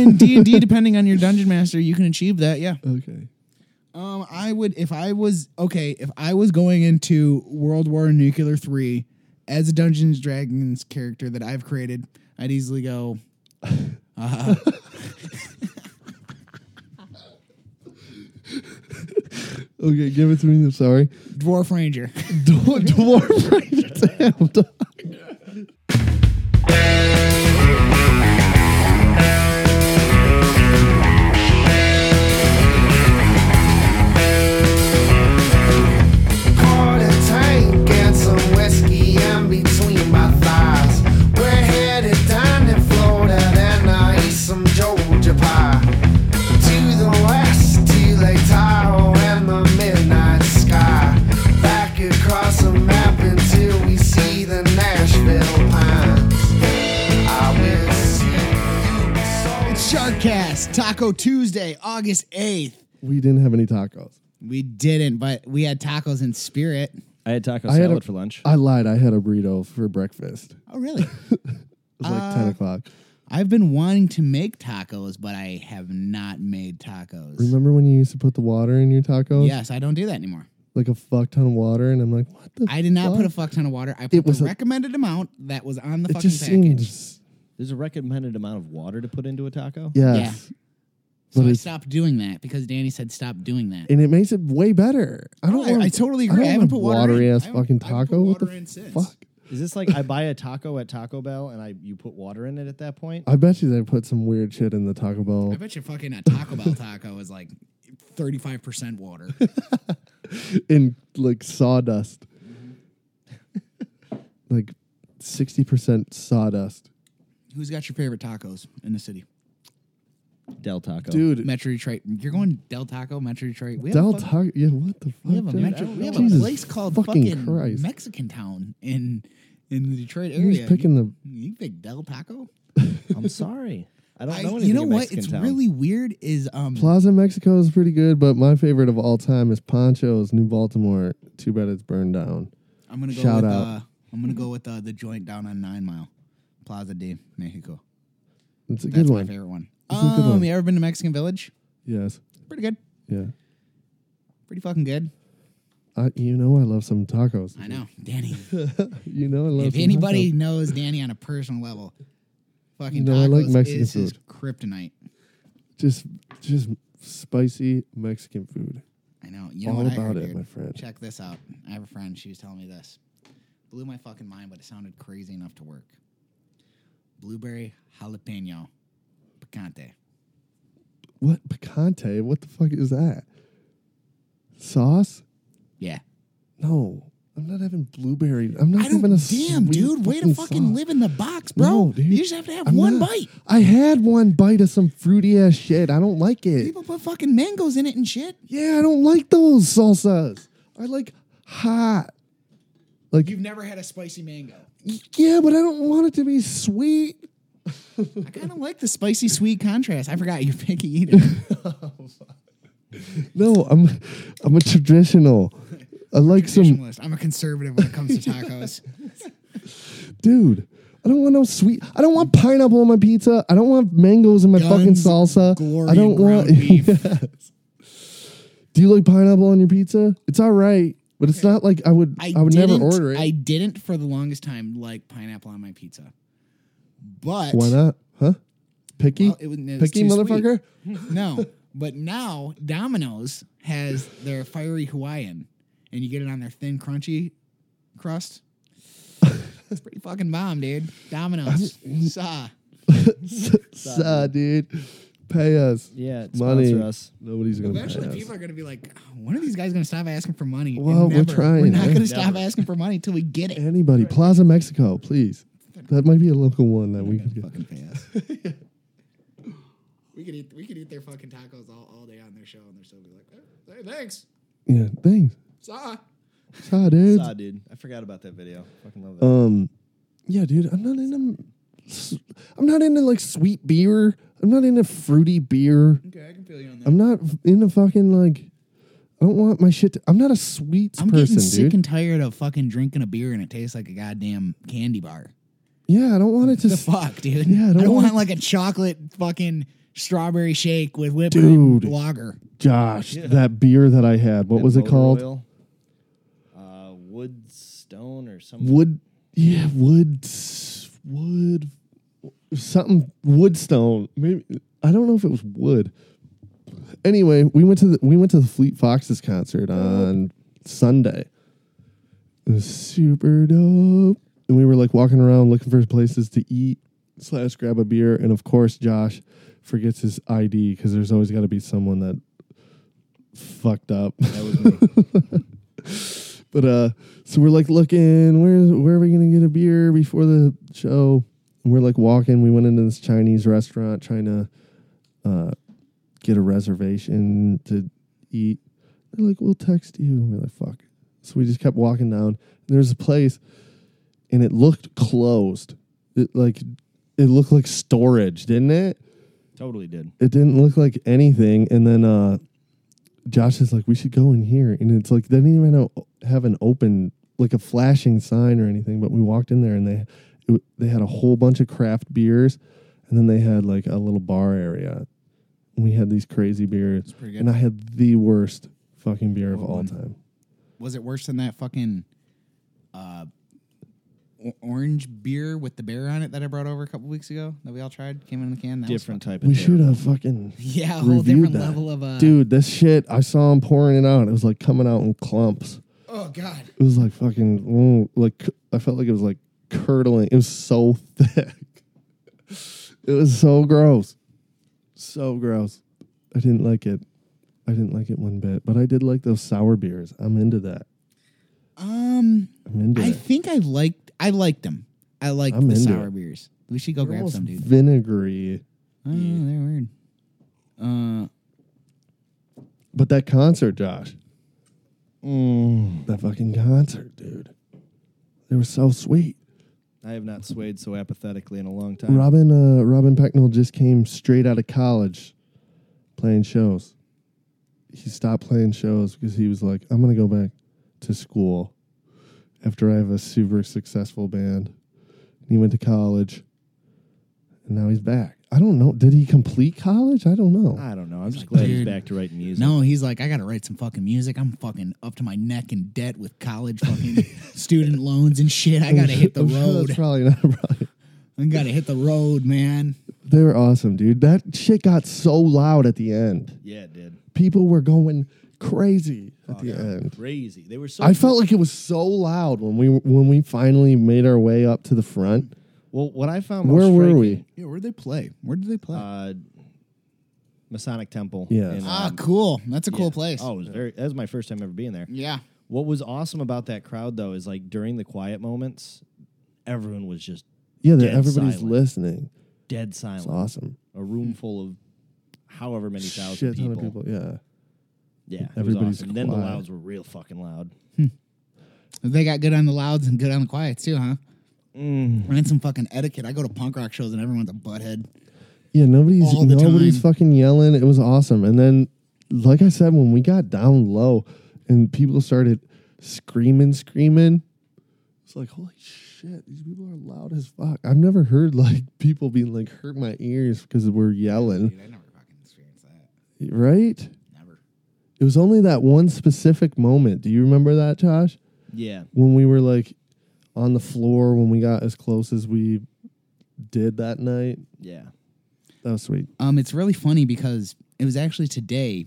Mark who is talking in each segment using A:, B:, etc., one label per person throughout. A: in D and D, depending on your dungeon master, you can achieve that. Yeah.
B: Okay.
A: Um, I would if I was okay if I was going into World War Nuclear Three as a Dungeons and Dragons character that I've created, I'd easily go.
B: Okay, give it to me. I'm sorry.
A: Dwarf Ranger.
B: Dwar- Dwarf Ranger. Damn, dog.
C: Poured a tank and some whiskey in between my thighs. We're headed down in Florida, then I eat some Georgia pie. To the west, to Lake Tahoe and the midnight sky. Back across the map until we see the Nashville pines. I will see you soon.
A: It's Sharkcast Taco Tuesday, August eighth.
B: We didn't have any tacos.
A: We didn't, but we had tacos in spirit.
D: I had taco
B: I had
D: salad
B: a-
D: for lunch.
B: I lied. I had a burrito for breakfast. It
A: Oh really?
B: was
A: Ah.
B: like 10 o'clock.
A: I've been wanting to make tacos, but I have not made tacos.
B: Remember when you used to put the water in your tacos?
A: Yes, I don't do that anymore.
B: Like a fuck ton of water. And I'm like, what the
A: I did not
B: fuck?
A: put a fuck ton of water. I put
B: It was
A: the
B: a-
A: recommended amount that was on the
B: It
A: fucking
B: just
A: package.
B: seems.
D: There's a recommended amount of water to put into a taco.
B: Yes.
A: So
B: But
A: I
B: it's-
A: stopped doing that because Danny said stop doing that.
B: and it makes it way better. I don't.
A: I-
B: want,
A: I totally agree. I
B: I,
A: haven't
B: don't want
A: put
B: a
A: water
B: watery
A: in.
B: ass
A: I haven't-
B: fucking
A: I haven't put
B: taco. What
A: water in
B: the
A: since.
B: fuck?
D: Is this like I buy a taco at Taco Bell and I you put water in it at that point?
B: I bet you they put some weird shit in the Taco Bell.
A: I bet you fucking a Taco Bell taco is like 35% water.
B: in like sawdust. like 60% sawdust.
A: Who's got your favorite tacos in the city?
D: Del Taco.
B: Dude,
A: Metro Detroit. You're going Del Taco, Metro Detroit. Oh, We have a
B: Del
A: fuck-
B: Taco. Yeah, what the fuck?
A: We have a,
B: dude?
A: metro, we have a
B: Jesus
A: place called
B: fucking,
A: fucking,
B: Christ.
A: Mexican Town in in the Detroit
B: He was
A: area.
B: picking the.
A: you, you pick Del Taco?
D: I'm sorry. I don't
A: I-
D: know anything.
A: you know
D: in
A: what?
D: Mexican
A: It's
D: town.
A: really weird is um
B: Plaza Mexico is pretty good, but my favorite of all time is Poncho's New Baltimore. Too bad it's burned down.
A: I'm gonna go
B: Shout
A: with
B: out.
A: uh I'm gonna go with uh, the joint down on Nine Mile, Plaza de Mexico.
B: It's a
A: That's
B: good
A: my
B: one.
A: favorite one.
B: It's a good
A: um,
B: one.
A: you ever been to Mexican Village?
B: Yes.
A: Pretty good.
B: Yeah.
A: Pretty fucking good.
B: I, you know I love some tacos.
A: I know, Danny.
B: You know I love.
A: if
B: some
A: anybody
B: tacos.
A: knows Danny on a personal level, fucking
B: No, I
A: tacos
B: like Mexican
A: is his
B: food.
A: kryptonite.
B: just just spicy Mexican food.
A: I know. You know
B: All
A: what I
B: about
A: heard,
B: it,
A: dude?
B: my friend.
A: Check this out. I have a friend. She was telling me this. Blew my fucking mind, but it sounded crazy enough to work. Blueberry jalapeno picante.
B: What picante? What the fuck is that? Sauce?
A: Yeah.
B: No, I'm not having blueberry. I'm not
A: I don't.
B: having a
A: damn,
B: sweet
A: dude. Way to fucking
B: sauce.
A: live in the box, bro.
B: No, dude.
A: You just have to have
B: I'm
A: one
B: not-
A: bite.
B: I had one bite of some fruity ass shit. I don't like it.
A: People put fucking mangoes in it and shit.
B: yeah, I don't like those salsas. I like hot. Like
A: You've never had a spicy mango.
B: yeah, but I don't want it to be sweet.
A: I kind of like the spicy sweet contrast. I forgot you're picky eater.
B: No, I'm I'm a traditional. I like some
A: Traditionalist. I'm a conservative when it comes to tacos.
B: dude. I don't want no sweet. I don't want pineapple on my pizza. I don't want mangoes in my fucking
A: Guns,
B: salsa.
A: glory,
B: I don't
A: and
B: want.
A: ground beef.
B: Do you like pineapple on your pizza? It's all right, but it's not like I would. I, would never
A: didn't-
B: order it.
A: I didn't for the longest time like pineapple on my pizza. But
B: Why not? Huh? Picky?
A: Well, it was- it was
B: Picky
A: too
B: motherfucker?
A: No, but now Domino's has their fiery Hawaiian, and you get it on their thin, crunchy crust. It's pretty fucking bomb, dude. Domino's uh, saw.
B: Suh, dude. Pay us.
D: Yeah,
B: Money.
D: sponsor us.
B: Nobody's going to
A: Eventually,
B: pay
A: people
B: us.
A: are gonna be like, "When are these guys gonna stop asking for money?" And
B: Well, we're trying,
A: We're not
B: man.
A: gonna stop
D: Never.
A: asking for money till we get it.
B: Anybody. Plaza Mexico, please. That might be a local one that we could get.
A: Fucking pay us. we could eat. We could eat their fucking tacos all, all day on their show, and they're still be like, "Eh, "Hey, thanks,
B: Yeah, thanks.
A: saw."
B: Saw, dude.
D: Saw, dude. I forgot about that video. Fucking love that.
B: Um, yeah, dude. I'm not into. s- I'm not into like sweet beer. I'm not into fruity beer.
A: Okay, I can feel you on that.
B: I'm not into fucking like. I don't want my shit. To, I'm not a sweets
A: I'm getting
B: person, dude.
A: sick and tired of fucking drinking a beer and it tastes like a goddamn candy bar.
B: yeah, I don't want it to.
A: The
B: s-
A: fuck, dude.
B: Yeah, I
A: I
B: don't
A: don't,
B: want-
A: want like a chocolate fucking strawberry shake with whipped
B: Dude.
A: lager.
B: Gosh,
D: Yeah.
B: that beer that I had, what
D: That
B: was it
D: motor
B: called?
D: oil. Uh, Woodstone or something.
B: Wood, yeah, wood, wood, something woodstone. Maybe I don't know if it was wood. Anyway, we went to the we went to the Fleet Foxes concert on Sunday. It was super dope, and we were like walking around looking for places to eat slash grab a beer, and of course Josh forgets his ID because there's always got to be someone that fucked up.
D: That was me.
B: But uh, so we're like looking, where where are we gonna get a beer before the show? And we're like walking. We went into this Chinese restaurant trying to uh, get a reservation to eat. They're like, we'll text you. And we're like, fuck. So we just kept walking down. There's a place, and it looked closed. It like it looked like storage, didn't it?
D: totally did.
B: it didn't look like anything. And then uh, Josh is like, we should go in here. And it's like, they didn't even o- have an open, like a flashing sign or anything. But we walked in there and they, it, they had a whole bunch of craft beers. And then they had like a little bar area. And we had these crazy beers.
A: pretty good.
B: And I had the worst fucking beer of all time.
A: Was it worse than that fucking uh, o- orange beer with the bear on it that I brought over a couple weeks ago that we all tried? Came in the can. That was
D: Different type of.
B: We
D: beer.
B: should have fucking
A: Yeah, a whole different
B: reviewed that.
A: level of uh,
B: Dude, this shit, I saw him pouring it out. It was like coming out in clumps.
A: Oh god,
B: It was like fucking mm, like I felt like it was like curdling. It was so thick. It was so gross. So gross. I didn't like it. I didn't like it one bit, but I did like those sour beers. I'm into that.
A: um,
B: I'm into
A: I
B: it.
A: think I liked I liked them. I liked
B: I'm
A: the
B: into
A: sour
B: it.
A: beers. We should go
B: They're
A: grab
B: almost
A: some, dude.
B: vinegary.
A: Oh, they're weird. Uh,
B: But that concert, Josh. That fucking concert, dude. They were so sweet.
D: I have not swayed so apathetically in a long time.
B: Robin uh, Robin Pecknell just came straight out of college playing shows. He stopped playing shows because he was like, I'm gonna go back to school after I have a super successful band. And he went to college and now he's back. I don't know. Did he complete college? I don't know.
D: I don't know. I'm just
A: like,
D: glad
A: dude.
D: he's back to writing music.
A: no, he's like, I gotta write some fucking music. I'm fucking up to my neck in debt with college fucking student loans and Oh, shit. I gotta hit the
B: I'm sure
A: road.
B: That's probably not probably.
A: I gotta hit the road, man.
B: They were awesome, dude. That shit got so loud at the end.
D: Yeah, it did.
B: People were going crazy at the
A: Oh,
D: Yeah.
B: end.
D: Crazy. They were so.
B: I felt like it was so loud when we when we finally made our way up to the front.
D: well, what I found.
B: Where
D: most
B: were we?
D: striking,
A: Yeah, where'd they play? Where did they play?
D: Uh, Masonic Temple.
B: Yeah.
D: in,
A: ah,
D: um,
A: cool. That's a cool
D: yeah.
A: place.
D: Oh, it was very. That was my first time ever being there.
A: yeah.
D: What was awesome about that crowd though is like during the quiet moments, everyone was just
B: Yeah, that
D: Dead
B: everybody's
D: silent.
B: listening.
D: dead
B: It's
D: silent.
B: awesome.
D: A room full of however many
B: Shit
D: thousand
B: ton of people. Yeah,
D: Yeah, it was
B: Everybody's
D: awesome. And then the
B: quiet.
D: louds were real fucking loud.
A: They got good on the louds and good on the quiets too, huh? And some fucking etiquette. I go to punk rock shows and everyone's a butthead.
B: yeah. Nobody's
A: All the
B: nobody's
A: time.
B: fucking yelling. It was awesome. And then, like I said, when we got down low, and people started screaming, screaming, it's like holy shit, these people are loud as fuck. I've never heard like people being like hurt my ears because we're yelling,
A: I never fucking experienced that.
B: right?
A: Never.
B: It was only that one specific moment. Do you remember that, Josh?
D: Yeah.
B: when we were like on the floor when we got as close as we did that night.
D: Yeah.
B: That was sweet.
A: Um, it's really funny because it was actually today,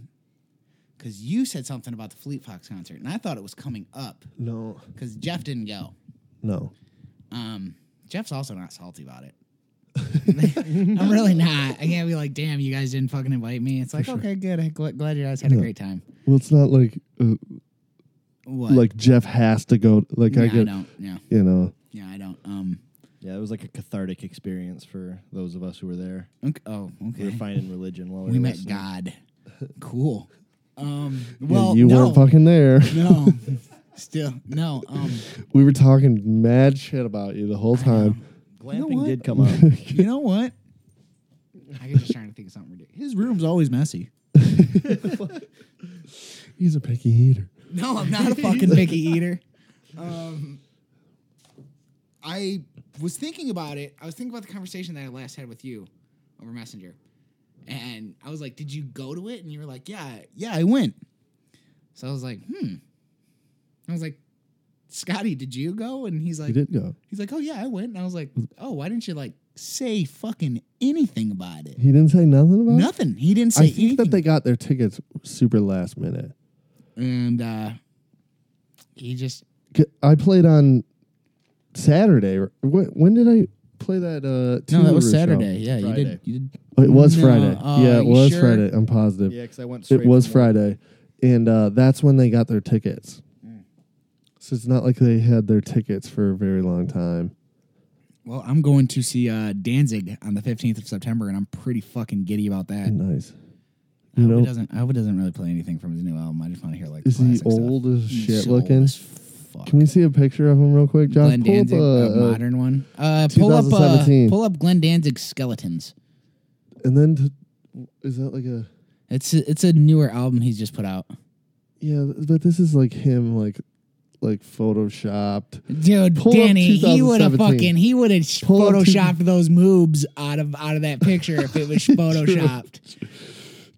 A: because you said something about the Fleet Fox concert, and I thought it was coming up
B: No,
A: because Jeff didn't go.
B: no.
A: Um, Jeff's also not salty about it. I'm really not. I can't be like, damn, you guys didn't fucking invite me. It's like, okay, good. I'm gl- glad you guys had a great time.
B: Well, it's not like uh,
A: What?
B: like Jeff has to go. Like
A: yeah,
B: I
A: I,
B: get,
A: don't. Yeah,
B: you know.
A: yeah, I don't. Um.
D: Yeah, it was like a cathartic experience for those of us who were there.
A: Okay, oh,
D: We were
A: okay.
D: finding religion while we,
A: We
D: were
A: met
D: listening.
A: God. Cool. Um.
B: Yeah,
A: Well,
B: you
A: no,
B: weren't fucking there.
A: No. Still no. Um.
B: we were talking mad shit about you the whole time.
D: Glamping
A: what?
D: did come up.
A: You know what? I was just trying to think of something ridiculous. His room's always messy.
B: He's a picky eater.
A: No, I'm not a fucking picky eater. Um, I was thinking about it. I was thinking about the conversation that I last had with you over Messenger. And I was like, Did you go to it? And you were like, Yeah, yeah, I went. So I was like, Hmm. I was like, Scotty, did you go? And he's
B: You
A: like,
B: did go.
A: He's like, Oh, yeah, I went. And I was like, Oh, why didn't you like say fucking anything about it?
B: He didn't say nothing about it.
A: Nothing. He didn't say
B: I think
A: anything.
B: that they got their tickets super last minute.
A: and uh, he just,
B: 'Cause I played on Saturday. or- wh- When did I play that? Uh,
A: no, that was
B: Tilaroo show?
A: Saturday. Yeah, you
D: Friday.
A: did. You did.
B: Oh, It was
A: No,
B: Friday.
A: uh,
B: yeah, it
A: you
B: was
A: sure?
B: Friday. I'm positive.
D: Yeah, because I went. Straight
B: it was
D: from work.
B: Friday, and uh, that's when they got their tickets.
A: Mm.
B: So it's not like they had their tickets for a very long time.
A: Well, I'm going to see uh, Danzig on the 15th of September, and I'm pretty fucking giddy about that.
B: Nice.
A: I
B: You
A: hope he
B: know,
A: doesn't. I hope he doesn't really play anything from his new album. I just want to hear like.
B: Is he
A: classic
B: old
A: stuff.
B: as
A: He's
B: shit
A: so old
B: looking?
A: as fuck.
B: can we see a picture of him real quick, Josh?
A: Glenn
B: Pull up
A: Danzig,
B: a-
A: a
B: a-
A: modern one. Uh, pull up, uh,
B: 2017.
A: pull up Glenn Danzig's skeletons.
B: and then to, is that like a
A: It's a, it's a newer album he's just put out,
B: yeah? But this is like him, like like photoshopped.
A: dude.
B: Pull up
A: Danny, he would have
B: 2017.
A: fucking he would have
B: Pull up two-
A: photoshopped those moobs out of out of that picture if it was photoshopped.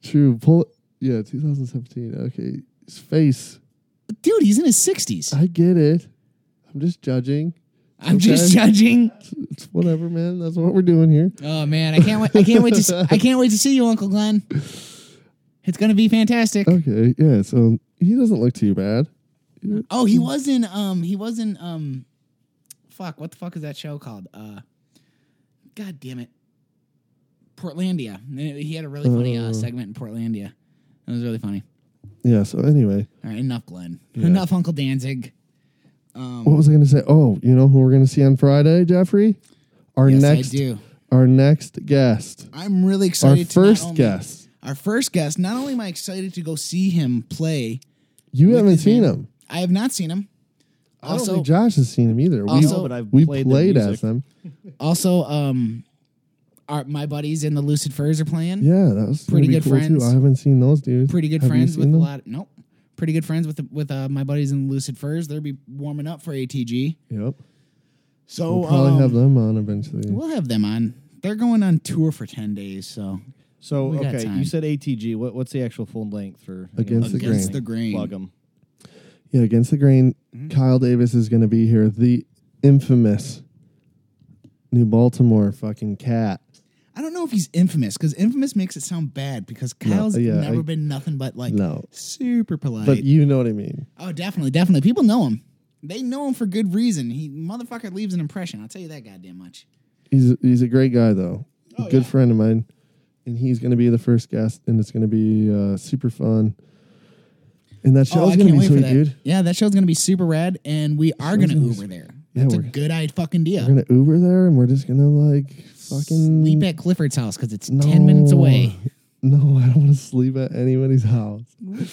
B: True. Pull yeah, 2017. Okay, his face.
A: Dude, he's in his sixties.
B: I get it. I'm just judging.
A: I'm just
B: okay.
A: judging.
B: It's whatever, man. That's what we're doing here.
A: Oh man, I can't wait! I can't wait to s- I can't wait to see you, Uncle Glenn. It's gonna be fantastic.
B: Okay, yeah. So he doesn't look too bad.
A: Oh, he was in um he was in um fuck, what the fuck is that show called? Uh God damn it. Portlandia. He had a really funny uh,
B: Oh.
A: segment in Portlandia. It was really funny.
B: Yeah. So anyway,
A: All right, enough Glenn. Enough Uncle Danzig. Um
B: what was I going to say? Oh, you know who we're going to see on Friday, Jeffrey? Our
A: yes,
B: next,
A: I do.
B: our next guest,
A: I'm really
B: our
A: excited to not
B: first
A: only-
B: guest.
A: Our first guest. Not only am I excited to go see him play,
B: You
A: With
B: haven't
A: his
B: seen
A: name.
B: him.
A: I have not seen him.
B: I don't
A: Also-
B: think Josh has seen him either.
A: Also-
D: No, but I've
B: we we
D: played,
B: played,
D: the music.
B: as them.
A: Also, um, our, my buddies in the Lucid Furs are playing.
B: Yeah, that was gonna
A: Pretty
B: be
A: good
B: cool
A: friends.
B: Too. I haven't seen those dudes.
A: Pretty good
B: Have you
A: friends
B: seen
A: with
B: them?
A: a lot. nope. Pretty good friends with with uh, my buddies in the Lucid Furs. They'll be warming up for ATG.
B: Yep.
A: So
B: We'll probably
A: um,
B: have them on eventually.
A: We'll have them on. They're going on tour for ten days. So
D: So
A: We got
D: okay,
A: time.
D: you said ATG. What, what's the actual full length for
B: Against the Against
A: Grain. the Grain.
D: Plug 'em.
B: Yeah, against the grain.
A: Mm.
B: Kyle Davis is going to be here. The infamous New Baltimore fucking cat.
A: I don't know if he's infamous because infamous makes it sound bad because Kyle's
B: yeah,
A: never
B: I-
A: been nothing but like
B: No.
A: super polite.
B: But you know what I mean.
A: oh, definitely, definitely. People know him. They know him for good reason. He motherfucker leaves an impression. I'll tell you that goddamn much.
B: He's he's a great guy though.
A: Oh,
B: a good
A: yeah.
B: friend of mine. And he's going to be the first guest and it's going to be uh, super fun. And that show's
A: Oh, I
B: going to
A: can't
B: be
A: wait for
B: sweet,
A: that.
B: dude.
A: Yeah, that show's gonna be super rad, and we are gonna
B: gonna be
A: Uber there. That's a
B: we're-
A: good i fucking deal.
B: We're going to Uber there and we're just going to like fucking
A: Sleep at Clifford's house because it's
B: No.
A: ten minutes away.
B: No, I don't want to sleep at anybody's house.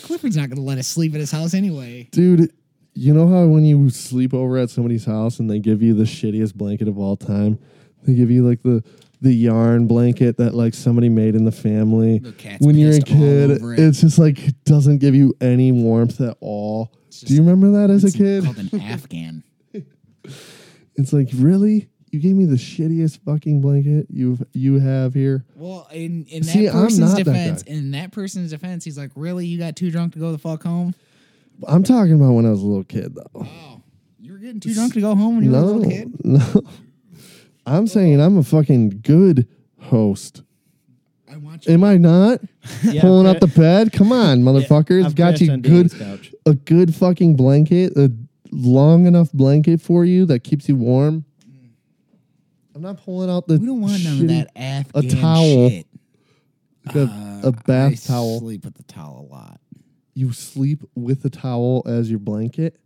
A: Clifford's not gonna let us sleep at his house anyway.
B: Dude, you know how when you sleep over at somebody's house and they give you the shittiest blanket of all time? They give you like the the yarn blanket that like somebody made in the family.
A: The cat's
B: when you're a
A: pissed all
B: kid,
A: over it.
B: it's just like doesn't give you any warmth at all. Do you remember that as a
A: It's
B: kid?
A: called an Afghan.
B: It's like, really? You gave me the shittiest fucking blanket you've you have here.
A: Well, in in that
B: See, I'm
A: person's
B: not that
A: defense,
B: guy.
A: in that person's defense, he's like, "Really, you got too drunk to go the fuck home?
B: I'm talking about when I was a little kid though.
A: Oh, you were getting too drunk to go home when you were a little kid."
B: no. I'm saying I'm a fucking good host.
A: I want you.
B: Am I not
D: Yeah,
B: pulling
D: I'm
B: up the bed? Come on, motherfucker!
D: I've
B: It's got
D: crashed
B: you
D: on Danny's
B: good,
D: couch.
B: a good fucking blanket, a long enough blanket for you that keeps you warm. I'm not pulling out the.
A: we don't want none of
B: shitty-
A: that Afghan
B: towel.
A: shit.
B: the- a bath
A: Ah, I
B: towel.
A: Sleep with the towel a lot,
B: You sleep with the towel as your blanket.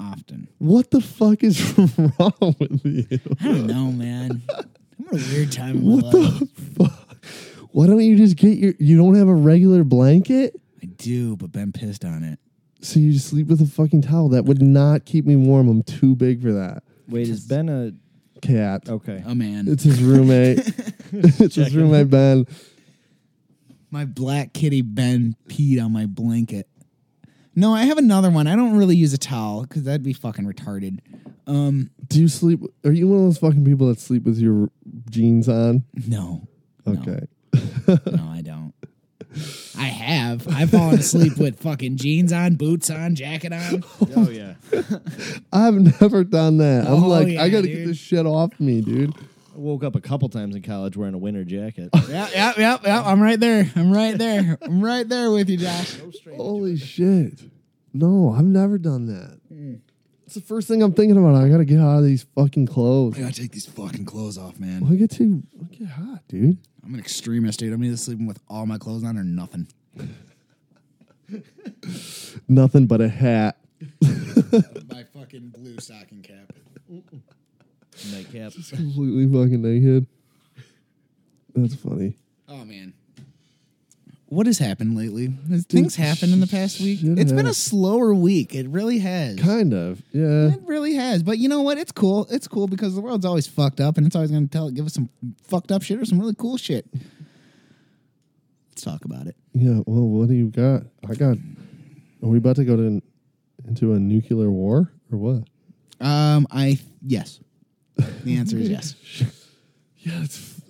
A: often.
B: What the fuck is wrong with you?
A: I don't know, man. I'm having a weird time in my
B: What
A: life.
B: the fuck? Why don't you just get your? You don't have a regular blanket.
A: I do, but Ben pissed on it.
B: So you just sleep with a fucking towel. That would not keep me warm. I'm too big for that.
D: Wait, is Ben a
B: Cat.
D: okay?
A: Oh man,
B: It's his roommate. it's his roommate Ben.
A: my black kitty Ben peed on my blanket. No, I have another one. I don't really use a towel because that'd be fucking retarded. Um,
B: Do you sleep? Are you one of those fucking people that sleep with your jeans on?
A: no. No.
B: Okay.
A: No, I don't. I have. I've fallen asleep with fucking jeans on, boots on, jacket on.
D: Oh yeah.
B: I've never done that. I'm
A: Oh,
B: like,
A: yeah,
B: I gotta get
A: dude.
B: this shit off me, dude.
D: I woke up a couple times in college wearing a winter jacket.
A: Yep, yep, yep, yep. I'm right there. I'm right there. I'm right there with you, Josh.
B: Holy shit. No, I've never done that.
A: Hmm.
B: It's the first thing I'm thinking about. I gotta get out of these fucking clothes.
A: gotta take these fucking clothes off,
B: Well,
A: man.
B: I get too I get hot, dude.
A: I'm an extremist, dude. I'm either sleeping with all my clothes on or nothing.
B: Nothing but a hat.
A: My fucking blue stocking cap.
D: Nightcap.
B: Completely fucking naked. That's funny.
A: Oh man. What has happened lately? Has things happened in the past week?
B: shit
A: It's been a
B: has.
A: slower week. It really has.
B: Kind of. Yeah.
A: It really has. But you know what? It's cool. It's cool because the world's always fucked up and it's always going to tell give us some fucked up shit or some really cool shit. Let's talk about it.
B: Yeah. Well, what do you got? I got are we about to go to into a nuclear war or what?
A: Um I yes. The answer is yes.
B: Yeah, it's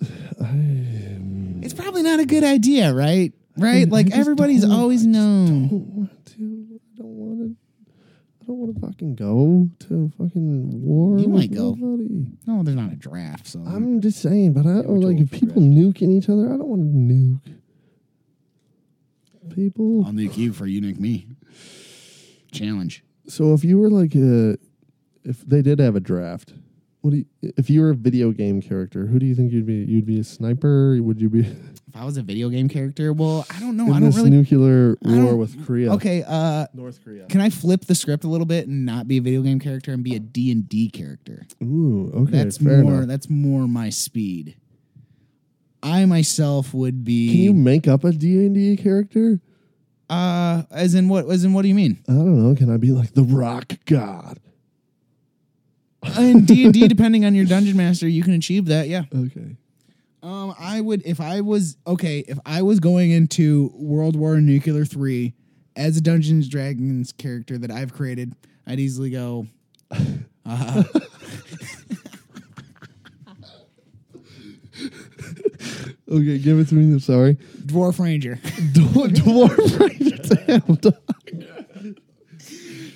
A: It's probably not a good idea, right? Right?
B: I
A: Like
B: just
A: everybody's
B: don't- I
A: always
B: just
A: known.
B: don't want to. I don't want to. I don't want to fucking go to a fucking war.
A: You might
B: with
A: go.
B: nobody.
A: No, there's not a draft, so
B: I'm just saying, but I or
D: we're
B: like
D: told
B: if
D: for
B: people nuking each other, I don't want to nuke people.
A: I'll nuke you for you nuke me. Challenge.
B: So if you were like a, if they did have a draft, what do you, if you were a video game character? Who do you think you'd be? You'd be a sniper? Would you be in
A: If I was a video game character, well, I don't know. I don't
B: this
A: really
B: nuclear
A: I
B: war
A: don't-
B: with Korea?
A: Okay, uh
B: North Korea.
A: can I flip the script a little bit and not be a video game character and be a D&D character?
B: Ooh, okay,
A: that's
B: fair
A: more
B: enough.
A: that's more my speed. I myself would
B: Can you
A: be
B: make up a D and D character?
A: uh as in what as in what do you mean?
B: I don't know. Can I be like the rock god?
A: In D&D depending on your dungeon master, you can achieve that, yeah.
B: Okay.
A: Um, I would if I was okay. If I was going into World War Nuclear Three as a Dungeons Dragons character that I've created, I'd easily go.
B: Okay, give it to me. I'm sorry.
A: Dwarf Ranger.
B: Dwar- Dwarf Ranger. Damn, dog.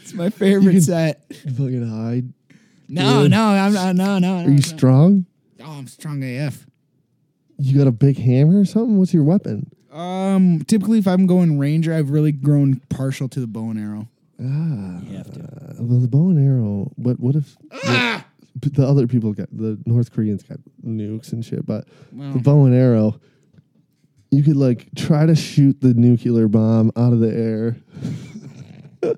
A: it's my favorite
B: can-
A: set.
B: You fucking hide.
A: No, no, I'm not. No, no. no,
B: Are you
A: no.
B: strong?
A: oh, I'm strong AF.
B: You got a big hammer or something? What's your weapon?
A: Um, typically if I'm going Ranger, I've really grown partial to the bow and arrow.
B: Ah,
D: You have to.
B: uh, the bow and arrow. But what if Ah! the, the other people got the North Koreans got nukes and shit? But the
A: Well.
B: bow and arrow, you could like try to shoot the nuclear bomb out of the air.
D: Try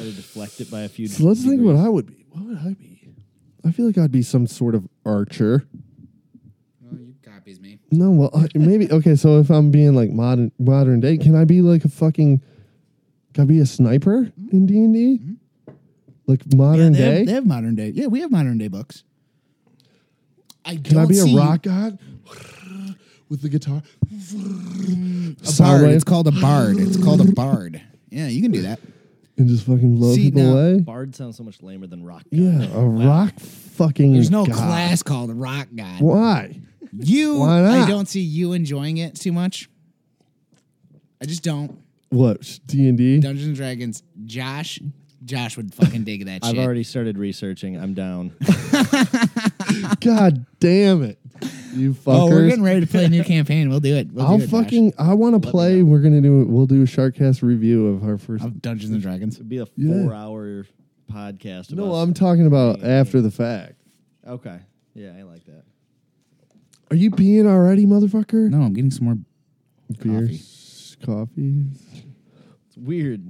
D: to deflect it by a few.
B: So let's think
D: degrees.
B: what I would be. What would I be? I feel like I'd be some sort of archer.
A: Oh, you copies me.
B: No, well, I, maybe okay. So if I'm being like modern modern day, can I be like a fucking? Can I be a sniper in D and D? Like
A: Mm-hmm. Yeah,
B: modern
A: they,
B: day?
A: Have, they have modern day. Yeah, we have modern day books. I
B: can I
A: don't
B: be a
A: see-
B: rock god with the guitar?
A: A
B: Sound
A: bard.
B: wave?
A: It's called a bard. It's called a bard. Yeah, you can do that.
B: and just fucking blow
A: See,
B: people
A: now-
B: away.
D: Bard sounds so much lamer than rock.
B: Yeah, a rock fucking.
A: There's no
B: Oh, god.
A: class called rock god.
B: Why?
A: You,
B: Why not?
A: I don't see you enjoying it too much. I just don't.
B: What D and D?
A: Dungeons and Dragons. Josh, Josh would fucking dig that
D: I've
A: shit.
D: already started researching. I'm down.
B: God damn it! You fuckers.
A: oh, we're getting ready to play a new campaign. We'll do it. We'll do
B: I'll
A: it, Josh.
B: fucking. I want to play. We're gonna do. We'll do a Sharkcast review of our first.
A: of Dungeons and Dragons.
D: It'd be a
B: Yeah.
D: four-hour podcast. Of
B: no,
D: us.
B: I'm talking about after the fact.
D: Okay. Yeah, I like that.
B: Are you peeing already, motherfucker?
A: No, I'm getting some more.
B: Beers, coffee.
D: It's weird.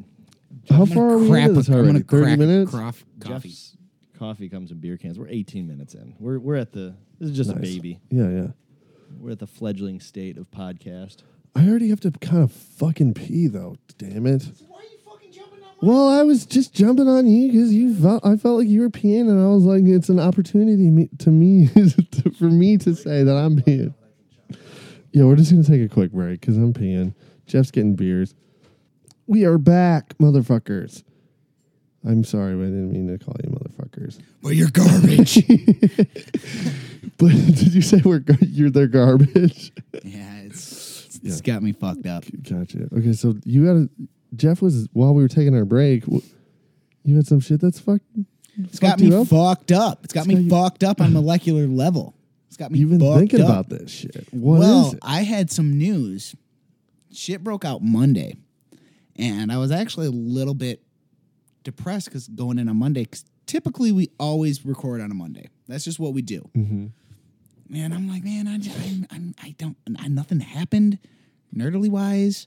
B: How
A: I'm gonna
B: far are we
A: crack
B: into this
A: a- I'm
B: already?
A: gonna
B: Thirty
A: crack a
B: minutes.
A: croff- coffee.
D: Jeff's coffee comes in beer cans. We're 18 minutes in. We're we're at the this is just a
B: Nice.
D: baby.
B: Yeah, yeah.
D: We're at the fledgling state of podcast.
B: I already have to kind of fucking pee though. Damn it.
A: Why are you fucking jumping on
B: Well, I was just jumping on you because you felt I felt like you were peeing, and I was like, it's an opportunity me, to me to, for me to say that I'm peeing. Yeah, we're just gonna take a quick break because I'm peeing. Jeff's getting beers. We are back, motherfuckers. I'm sorry, but I didn't mean to call you motherfuckers.
A: But you're garbage.
B: But did you say we're gar- you're their garbage?
A: yeah, it's, it's It's, it's got me fucked up.
B: Gotcha. Okay, so you got a Jeff was while we were taking our break. w- You had some shit that's fucked.
A: It's got
B: fucked
A: me
B: you up?
A: fucked up. It's got
B: oh? It's
A: me
B: got you-
A: fucked up on molecular level. It's got me.
B: You've been
A: fucked
B: thinking
A: up.
B: about this shit. What is
A: well,
B: it?
A: I had some news. Shit broke out Monday, and I was actually a little bit depressed because going in on Monday. 'cause typically, we always record on a Monday. That's just what we do.
B: Mm-hmm.
A: And I'm like, man, I, just, I, I, I don't, I, nothing happened, nerdily wise.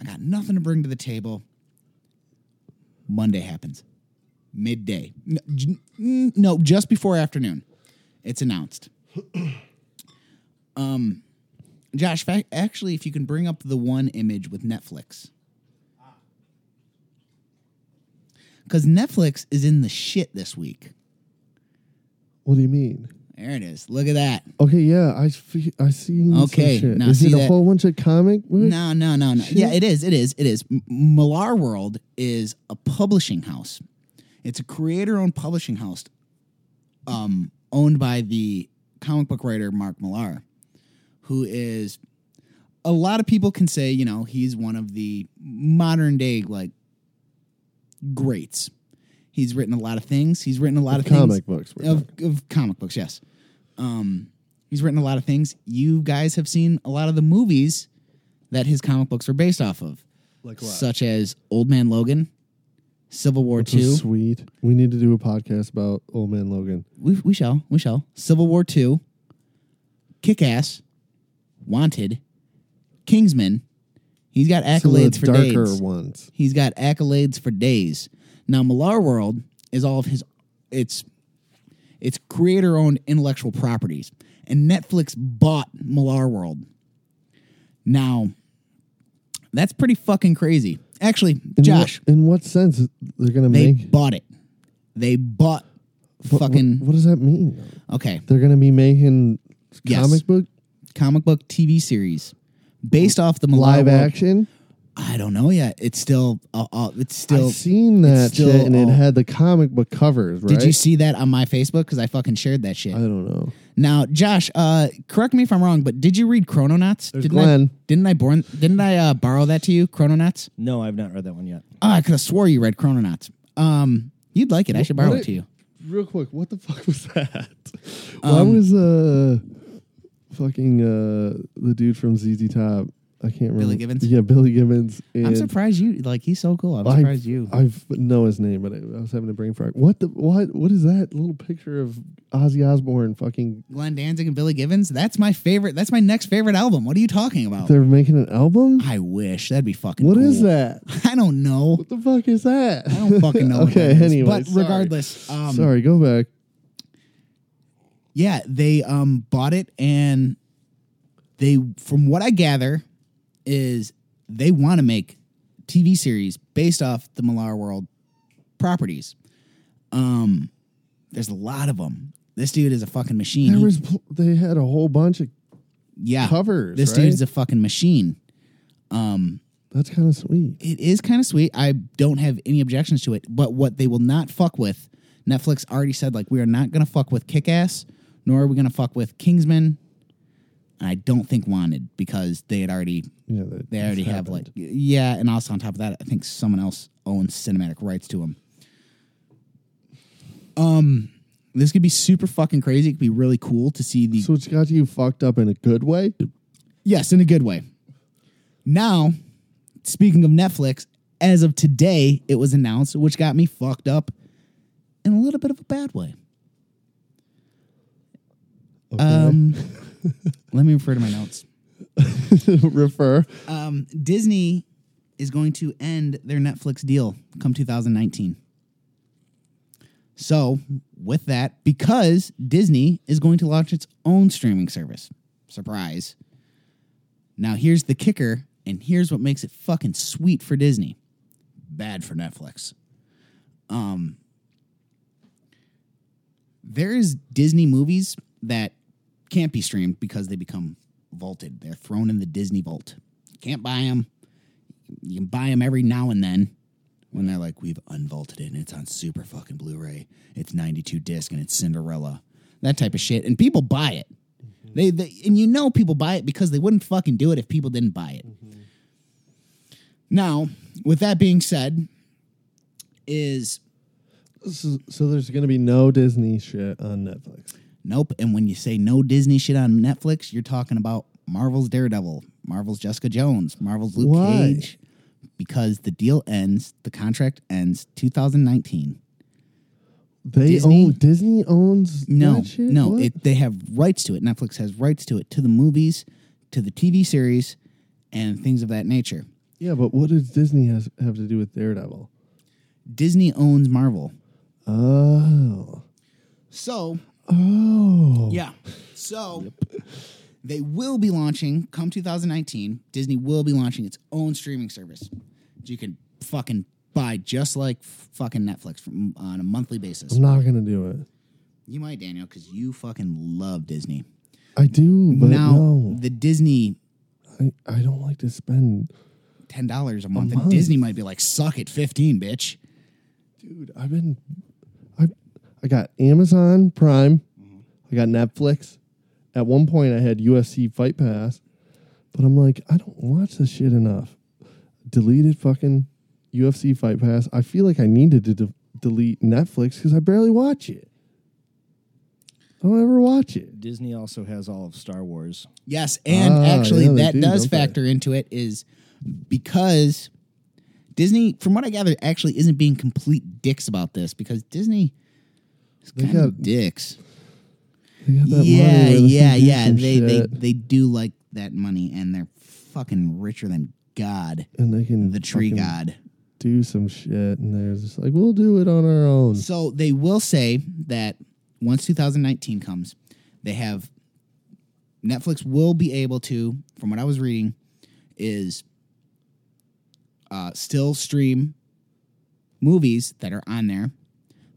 A: I got nothing to bring to the table. Monday happens, midday. No, j- mm, no just before afternoon. It's announced. Josh, fa- actually, if you can bring up the one image with Netflix. Because Netflix is in the shit this week.
B: What do you mean?
A: There it is. Look at that.
B: Okay, yeah, I see. I see.
A: Okay,
B: some shit.
A: now
B: is
A: see
B: it a
A: that-
B: whole bunch of comic? book-
A: No, no, no, no. Yeah, it is. It is. It is. M- Millar World is a publishing house. It's a creator-owned publishing house, um, owned by the comic book writer Mark Millar, who is. A lot of people can say, you know, he's one of the modern day like greats. He's written a lot of things. He's written a lot of, things
B: comic books. we're
A: of, of comic books, yes. Um, he's written a lot of things. You guys have seen a lot of the movies that his comic books are based off of,
D: Like
A: such as Old Man Logan, Civil War
B: Which is
A: Two.
B: Sweet. We need to do a podcast about Old Man Logan.
A: We, we shall, we shall. Civil War Two, Kick Ass, Wanted, Kingsman. He's got
B: Some of the
A: accolades for
B: darker
A: days.
B: ones.
A: He's got accolades for days. Now Millar World is all of his it's it's creator owned intellectual properties. And Netflix bought Millar World. Now that's pretty fucking crazy. Actually,
B: In
A: Josh,
B: What, in what sense they're gonna
A: they
B: make?
A: bought it. They bought
B: What-
A: fucking
B: What, what does that mean?
A: okay,
B: They're gonna be making
A: Yes.
B: comic book
A: comic book TV series based off the Millar
B: live
A: World-
B: action.
A: I don't know yet. It's still uh, uh, it's
B: I
A: still
B: seen that
A: still
B: shit, and it
A: all-
B: had the comic book covers. Right?
A: Did you see that on my Facebook cuz I fucking shared that shit?
B: I don't know.
A: Now, Josh, uh, correct me if I'm wrong, but did you read Chrononauts?
B: There's
A: didn't I
B: Glenn.
A: didn't I born didn't I uh, borrow that to you, Chrononauts?
D: No, I've not read that one yet.
A: Oh, I could have swore you read Chrononauts. Um, you'd like it. I should borrow it to you.
B: Real quick, what the fuck was that?
A: Um,
B: Why was uh fucking uh the dude from ZZ Top? I can't remember.
A: Gibbons?
B: Yeah, Billy Gibbons. And
A: I'm surprised you like he's so cool. I'm
B: I-
A: surprised you.
B: I f- know his name, but I, I was having a brain fart. What the what? What is that little picture of Ozzy Osbourne? Fucking,
A: Glenn Danzig and Billy Gibbons. That's my favorite. That's my next favorite album. What are you talking about?
B: they're making an album.
A: I wish that'd be fucking.
B: What
A: cool.
B: is that?
A: I don't know.
B: What the fuck is that?
A: I don't fucking know. what
B: okay,
A: that is.
B: anyway,
A: but
B: sorry.
A: regardless, um,
B: sorry, go back.
A: Yeah, they um bought it and they from what I gather is they want to make TV series based off the Millar World properties. Um there's a lot of them. This dude is a fucking machine.
B: There
A: He-
B: was pl- they had a whole bunch of
A: yeah.
B: covers.
A: This
B: right?
A: dude is a fucking machine.
B: That's kind of sweet.
A: It is kind of sweet. I don't have any objections to it, but what they will not fuck with, Netflix already said like we are not going to fuck with Kick-Ass, nor are we going to fuck with Kingsman. And I don't think Wanted because they had already
B: Yeah, that,
A: They already
B: that's
A: have like
B: happened.
A: yeah, and also on top of that, I think someone else owns cinematic rights to them. Um, this could be super fucking crazy. It could be really cool to see the
B: So it's got you fucked up in a good way.
A: yes in a good way. Now, speaking of Netflix, as of today, it was announced, which got me fucked up in a little bit of a bad way.
B: Okay.
A: Um, let me refer to my notes.
B: Refer.
A: Um, Disney is going to end their Netflix deal come 2019. So, with that, because Disney is going to launch its own streaming service. Surprise. Now, here's the kicker, and here's what makes it fucking sweet for Disney. Bad for Netflix. Um, there is Disney movies that can't be streamed because they become vaulted. They're thrown in the Disney vault. Can't buy them. You can buy them every now and then when they're like, we've unvaulted it and it's on super fucking Blu ray. It's 92 disc and it's Cinderella. That type of shit. And people buy it. They, they and you know people buy it because they wouldn't fucking do it if people didn't buy it. Now, with that being said, is
B: So, so there's going to be no Disney shit on Netflix.
A: Nope. And when you say no Disney shit on Netflix, you're talking about Marvel's Daredevil, Marvel's Jessica Jones, Marvel's Luke
B: Why?
A: Cage. Because the deal ends, the contract ends 2019.
B: They
A: Disney?
B: own Disney owns
A: No,
B: that shit?
A: no,
B: What?
A: it, they have rights to it. Netflix has rights to it, to the movies, to the TV series, and things of that nature.
B: yeah, but what does Disney has, have to do with Daredevil?
A: Disney owns Marvel.
B: Oh,
A: So,
B: oh,
A: yeah. So, they will be launching, come 2019, Disney will be launching its own streaming service. You can fucking buy just like fucking Netflix from, on a monthly basis.
B: I'm not gonna do it.
A: You might, Daniel, because you fucking love Disney.
B: I do, but
A: now,
B: no,
A: the Disney
B: I, I don't like to spend.
A: $10 a month, and
B: month.
A: Disney might be like, suck it, 15 bitch.
B: Dude, I've been, I, I got Amazon Prime,
A: Mm-hmm.
B: I got Netflix. At one point, I had UFC Fight Pass, but I'm like, I don't watch this shit enough. Deleted fucking UFC Fight Pass. I feel like I needed to de- delete Netflix because I barely watch it. I don't ever watch it.
D: Disney also has all of Star Wars.
A: Yes, and
B: Ah,
A: actually
B: yeah, they
A: that
B: do,
A: does
B: don't they?
A: factor into it is because Disney, from what I gather, actually isn't being complete dicks about this because Disney is
B: They
A: kind of
B: got-
A: dicks.
B: They got that money
A: Yeah,
B: where
A: yeah,
B: they can do
A: yeah.
B: some
A: They, they
B: shit
A: they do like that money and they're fucking richer than God,
B: and they can
A: the tree
B: fucking
A: god.
B: do some shit, and they're just like, we'll do it on our own.
A: So they will say that once 2019 comes, they have Netflix will be able to, from what I was reading, is uh, still stream movies that are on there.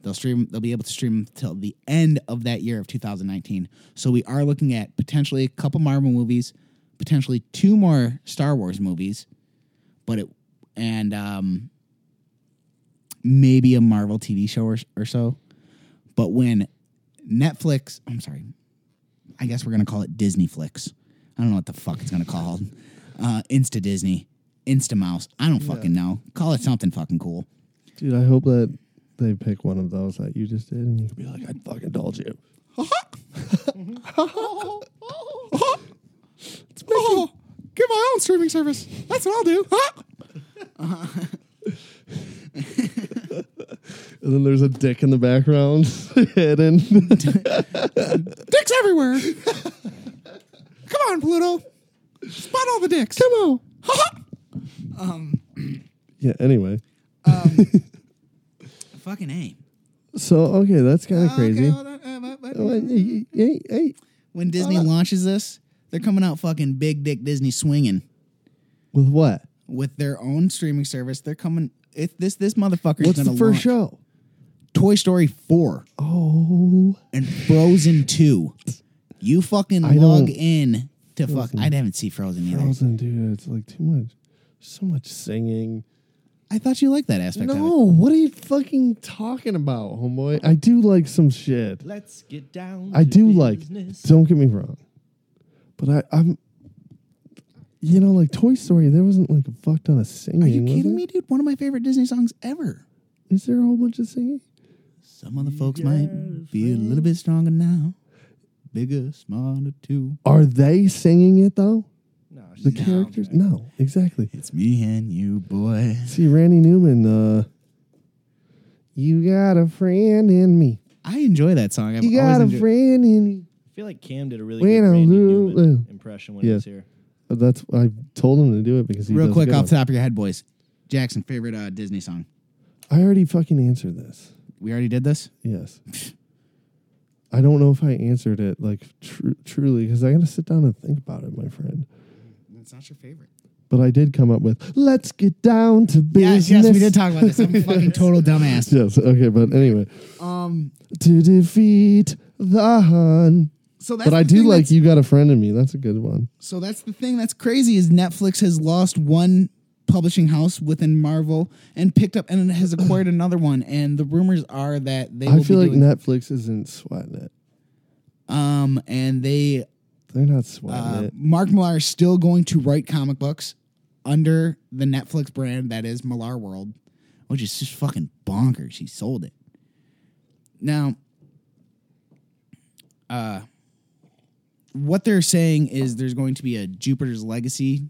A: They'll stream. They'll be able to stream till the end of that year of 2019. So we are looking at potentially a couple Marvel movies, potentially two more Star Wars movies, but it and um, maybe a Marvel TV show or, or so. But when Netflix, I'm sorry, I guess we're gonna call it Disney Flix. I don't know what the fuck it's gonna call. Uh, Insta Disney, Insta Mouse. I don't fucking know. Call it something fucking cool.
B: Dude, I hope that they pick one of those that you just did, and you can be like, I'd fucking told you.
A: Oh, get my own streaming service. That's what I'll do.
B: And then there's a dick in the background hidden.
A: Dicks everywhere. Come on, Pluto. Spot all the dicks. Um, Come on.
B: yeah, anyway.
A: Fucking A.
B: So, okay, that's kind of crazy. Oh, hey, hey, hey, hey.
A: When Disney launches this, they're coming out fucking big dick Disney swinging
B: With what?
A: with their own streaming service. They're coming. If this this motherfucker's
B: What's
A: gonna
B: the first
A: launch
B: show?
A: Toy Story four
B: Oh,
A: and Frozen two. You fucking
B: I
A: log
B: don't-
A: in to fuck. I haven't seen Frozen either.
B: Frozen, dude. It's like too much. So much singing.
A: I thought you liked that aspect. of it.
B: No, what are you fucking talking about, homeboy? I do like some shit.
D: Let's get down.
B: I
D: to
B: do like.
D: business.
B: Don't get me wrong, but I, I'm, you know, like Toy Story. There wasn't like a fuck ton of singing.
A: Are you
B: was
A: kidding me,
B: there?
A: dude? One of my favorite Disney songs ever.
B: Is there a whole bunch of singing?
A: Some of the folks might be a little bit stronger now, bigger, smarter too.
B: Are they singing it though?
D: No, she's
B: The
D: not.
B: characters? No, exactly.
A: It's me and you, boy.
B: See, Randy Newman. uh You got a friend in me.
A: I enjoy that song. I've
B: You
A: always
B: got a
A: enjoyed-
B: friend in me.
D: I feel like Cam did a really
B: When
D: good
B: I
D: Randy
B: lose-
D: Newman impression when he was
B: Yeah.
D: here.
B: Uh, That's I told him to do it because he
A: Real
B: does
A: quick,
B: good
A: off
B: on-
A: the top of your head, boys. Jackson, favorite uh, Disney song.
B: I already fucking answered this.
A: We already did this.
B: Yes. I don't know if I answered it like tr- truly because I got to sit down and think about it, my friend.
A: It's not your favorite.
B: But I did come up with "Let's get down to business."
A: Yes, yes, we did talk about this. I'm a fucking total dumbass.
B: Yes, okay, but anyway,
A: Um,
B: to defeat the Hun.
A: so that's
B: But I
A: the
B: do
A: thing
B: like
A: that's-
B: "You Got a Friend in Me." That's a good one.
A: So that's the thing that's crazy is Netflix has lost one publishing house within Marvel and picked up and has acquired another one. And the rumors are that they will
B: I feel
A: be
B: like
A: doing,
B: Netflix isn't sweating it.
A: um and they
B: They're not sweating
A: Uh,
B: it.
A: Mark Millar is still going to write comic books under the Netflix brand that is Millar World, which is just fucking bonkers. He sold it. Now, uh, what they're saying is there's going to be a Jupiter's Legacy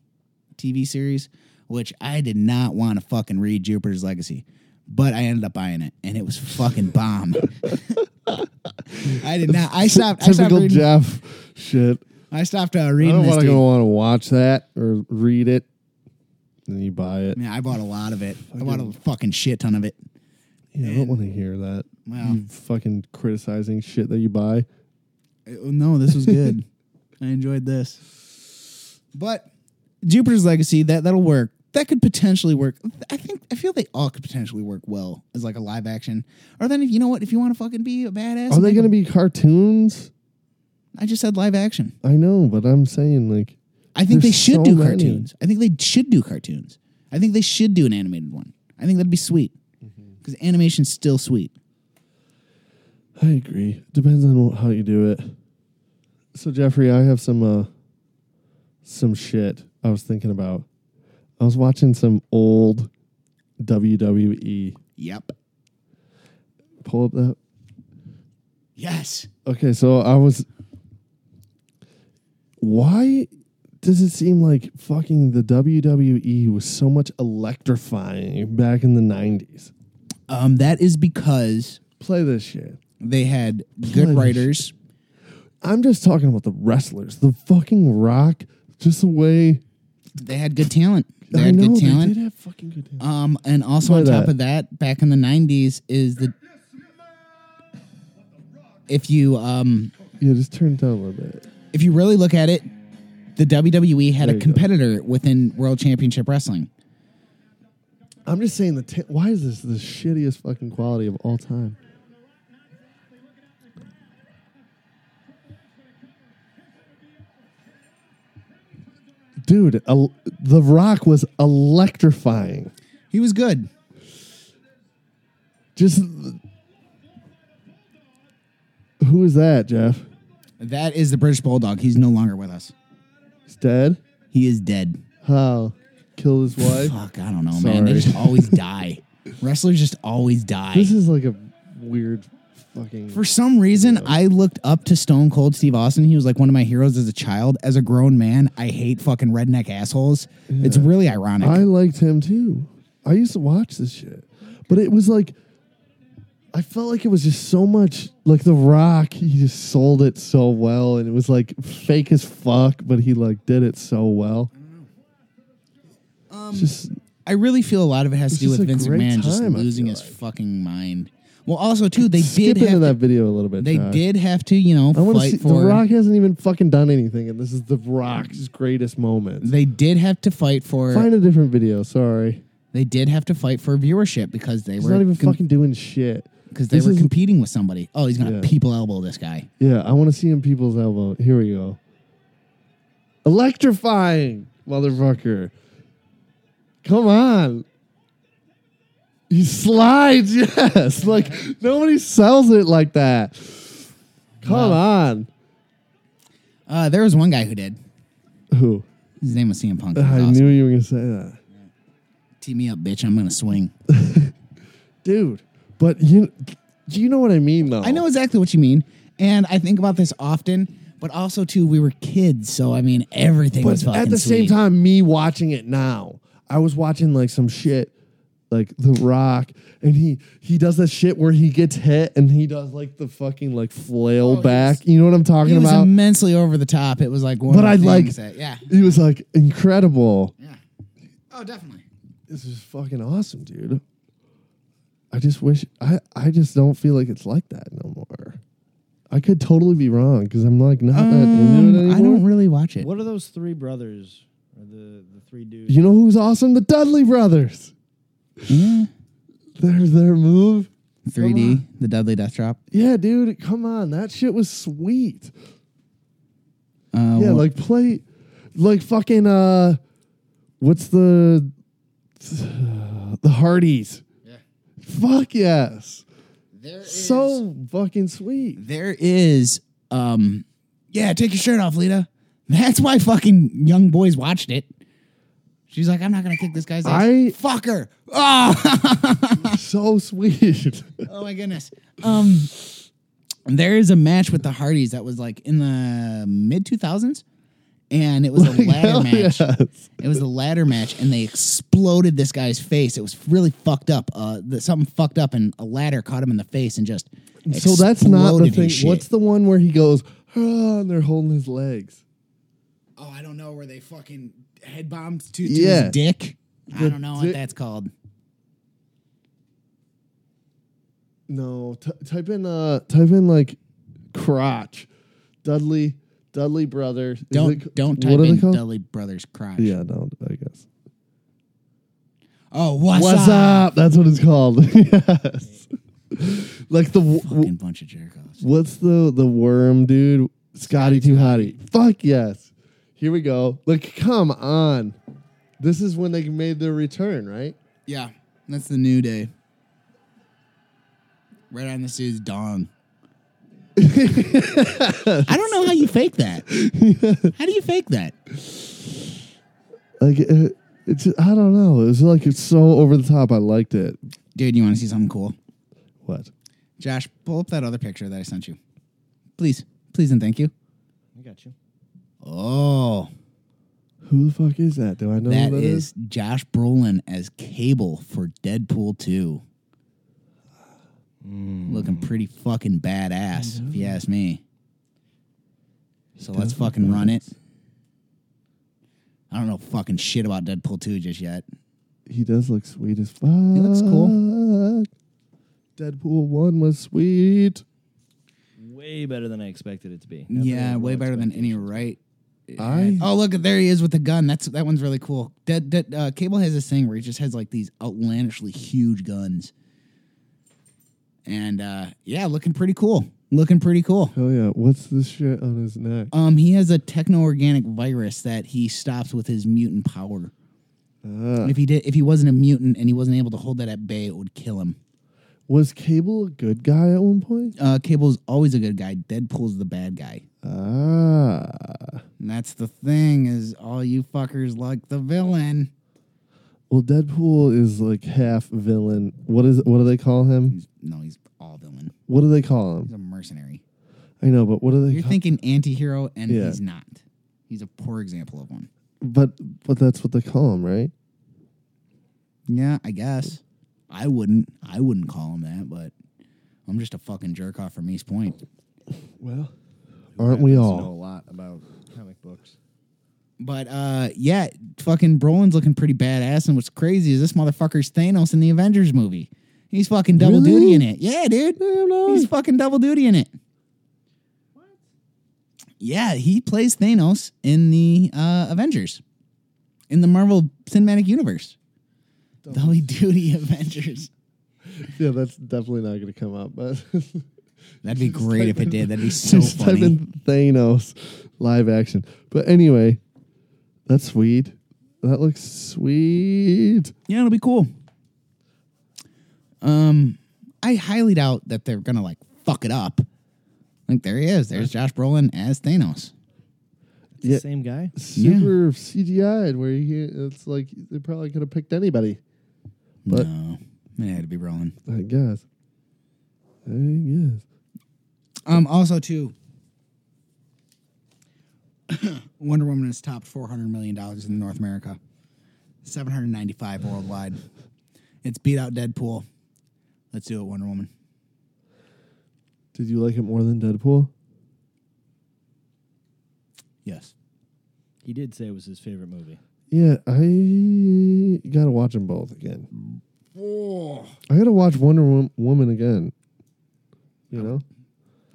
A: TV series, which I did not want to fucking read Jupiter's Legacy, but I ended up buying it, and it was fucking bomb. I did not. I stopped. I stopped
B: Typical
A: reading.
B: Jeff shit.
A: I stopped uh,
B: I
A: reading.
B: don't
A: this
B: want to
A: dude.
B: go want to watch that or read it. Then you buy it.
A: Man, I bought a lot of it. I bought a fucking shit ton of it.
B: Yeah, I don't want to hear that.
A: Wow.
B: You fucking criticizing shit that you buy.
A: Uh, No, this was good. I enjoyed this. But Jupiter's Legacy, that that'll work. That could potentially work. I think I feel they all could potentially work well as like a live action. Or then if you know what, if you want to fucking be a badass,
B: Are they
A: make
B: going to
A: a-
B: be cartoons?
A: I just said live action.
B: I know, but I'm saying like
A: I think
B: There's
A: they should
B: so
A: do
B: many.
A: cartoons. I think they should do cartoons. I think they should do an animated one. I think that'd be sweet because animation's still sweet.
B: I agree. Depends on wh- how you do it. So Jeffrey, I have some uh some shit I was thinking about. I was watching some old WWE.
A: Yep.
B: Pull up that.
A: Yes.
B: Okay, so I was Why does it seem like fucking the WWE was so much electrifying back in the 90s?
A: Um, that is because
B: Play this shit.
A: They had good
B: Play.
A: writers.
B: I'm just talking about the wrestlers, the fucking rock, just the way
A: They had good talent. They
B: I
A: had
B: know
A: good
B: they
A: talent.
B: did have fucking good talent.
A: Um, and also
B: Play
A: on top
B: that.
A: of that, back in the '90s, is the if you um
B: yeah, just turn it down a little bit.
A: if you really look at it, the WWE had
B: There
A: a
B: you go.
A: competitor within World Championship Wrestling.
B: I'm just saying the ta- why is this the shittiest fucking quality of all time? Dude, el- The Rock was electrifying.
A: He was good.
B: Just who is that, Jeff?
A: That is the British Bulldog. He's no longer with us.
B: He's dead.
A: He is dead.
B: How? Killed his wife.
A: Fuck, I don't know, man. They
B: Sorry.
A: just always die. Wrestlers just always die.
B: This is like a weird fucking.
A: For some reason, I looked up to Stone Cold Steve Austin. He was like one of my heroes as a child. As a grown man, I hate fucking redneck assholes. It's really ironic.
B: I liked him too. I used to watch this shit, but it was like I felt like it was just so much like The Rock. He just sold it so well, and it was like fake as fuck, but he like did it so well.
A: Um,
B: It's just
A: I really feel a lot of it has to
B: It's
A: do with
B: just a
A: Vince
B: great
A: McMahon just
B: time, I
A: losing
B: feel
A: his
B: like.
A: fucking mind. Well, also too, they
B: skip
A: did
B: into
A: have
B: that
A: to,
B: video a little bit.
A: they
B: Josh.
A: did have to you know
B: I want to
A: fight
B: see
A: for
B: The Rock hasn't even fucking done anything, and this is The Rock's greatest moment.
A: they did have to fight for
B: Find a different video. Sorry,
A: they did have to fight for viewership because they
B: he's
A: were
B: not even
A: com-
B: fucking doing shit.
A: because they
B: this
A: were
B: is-
A: competing with somebody. Oh, he's gonna
B: Yeah.
A: people elbow this guy.
B: Yeah, I want to see him people's elbow. Here we go. Electrifying, motherfucker. Come on. He slides, yes. Like nobody sells it like that. Come on.
A: Uh, there was one guy who did.
B: Who?
A: His name was CM Punk. He was
B: I
A: awesome.
B: knew you were gonna say that.
A: Tee me up, bitch. I'm gonna swing.
B: Dude. But you you know what I mean though.
A: I know exactly what you mean, and I think about this often. But also, too, we were kids, so I mean, everything was
B: But
A: fucking
B: at the same
A: sweet.
B: time, me watching it now, I was watching like some shit, like The Rock, and he he does that shit where he gets hit and he does like the fucking like flail back. you know what I'm
A: It
B: talking
A: Oh, was
B: about?
A: immensely over the top. It was like one.
B: But I
A: of the
B: like
A: things that, yeah,
B: He was like incredible.
A: yeah. Oh, definitely.
B: This is fucking awesome, dude. I just wish I I just don't feel like it's like that no more. I could totally be wrong because I'm like not that into it
A: Um,
B: anymore.
A: I don't really watch it.
D: What are those three brothers? Or the, the three dudes?
B: You know who's awesome? The Dudley Brothers.
A: Yeah.
B: Their their move.
A: 3D, the Dudley Death Drop.
B: Yeah, dude, come on. That shit was sweet.
A: Uh,
B: Yeah,
A: well,
B: like play like fucking uh what's the the Hardys. Yeah. Fuck yes.
A: there is,
B: So fucking sweet.
A: there is. Um, yeah, take your shirt off, Lita. That's why fucking young boys watched it. She's like, I'm not gonna kick this guy's ass.
B: I-
A: Fucker. Oh.
B: so sweet.
A: oh my goodness. Um, there is a match with the Hardys that was like in the mid 2000s, and it was a ladder
B: Hell
A: match.
B: yes.
A: It was a ladder match, and they exploded this guy's face. It was really fucked up. Uh, the, something fucked up, and a ladder caught him in the face and just.
B: So that's not the
A: exploded
B: thing.
A: his shit.
B: What's the one where he goes, oh, and they're holding his legs?
A: Oh, I don't know where they fucking head bombed to, to
B: Yeah.
A: his dick. I
B: The
A: don't know
B: dick-
A: what that's called.
B: No, t- type in uh type in like crotch. Dudley Dudley brother. Is
A: Don't
B: it c-
A: don't
B: what
A: type
B: are they
A: in
B: called?
A: Dudley Brothers crotch.
B: Yeah, no, I guess.
A: Oh, what's,
B: What's up?
A: up?
B: That's what it's called. yes. Like the w-
A: Fucking
B: w-
A: bunch of jerk-offs.
B: what's the the worm dude? Scotty too hottie. Fuck yes. Here we go. Like come on. This is when they made their return, right?
A: Yeah, that's the new day. Right on this dude's dong. I don't know how you fake that. How do you fake that?
B: Like it, it's I don't know. It was like it's so over the top. I liked it.
A: Dude, you want to see something cool?
B: What?
A: Josh, pull up that other picture that I sent you. Please. Please and thank you.
D: I got you.
A: Oh,
B: Who the fuck is that? Do I know
A: that
B: who that
A: is Josh Brolin as Cable for Deadpool 2. Looking pretty fucking badass, if you ask me. So let's fucking run it. I don't know fucking shit about Deadpool 2 just yet.
B: He does look sweet as fuck.
A: looks cool.
B: Deadpool one was sweet.
D: Way better than I expected it to be.
A: yeah, way better than any right.
B: I-
A: oh look, there he is with the gun. That's that one's really cool. Dead, dead, uh, Cable has this thing where he just has like these outlandishly huge guns, and uh, yeah, looking pretty cool. Looking pretty cool.
B: Hell yeah! What's this shit on his neck?
A: Um, he has a techno organic virus that he stops with his mutant power.
B: Ah.
A: If he did, if he wasn't a mutant and he wasn't able to hold that at bay, it would kill him.
B: Was Cable a good guy at one point?
A: Uh, Cable's always a good guy. Deadpool's the bad guy.
B: Ah,
A: And that's the thing is all you fuckers like the villain.
B: well, Deadpool is like half villain. What is? What do they call him?
A: No, he's all villain.
B: What do they call
A: He's
B: him?
A: a mercenary.
B: I know, but what do they?
A: You're
B: ca-
A: thinking anti-hero and
B: Yeah.
A: he's not. He's a poor example of one.
B: but but that's what they call him, right?
A: Yeah, I guess. I wouldn't I wouldn't call him that, but I'm just a fucking jerk off from East Point.
B: Well, aren't we
D: Know a
B: all?
D: lot about comic books.
A: But uh yeah, fucking Brolin's looking pretty badass and what's crazy is this motherfucker's Thanos in the Avengers movie. He's fucking double
B: Really?
A: duty in it. Yeah, dude. He's fucking double duty in it. Yeah, he plays Thanos in the uh, Avengers, in the Marvel Cinematic Universe. Double duty Avengers.
B: Yeah, that's definitely not going to come up. But
A: That'd be great if it did. That'd be so
B: just type
A: funny.
B: in Thanos live action. But anyway, that's sweet. That looks sweet.
A: Yeah, it'll be cool. Um, I highly doubt that they're gonna like fuck it up. Like there he is. There's Josh Brolin as Thanos.
D: It's
B: Yeah.
D: the same guy.
B: Super CGI'd where you can't, it's like they probably could have picked anybody. But-
A: no, it had to be Brolin.
B: I guess. I guess.
A: Um, also too, Wonder Woman has topped four hundred million dollars in North America, seven hundred ninety-five worldwide. It's beat out Deadpool. Let's do it, Wonder Woman.
B: Did you like it more than Deadpool?
A: Yes.
D: He did say it was his favorite movie.
B: Yeah, I gotta watch them both again. I gotta watch Wonder Wom- Woman again. You know,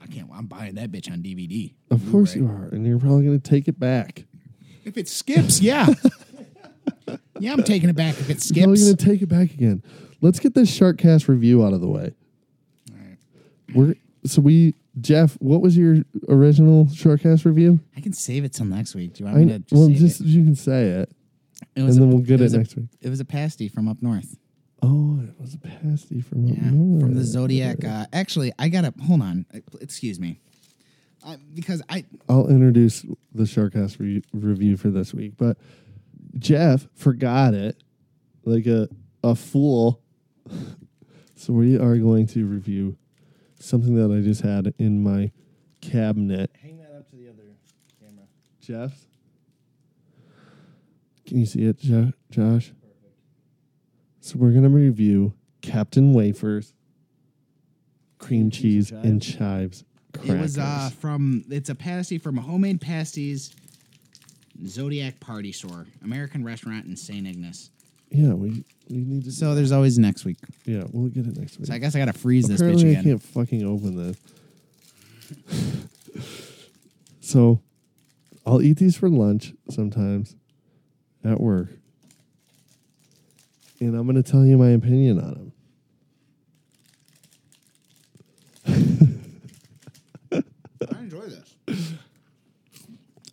A: I can't. I'm buying that bitch on DVD.
B: of course you are, and you're probably gonna take it back.
A: If it skips, yeah. yeah, I'm taking it back if it
B: You're probably
A: skips.
B: gonna take it back again. Let's get this Sharkcast review out of the way. We're so we Jeff. What was your original Sharkcast review?
A: I can save it till next week. Do you want
B: I
A: me to just
B: well,
A: save
B: just
A: it?
B: you can say it,
A: It
B: and then we'll get
A: was
B: it
A: a-
B: next week.
A: It was a pasty from up north.
B: Oh, it was a pasty from up
A: Yeah,
B: north.
A: from the Zodiac. Uh, actually, I got to hold on. Uh, Excuse me. I, because I
B: I'll introduce the Sharkcast re- review for this week, but Jeff forgot it like a a fool. So we are going to review something that I just had in my cabinet.
D: Hang that up to the other camera.
B: Jeff, can you see it, jo- Josh? So we're gonna review Captain Wafers, cream cheese, and chives. Crackers.
A: it was uh from it's a pasty from a homemade pasties Zodiac Party Store, American restaurant in St. Ignace.
B: yeah, we we need to.
A: So there's always next week.
B: Yeah, we'll get it next week.
A: So I guess I gotta freeze this bitch
B: Apparently, I
A: again.
B: can't fucking open this. so, I'll eat these for lunch sometimes at work, and I'm going to tell you my opinion on them.
A: I enjoy this.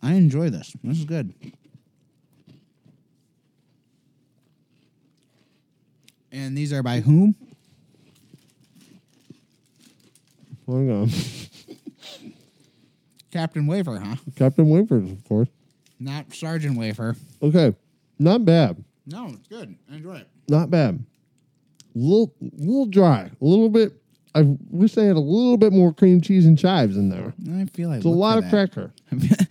A: I enjoy this. This is good. And these are by whom?
B: Hang on,
A: Captain Wafer, huh?
B: Captain Wafers, of course.
A: Not Sergeant Wafer.
B: Okay, not bad,
A: No, it's good. I enjoy it.
B: not bad. Little, little dry, a little bit. I wish they had a little bit more cream cheese and chives in there.
A: I feel like
B: It's a lot of cracker, a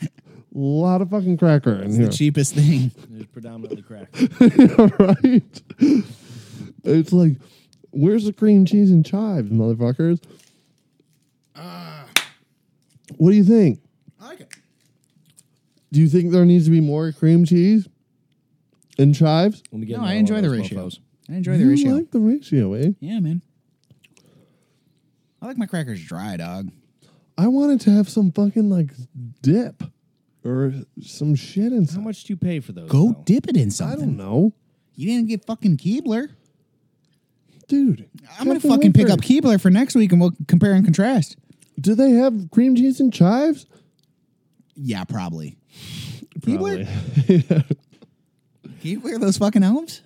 B: lot of fucking cracker in here.
A: the cheapest thing.
D: There's predominantly crack.
B: right? It's like, where's the cream cheese and chives, motherfuckers? Ah. what do you think?
A: I like it.
B: Do you think there needs to be more cream cheese and chives?
D: Let me get
A: No,
D: another
A: I
D: one
A: enjoy
D: of
A: the
D: those
A: ratio.
D: mofos.
A: I enjoy the
B: you
A: ratio.
B: like the ratio, eh?
A: Yeah, man. I like my crackers dry, dog.
B: I wanted to have some fucking like dip or some shit in
D: How
B: some.
D: much do you pay for those?
A: Go
D: though?
A: dip it in
B: I
A: something.
B: don't know,
A: You didn't get fucking Keebler.
B: dude.
A: I'm gonna
B: Captain
A: fucking pick
B: Wafers,
A: up Keebler for next week, and we'll compare and contrast.
B: Do they have cream cheese and chives?
A: Yeah, probably.
B: Probably.
A: Keebler, Keebler, those fucking elves.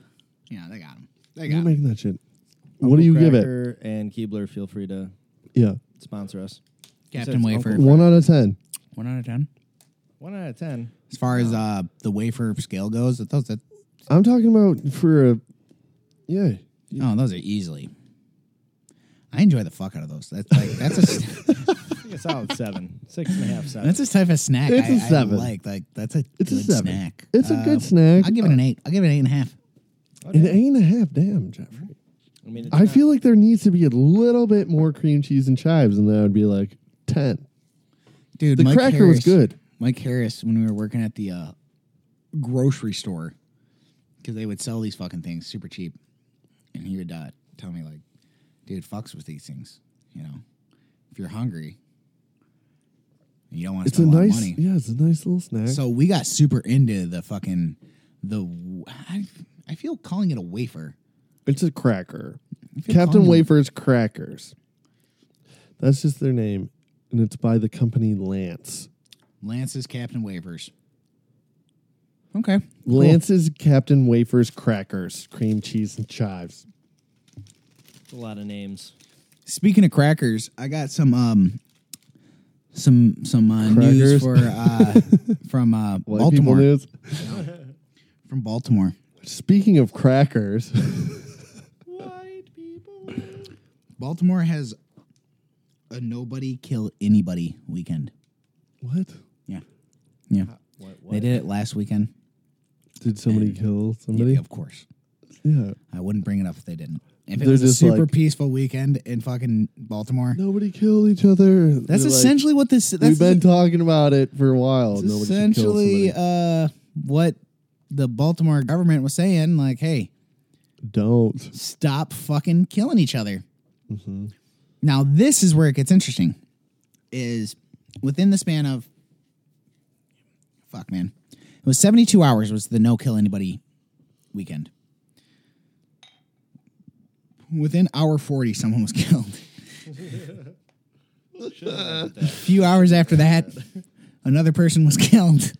A: Yeah, they got them. They
B: You're
A: got 'em.
B: making that shit. What do you give it?
D: Cracker And Keebler, feel free to
B: Yeah,
D: sponsor us.
A: Captain
D: Says
A: Wafer.
B: one out of ten.
A: One out of ten.
D: One out of ten.
A: As far as uh, the wafer scale goes, those that
B: I'm talking about for a yeah.
A: oh, those are easily. I enjoy the fuck out of those. That's like that's a.
D: I think a solid seven. Six and a half, seven.
A: That's a type of snack
B: It's
A: I-
B: a seven.
A: I like. Like that's a
B: It's a
A: good
B: seven.
A: snack. Uh,
B: It's a good snack.
A: I'll give it an eight. I'll give it an eight and a half.
B: An eight and a half, damn, Jeffrey.
D: I mean, it's
B: I feel like there needs to be a little bit more cream cheese and chives, and that would be like ten.
A: Dude,
B: The
A: Mike
B: cracker
A: Harris,
B: was good.
A: Mike Harris, when we were working at the uh, grocery store, because they would sell these fucking things super cheap, and he would uh, tell me like, "Dude, fucks with these things. You know, if you're hungry, and you don't want to
B: It's a
A: spend a lot of
B: nice,
A: money."
B: yeah, it's a nice little snack.
A: So we got super into the fucking the. w- I, I feel calling it a wafer.
B: it's a cracker.
A: feel
B: Captain
A: fine.
B: Wafer's Crackers. That's just their name, and it's by the company Lance.
A: Lance's Captain Wafers. Okay.
B: Lance's Captain Wafer's Crackers, cream cheese and chives.
D: a lot of names.
A: Speaking of crackers, I got some um some some uh,
B: Crackers?
A: news for uh from uh
B: White
A: Baltimore
B: people news.
A: from Baltimore.
B: Speaking of crackers,
D: White people.
A: Baltimore has a nobody kill anybody weekend.
B: what
A: Yeah. Yeah.
D: What, what?
A: They did it last weekend.
B: did somebody kill
A: Yeah,
B: somebody?
A: of course.
B: Yeah.
A: I wouldn't bring it up if they didn't. If it
B: They're
A: was a
B: just
A: super
B: like-
A: peaceful weekend in fucking Baltimore.
B: Nobody killed each other.
A: that's
B: They're like,
A: essentially what this that's
B: we've been talking about it for a while.
A: It's
B: Nobody should kill
A: essentially
B: somebody.
A: uh, what the Baltimore government was saying, like, hey,
B: don't.
A: stop fucking killing each other. Now, this is where it gets interesting. Is within the span of fuck, man, it was seventy two hours was the no kill anybody weekend. Within hour forty, someone was killed. A few hours after that, another person was killed.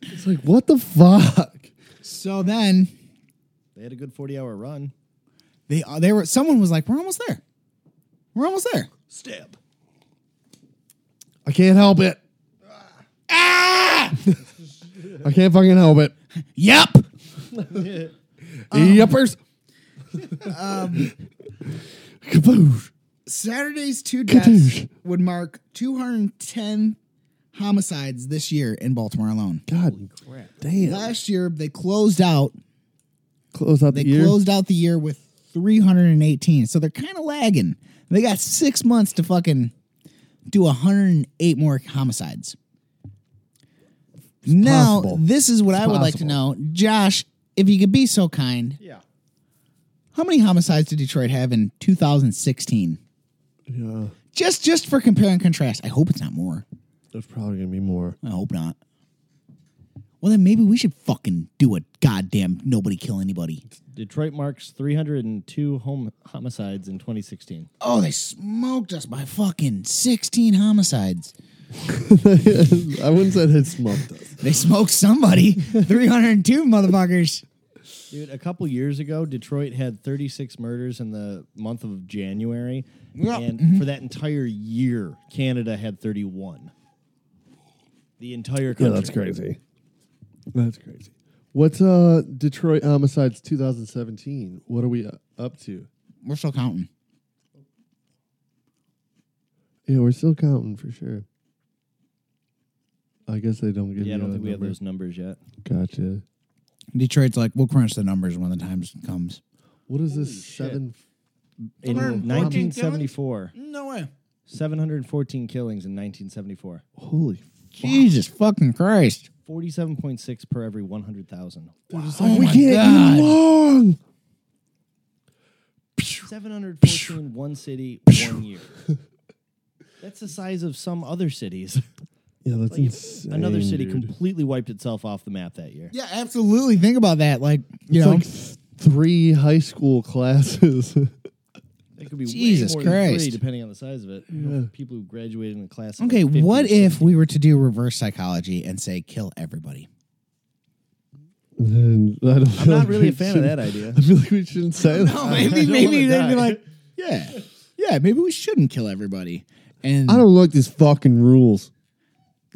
B: It's like what the fuck?
A: So then
D: They had a good 40 hour run.
A: they they were someone was like, "We're almost there. We're almost there."
D: Stab.
B: I can't help it.
A: Ah!
B: I can't fucking help it.
A: yep.
D: Um,
B: Yuppers. Kaboosh.
A: Saturday's two deaths
B: Kadoosh.
A: would mark 210 homicides this year in Baltimore alone.
B: God damn.
A: Last year they closed out
B: Close out
A: they
B: the year.
A: closed out the year with 318. So they're kind of lagging. They got 6 months to fucking do 108 more homicides. now,
B: possible.
A: this is what I would like to know. Josh, if you could be so kind,
D: Yeah.
A: how many homicides did Detroit have in 2016?
B: Yeah,
A: Just just for compare and contrast. I hope it's not more.
B: there's probably gonna be more.
A: I hope not. Well, then maybe we should fucking do a goddamn nobody kill anybody.
D: Detroit marks 302 home homicides in 2016.
A: Oh, they smoked us by fucking 16 homicides.
B: I wouldn't say it smoked us.
A: They smoked somebody. 302 motherfuckers.
D: Dude, a couple years ago, Detroit had 36 murders in the month of January.
A: Yeah.
D: And
B: Mm-hmm.
D: for that entire year, Canada had 31. The entire country.
B: Yeah, that's crazy. That's crazy. What's uh Detroit homicides 2017? What are we uh, up to?
A: We're still counting.
B: Yeah, we're still counting for sure. I guess they don't give.
D: Yeah, I
B: you
D: don't
B: a
D: think we have
B: number.
D: those numbers yet.
B: Gotcha.
A: Detroit's like, we'll crunch the numbers when the time comes.
B: What is this seven?
D: In
A: 114
D: 1974,
A: No way.
D: 714 killings in 1974.
B: Holy. f-
A: Jesus fucking Christ.
D: 47.6 per every 100,000.
A: Oh
B: we
A: my
B: can't
A: God.
B: get along.
D: 714 in one city, one year. That's the size of some other cities.
B: Yeah, that's
D: Like,
B: insane.
D: Another city
B: dude.
D: completely wiped itself off the map that year.
A: Yeah, absolutely. Think about that. Like, you
B: It's
A: know,
B: like th- three high school classes.
D: That could be
A: Jesus
D: way more than three,
A: Christ.
D: depending on the size of it. People who graduated in the class. of,
A: okay,
D: like, 50.
A: what if we were to do reverse psychology and say, kill everybody?
B: And I don't
D: I'm not really a fan of that idea.
B: I feel like we shouldn't say that.
A: No,
D: I
A: Oh, maybe
D: don't
A: maybe
D: wanna
A: they'd be
D: die.
A: like, yeah, yeah, maybe we shouldn't kill everybody. And
B: I don't like these fucking rules.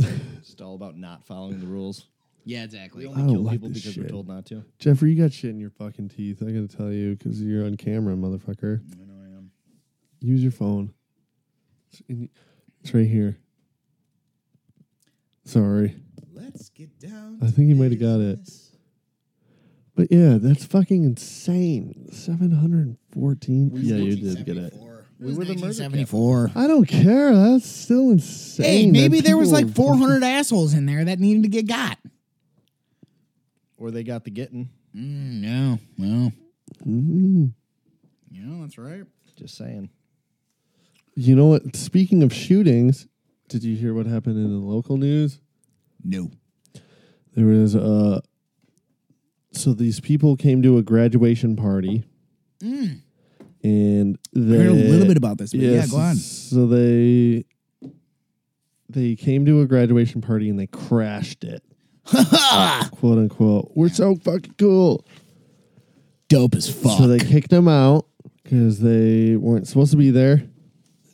D: It's all about not following the rules.
A: yeah, exactly.
D: We
B: I
D: only
B: don't
D: kill
B: like
D: people
B: this
D: because we're
B: shit.
D: told not to.
B: Jeffrey, you got shit in your fucking teeth. I gotta tell you, because you're on camera, motherfucker. I know I am. Use your phone. It's, in- it's right here. Sorry.
A: Let's get down.
B: I think you might have got it. But yeah, that's fucking insane. 714. Yeah, you did get it.
A: We were the murder seventy-four.
B: I don't care. That's still insane.
A: Hey,
B: that
A: maybe there was
B: people-
A: like four hundred assholes in there that needed to get got.
D: Or they got the getting.
A: Mm, no, no, Mm-hmm.
B: Mm.
A: yeah, that's right.
D: Just saying.
B: You know what? Speaking of shootings, did you hear what happened in the local news?
A: No,
B: There was uh so these people came to a graduation party. And they
A: Hmm. I heard a little bit about this, but yeah,
B: Yes,
A: go on.
B: So they they came to a graduation party and they crashed it. quote unquote. We're so fucking cool.
A: Dope as fuck.
B: So they kicked them out because they weren't supposed to be there.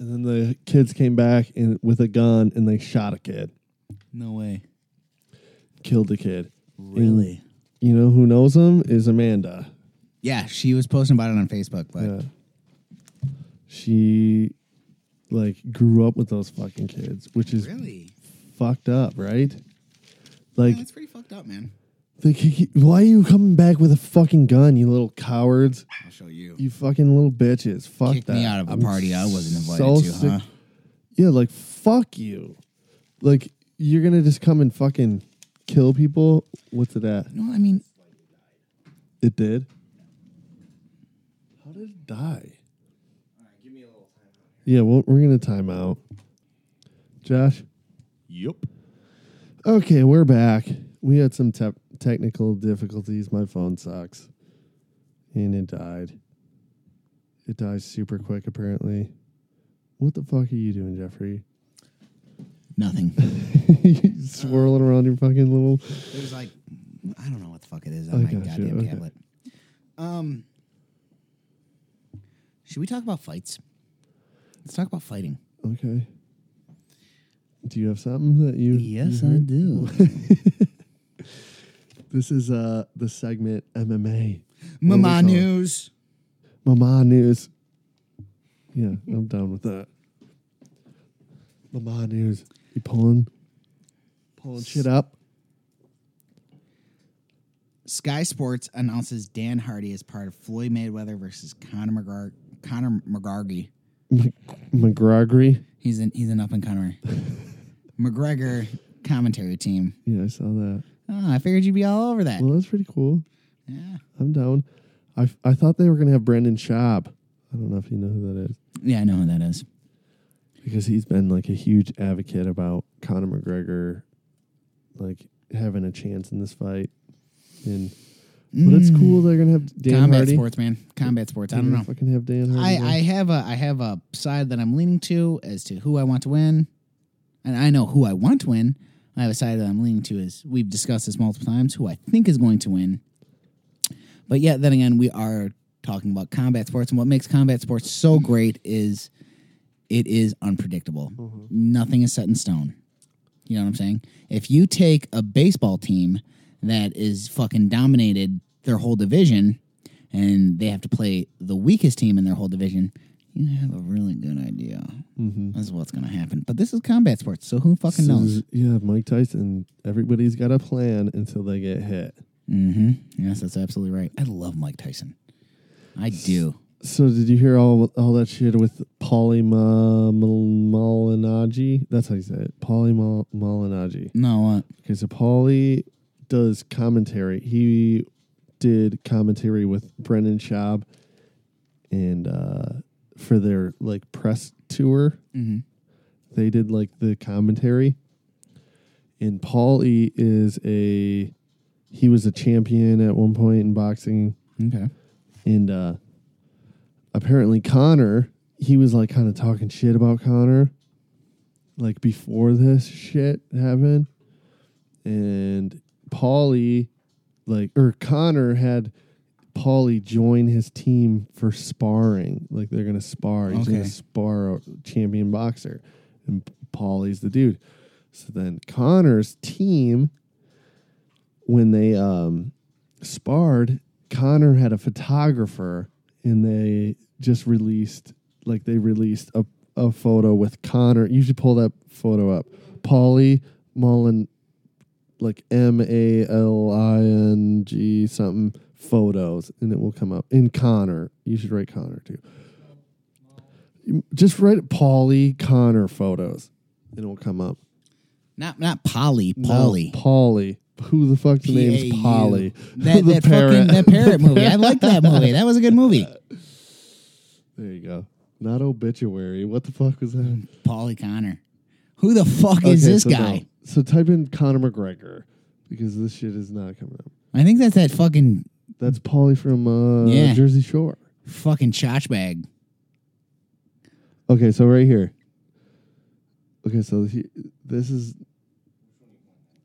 B: And then the kids came back and with a gun and they shot a kid,
A: no way.
B: killed a kid. And you know who knows them is Amanda.
A: Yeah, she was posting about it on Facebook, but
B: Yeah. She like grew up with those fucking kids, which is
A: really,
B: fucked up, right? Like
A: yeah, that's pretty fucked up, man.
B: they kick you- why are you coming back with a fucking gun, you little cowards?
A: I'll show you.
B: You fucking little bitches. Fuck
A: Kicked
B: that.
A: me out of a
B: I'm
A: party I wasn't invited
B: so
A: to,
B: sick-
A: huh?
B: Yeah, like fuck you. Like you're gonna just come and fucking kill people. What's it at?
A: No, I mean,
B: It did. How did it die? Yeah, well, we're gonna time out. Josh.
D: Yep.
B: Okay, we're back. We had some tep technical difficulties. My phone sucks, and it died. It dies super quick, apparently. What the fuck are you doing, Jeffrey?
A: nothing.
B: You swirling around your fucking little.
A: There's like I don't know what the fuck it is on
B: I
A: my
B: gotcha,
A: goddamn
B: okay.
A: tablet. Um, should we talk about fights? Let's talk about fighting.
B: Okay. Do you have something that you?
D: Yes,
B: you
D: I
A: Mm-hmm.
B: heard?
D: do.
B: this is uh the segment MMA. What do we call
A: Mama
B: it?
A: news.
B: Mama news. Yeah, I'm down with that. Mama news. You pulling, pulling shit up.
A: Sky Sports announces Dan Hardy as part of Floyd Mayweather versus Conor McGar- Conor McGargy.
B: McGregory.
A: He's an he's an up and comer. McGregor commentary team.
B: Yeah, I saw that.
A: Oh, I figured you'd be all over that.
B: Well, that's pretty cool.
A: Yeah,
B: I'm down. I I thought they were gonna have Brendan Schaub. I don't know if you know who that is
A: yeah, I know who that is.
B: because he's been like a huge advocate about Conor McGregor, like having a chance in this fight. And but it's cool they're gonna have Dan
A: Mm. Combat
B: Hardy.
A: sports, man. Combat sports. I
B: They're
A: don't
B: gonna
A: know.
B: Fucking have Dan
A: I,
B: Hardy. there.
A: I have a I have a side that I'm leaning to as to who I want to win, and I know who I want to win. I have a side that I'm leaning to is we've discussed this multiple times who I think is going to win. But yet, then again, we are talking about combat sports, and what makes combat sports so great is it is unpredictable.
B: Mm-hmm.
A: Nothing is set in stone. You know what I'm saying? If you take a baseball team that is fucking dominated their whole division and they have to play the weakest team in their whole division, you have a really good idea. This is what's going to happen. But this is combat sports, so who fucking
B: Mm-hmm. This
A: knows?
B: is- yeah, Mike Tyson. Everybody's got a plan until they get hit.
A: hmm Yes, that's absolutely right. I love Mike Tyson. I do.
B: So did you hear all all that shit with Paulie Ma- Mal- Malignaggi? That's how you say it. Paulie Mal- Malignaggi.
A: No, what?
B: Okay, so Paulie does commentary. He did commentary with Brendan Schaub and uh, for their like press tour.
A: uh, mm-hmm.
B: They did like the commentary. And Paulie is a he was a champion at one point in boxing.
A: Okay.
B: And uh apparently Connor, he was like kind of talking shit about Connor like before this shit happened. And Paulie like or Connor had Paulie join his team for sparring. Like they're gonna spar. He's
A: Okay.
B: gonna spar a champion boxer. And Paulie's the dude. So then Connor's team when they um sparred, Connor had a photographer and they just released like they released a, a photo with Connor. You should pull that photo up. Polly Mullen like M A L I N G something photos and it will come up. And Connor. You should write Connor too. Just write Polly Connor photos and it will come up.
A: Not not Polly, Polly.
B: No, Polly. Who the fuck's name's
A: P A U.
B: Polly?
A: That,
B: The
A: that fucking that parrot movie. I liked that movie. That was a good movie.
B: There you go. Not obituary. What the fuck was that?
A: Paulie Connor. Who the fuck is
B: Okay,
A: this
B: so
A: guy?
B: no. So type in Conor McGregor because this shit is not coming up.
A: I think that's that fucking
B: That's Polly from uh,
A: Yeah.
B: Jersey Shore.
A: fucking chotch bag.
B: Okay, so right here. Okay, so he, this is.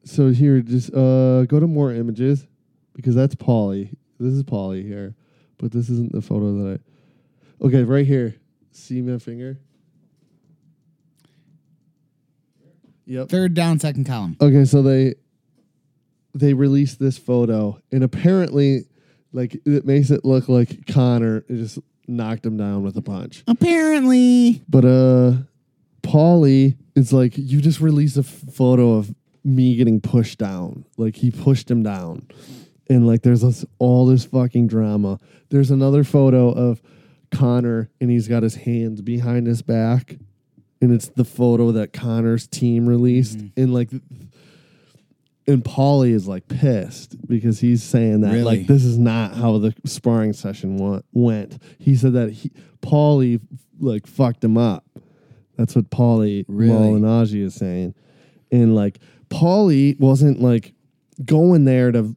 B: So here, just uh, go to more images because that's Polly. This is Polly here, but this isn't the photo that I. Okay, right here. See my finger. Yep.
A: Third down, second column.
B: Okay, so they they released this photo, and apparently, like it makes it look like Connor just knocked him down with a punch.
A: Apparently,
B: But uh, Paulie is like, you just released a f- photo of me getting pushed down. Like he pushed him down, and like there's this, all this fucking drama. There's another photo of Connor, and he's got his hands behind his back, and it's the photo that Connor's team released, and like. And Paulie is like pissed because he's saying that
A: Really?
B: like this is not how the sparring session wa- went. He said that he Paulie like fucked him up. That's what Paulie
A: Really?
B: Malignaggi is saying, and like Paulie wasn't like going there to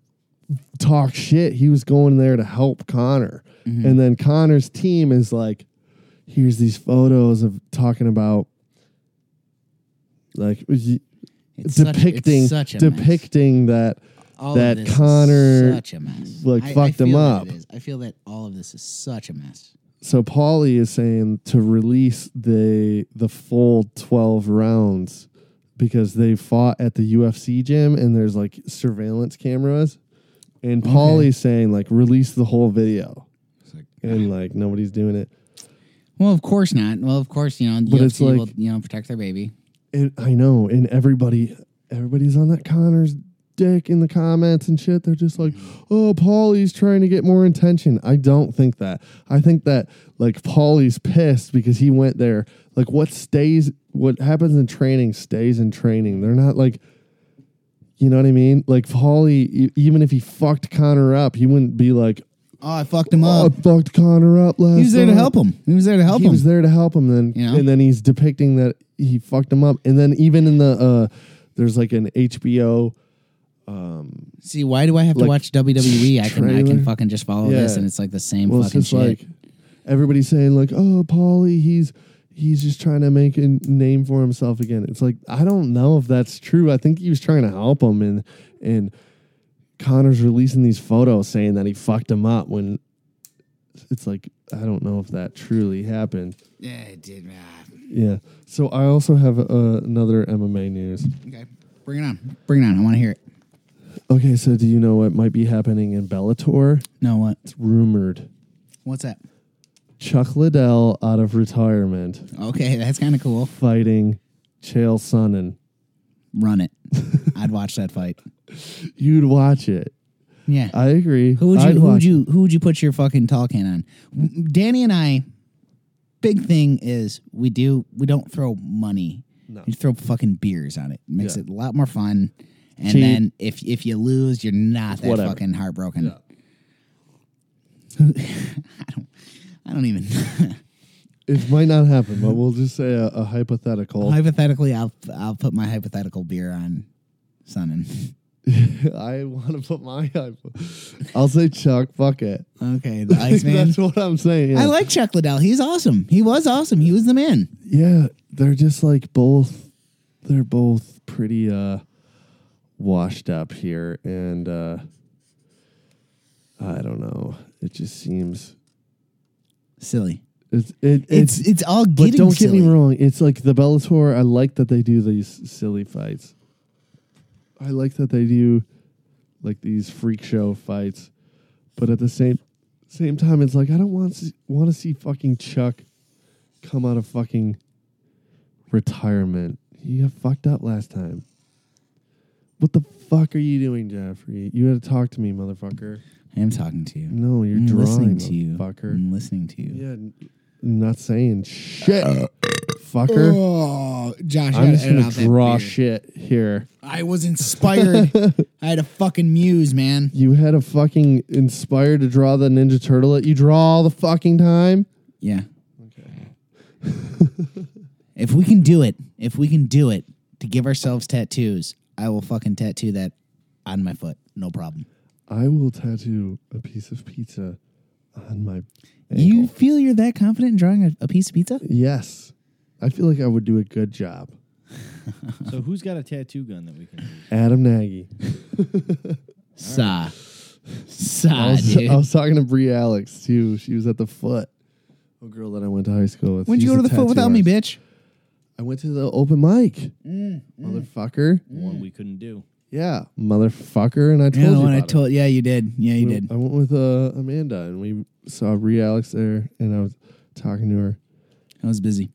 B: talk shit. He was going there to help Connor,
A: Mm-hmm.
B: and then Connor's team is like, here's these photos of talking about like y-
A: it's
B: depicting
A: such, it's such a
B: depicting that
A: mess. All of
B: that
A: this is
B: Connor
A: such a mess.
B: like,
A: I,
B: fucked
A: I
B: him
A: feel
B: up.
A: That it is. I feel that all of this is such a mess.
B: so Paulie is saying to release the the full 12 rounds because they fought at the UFC gym and there's like surveillance cameras. And Paulie's saying like release the whole video.
A: It's like-
B: And like nobody's doing it.
A: well, of course not. Well, of course, you know, the
B: But
A: UFC
B: it's
A: will,
B: like-
A: you know, protect their baby.
B: And I know, and everybody everybody's on that Connor's dick in the comments and shit. They're just like,
A: Mm.
B: oh, Paulie's trying to get more attention. I don't think that. I think that like Paulie's pissed because he went there. Like what stays what happens in training stays in training. They're not like you know what I mean? Like Paulie, e- even if he fucked Connor up, he wouldn't be like,
A: Oh, I fucked him
B: "Oh, I
A: up.
B: fucked Connor up last."
A: He was there to
B: night."
A: help him. He was there to help
B: he
A: him.
B: was there to help him then
A: You know?
B: and then he's depicting that he fucked him up and then even in the uh there's like an hbo
A: See, why do I have to
B: Like,
A: watch WWE? I can I
B: trailer?
A: can fucking just follow
B: Yeah.
A: this, and it's like the same
B: well it's
A: fucking
B: just
A: shit.
B: like everybody's saying like oh paulie he's he's just trying to make a name for himself again it's like i don't know if that's true i think he was trying to help him and and connor's releasing these photos saying that he fucked him up when it's like i don't know if that truly happened
A: yeah, it did. ah.
B: yeah so i also have uh, another mma news
A: Okay, bring it on. Bring it on. I want to hear it.
B: Okay, so do you know what might be happening in Bellator?
A: No, what?
B: It's rumored
A: What's that?
B: Chuck Liddell out of retirement
A: Okay, that's kind of cool.
B: fighting Chael Sonnen.
A: Run it. I'd watch that fight.
B: You'd watch it.
A: Yeah.
B: I agree.
A: Who would you
B: I'd
A: who would
B: watch
A: you who would you put your fucking tall can on? W- Danny and I big thing is we do we don't throw money.
B: No.
A: You throw fucking beers on it. Makes
B: Yeah.
A: it a lot more fun. And
B: Cheap.
A: then if if you lose, you're not that
B: Whatever.
A: fucking heartbroken.
B: Yeah.
A: I don't I don't even
B: It might not happen, but we'll just say a, a hypothetical.
A: hypothetically I'll I'll put my hypothetical beer on Sonnen.
B: I want to put my hypo. I'll say Chuck. Fuck it.
A: Okay, the Iceman.
B: That's what I'm saying. yeah.
A: I like Chuck Liddell. He's awesome. He was awesome. He was the man.
B: yeah, they're just like both. They're both pretty uh, washed up here, and uh, I don't know. It just seems
A: Silly.
B: it's it,
A: It's
B: it's.
A: it's, all
B: but
A: getting
B: don't
A: silly.
B: get me wrong. It's like the Bellator. I like that they do these silly fights. I like that they do like these freak show fights, but at the same same time, it's like I don't want to want to see fucking Chuck come out of fucking retirement. He got fucked up last time. What the fuck are you doing, Jeffrey? You had to talk to me, motherfucker.
A: I am talking to you.
B: No, you're
A: I'm
B: drawing,
A: listening to you.
B: motherfucker.
A: I'm listening to you.
B: Yeah, n- not saying shit, fucker.
A: Oh, Josh,
B: I'm
A: I,
B: just gonna draw shit here.
A: I was inspired. I had a fucking muse, man.
B: You had a fucking inspired to draw the Ninja Turtle that you draw all the fucking time.
A: Yeah. Okay. if we can do it, if we can do it to give ourselves tattoos, I will fucking tattoo that on my foot. No problem.
B: I will tattoo a piece of pizza on my.
A: You
B: ankle.
A: feel you're that confident in drawing a, a piece of pizza?
B: Yes, I feel like I would do a good job.
D: So who's got a tattoo gun that we can use?
B: Adam Nagy.
A: Sa. Sa,
B: I, was,
A: dude.
B: I was talking to Brie Alex too. She was at the foot. A girl that I went to high school with.
A: When'd you
B: She's
A: go to
B: a
A: the foot without
B: tattoo
A: me,
B: artist.
A: bitch? Mm,
B: I went to the open mic. motherfucker.
D: One we couldn't do.
B: Yeah, motherfucker. And I told
A: Yeah, the
B: you.
A: one I
B: about it.
A: told. Yeah, you did. Yeah, you
B: We-
A: did.
B: I went with uh, Amanda and we saw Ree Alex there and I was talking to her.
A: I was busy.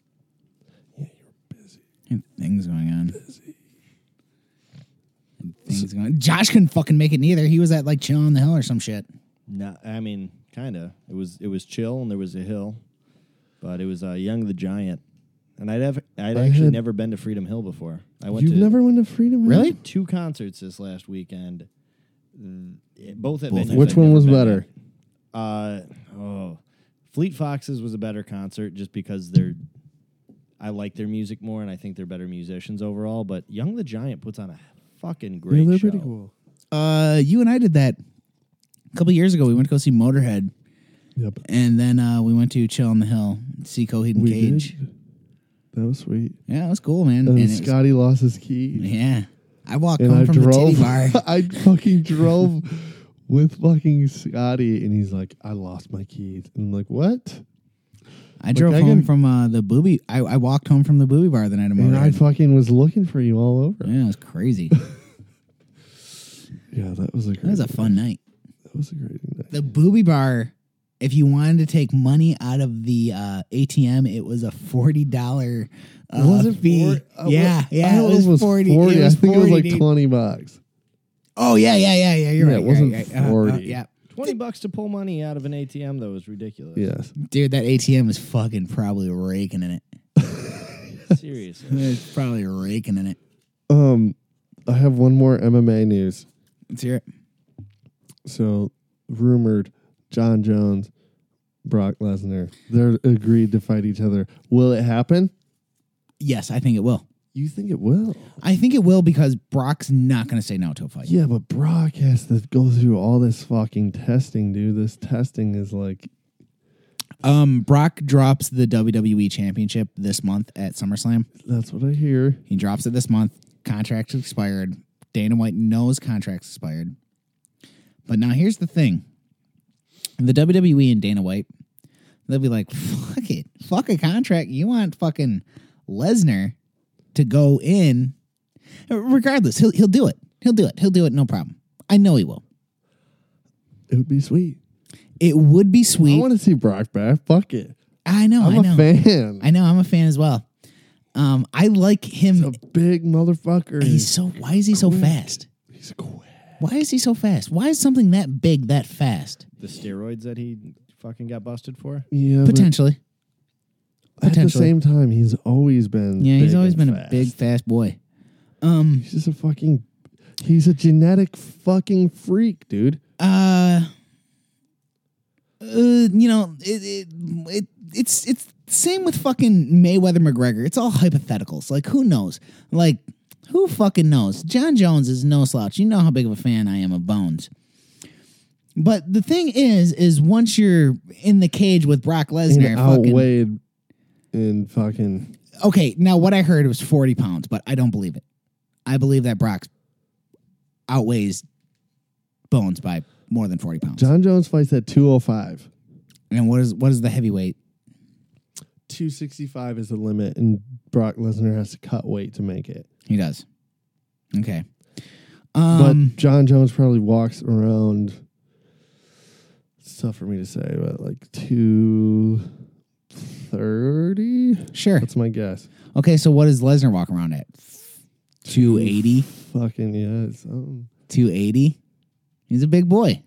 A: Yeah, you were busy. Things going on. And Things going. on. Josh couldn't fucking make it neither. He was at like chill on the hill or some shit.
D: Not, I mean, kind of. It was it was chill and there was a hill, but it was uh, Young the Giant, and I'd have I'd
B: I
D: actually
B: had-
D: never been to Freedom Hill before. I went
B: You've
D: to
B: never went to Freedom Hill?
A: Really?
D: two concerts this last weekend. Mm, eh, Both at venues
B: Which
D: I'd
B: one
D: never
B: was
D: been
B: better?
D: at. Uh, oh, Fleet Foxes was a better concert just because they're. I like their music more, and I think they're better musicians overall. But Young the Giant puts on a fucking
B: Yeah,
D: great
B: they're
D: show.
B: pretty cool.
A: Uh, you and I did that a couple years ago. We went to go see Motorhead,
B: Yep.
A: and then uh, we went to chill on the hill see Coheed and
B: We
A: Cage.
B: did. That was sweet.
A: Yeah, it was cool, man.
B: And,
A: And it was-
B: Scotty lost his key.
A: yeah, I walked
B: And
A: home
B: I
A: from
B: drove.
A: the titty bar.
B: I fucking drove with fucking Scotty and he's like, I lost my keys. And I'm like, what?
A: I drove
B: I
A: home
B: can-
A: from uh, the booby. I, I walked home from the booby bar the night of my
B: And I
A: wedding.
B: fucking was looking for you all over.
A: Yeah, it was crazy.
B: Yeah, that was a great.
A: That was a fun night.
B: That was a great night.
A: The booby bar. If you wanted to take money out of the uh, ATM, it was a forty dollar uh,
B: was it
A: fee.
B: four- uh,
A: yeah,
B: what- I
A: yeah, it
B: don't know
A: was,
B: if
A: 40. It
B: I
A: was
B: think it was
A: 40,
B: like
A: dude.
B: twenty bucks.
A: Oh yeah, yeah, yeah, yeah. You're
B: Yeah,
A: right.
B: it
A: you're right,
B: wasn't
A: you're right. Uh, uh,
B: 40.
A: yeah,
D: Twenty bucks to pull money out of an ATM though is ridiculous.
B: Yes.
A: dude, that ATM is fucking probably raking in it.
D: Seriously.
A: It's probably raking in it.
B: Um, I have one more MMA news.
A: Let's hear it.
B: So, rumored John Jones, Brock Lesnar, they're agreed to fight each other. Will it happen?
A: Yes, I think it will.
B: You think it will?
A: I think it will because Brock's not going to say no to a fight.
B: Yeah, but Brock has to go through all this fucking testing, dude. This testing is like,
A: Um, Brock drops the WWE Championship this month at SummerSlam.
B: that's what I hear.
A: He drops it this month. Contract's expired. Dana White knows contract's expired. But now here's the thing the WWE and Dana White, they'll be like, fuck it. Fuck a contract. You want fucking Lesnar to go in. Regardless, he'll, he'll do it. He'll do it. He'll do it. No problem. I know he will.
B: It would be sweet.
A: It would be
B: I
A: sweet.
B: want to see Brock back. Fuck it.
A: I know.
B: I'm
A: I know.
B: a fan.
A: I know. I'm a fan as well. Um, I like him.
B: He's a big motherfucker.
A: he's so. Why is he so fast?
B: he's quick.
A: Why is he so fast? Why is something that big that fast?
D: The steroids that he fucking got busted for.
B: Yeah, but
A: Potentially.
B: at the
A: potentially.
B: same time, he's always been.
A: Yeah, he's
B: big
A: always
B: and
A: been a
B: fast.
A: big fast boy. Um.
B: He's just a fucking. He's a genetic fucking freak, dude.
A: Uh. uh you know, it, it, it it's it's same with fucking Mayweather McGregor. It's all hypotheticals. Like who knows? Like who fucking knows? John Jones is no slouch. You know how big of a fan I am of Bones. But the thing is, is once you're in the cage with Brock
B: And
A: Lesnar, fucking,
B: outweighed in fucking.
A: okay, now what I heard was 40 pounds, but I don't believe it. I believe that Brock outweighs Bones by more than 40 pounds.
B: John Jones fights at 205.
A: and what is what is the heavyweight?
B: 265 is the limit, and Brock Lesnar has to cut weight to make it.
A: He does. Okay.
B: But
A: Um
B: John Jones probably walks around. It's tough for me to say, but like 230?
A: sure.
B: That's my guess.
A: Okay, so what does Lesnar walk around at? 280?
B: Fucking yeah. It's, um,
A: 280. He's a big boy.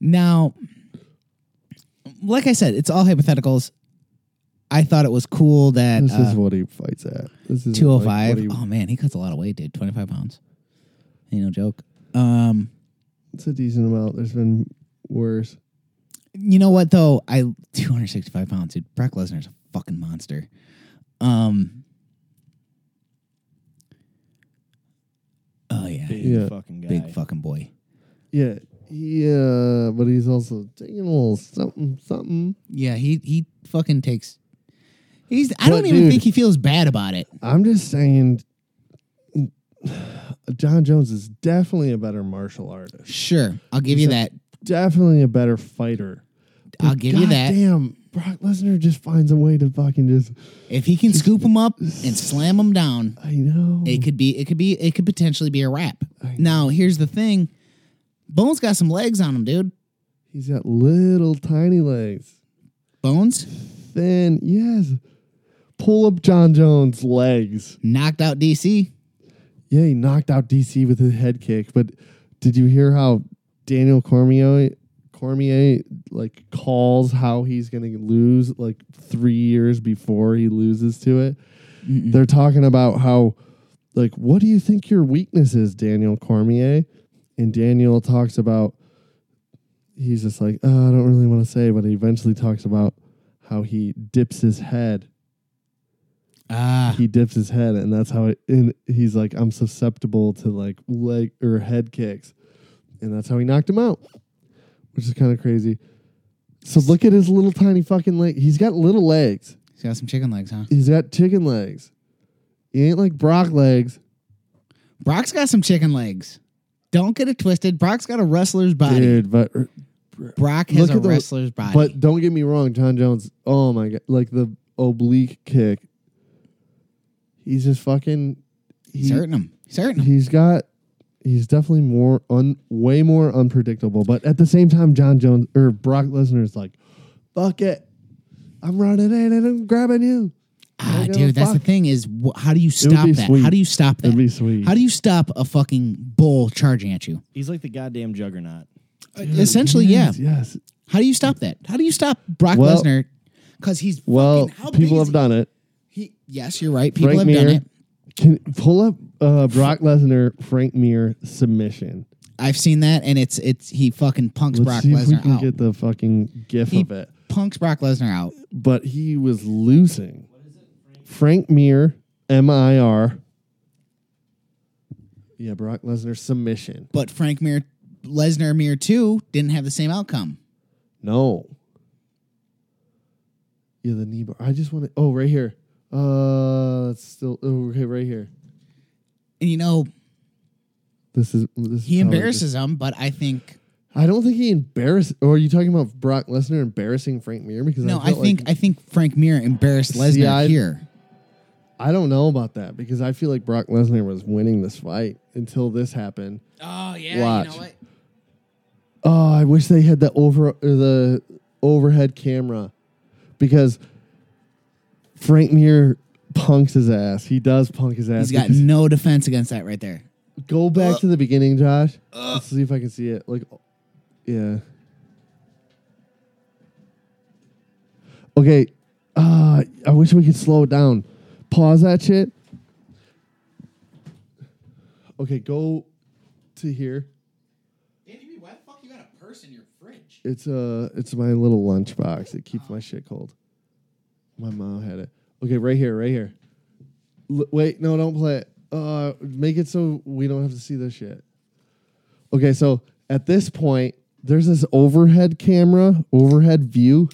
A: Now, like I said, it's all hypotheticals. I thought it was cool that
B: this
A: uh,
B: is what he fights at. This is like,
A: 205.
B: what he-
A: oh man, he cuts a lot of weight, dude. 25 pounds. Ain't no joke. Um,
B: it's a decent amount. There's been worse.
A: you know what though? I 265 pounds, dude. Brock Lesnar's a fucking monster. Um. Oh yeah,
D: Big
B: Yeah.
D: fucking guy.
A: big fucking boy.
B: Yeah. Yeah, but he's also taking a little something, something.
A: Yeah, he he fucking takes. He's. I don't
B: But,
A: even
B: dude-
A: think he feels bad about it.
B: I'm just saying, John Jones is definitely a better martial artist.
A: Sure, I'll give you that.
B: Definitely a better fighter.
A: I'll give you that.
B: Damn, Brock Lesnar just finds a way to fucking just.
A: If he can scoop him up and slam him down,
B: I know.
A: It could be. It could be. It could potentially be a wrap. Now, here's the thing. Bones got some legs on him, dude.
B: He's got little tiny legs.
A: Bones
B: Then yes, pull up John Jones' legs.
A: knocked out DC.
B: Yeah, he knocked out DC with a head kick. But did you hear how Daniel Cormier Cormier like calls how he's gonna lose like three years before he loses to it? They're talking about how like what do you think your weakness is, Daniel Cormier? And Daniel talks about he's just like, oh, I don't really want to say, but he eventually talks about how he dips his head
A: Ah,
B: he dips his head and that's how it and he's like i'm susceptible to like leg or head kicks and that's how he knocked him out which is kind of crazy so look at his little tiny fucking leg he's got little legs
A: he's got some chicken legs, huh?
B: he's got chicken legs he ain't like brock legs
A: Brock's got some chicken legs. Don't get it twisted. Brock's got a wrestler's body.
B: dude but
A: Brock has
B: Look
A: a
B: at the-
A: wrestler's body.
B: But don't get me wrong, John Jones. Oh my god, like the oblique kick. He's just fucking.
A: he's
B: he-
A: hurting him. He's hurting him.
B: He's got. He's definitely more un, way more unpredictable. But at the same time, John Jones or Brock Lesnar is like, fuck it, I'm running in and I'm grabbing you.
A: Ah,
B: don't give a
A: dude, that's the
B: fuck.
A: thing is wh- how do you stop
B: be
A: that?
B: sweet.
A: How do you stop that?
B: It'd be sweet.
A: How do you stop a fucking bull charging at you?
D: He's like the goddamn juggernaut.
A: Essentially,
B: yes,
A: yeah.
B: Yes.
A: How do you stop that? How do you stop Brock
B: Well-
A: Lesnar? Because he's
B: Well,
A: fucking, how big
B: people
A: is he?
B: have done it.
A: He, yes, you're right. People
B: Frank
A: have
B: Mir.
A: done it.
B: Can pull up uh, Brock Lesnar Frank Mir submission.
A: I've seen that, and it's it's he fucking punks
B: Let's
A: Brock
B: see if we
A: Lesnar
B: can
A: out.
B: get the fucking gif
A: he
B: of it.
A: punks Brock Lesnar out.
B: But he was losing. Frank Mir, M I R. Yeah, Brock Lesnar submission.
A: But Frank Mir, Lesnar Mir two didn't have the same outcome.
B: No. Yeah, the knee bar. I just want to. Oh, right here. Uh, it's still oh, okay. Right here.
A: And you know
B: This is
A: he
B: this. is probably just-
A: embarrasses him, but I think
B: I don't think he embarrassed. Or are you talking about Brock Lesnar embarrassing Frank Mir? Because
A: no,
B: I,
A: I,
B: felt
A: think
B: like-
A: I think Frank Mir embarrassed
B: See,
A: Lesnar
B: I-
A: here.
B: I don't know about that because I feel like Brock Lesnar was winning this fight until this happened.
A: Oh yeah,
B: you Watch. know what? Oh, I wish they had the over or the overhead camera because Frank Mir punks his ass. He does punk his ass.
A: He's got
B: because-
A: no defense against that right there.
B: Go back to the beginning, Josh. Let's see if I can see it. Like, yeah. Okay. Uh, I wish we could slow it down. Pause that shit. Okay, go to here.
A: Danny, why the fuck you got a purse in your fridge?
B: It's uh, it's my little lunchbox. It keeps my shit cold. My mom had it. Okay, right here, right here. L- wait, no, don't play it. Uh, make it so we don't have to see this shit. Okay, so at this point, there's this overhead camera, overhead view,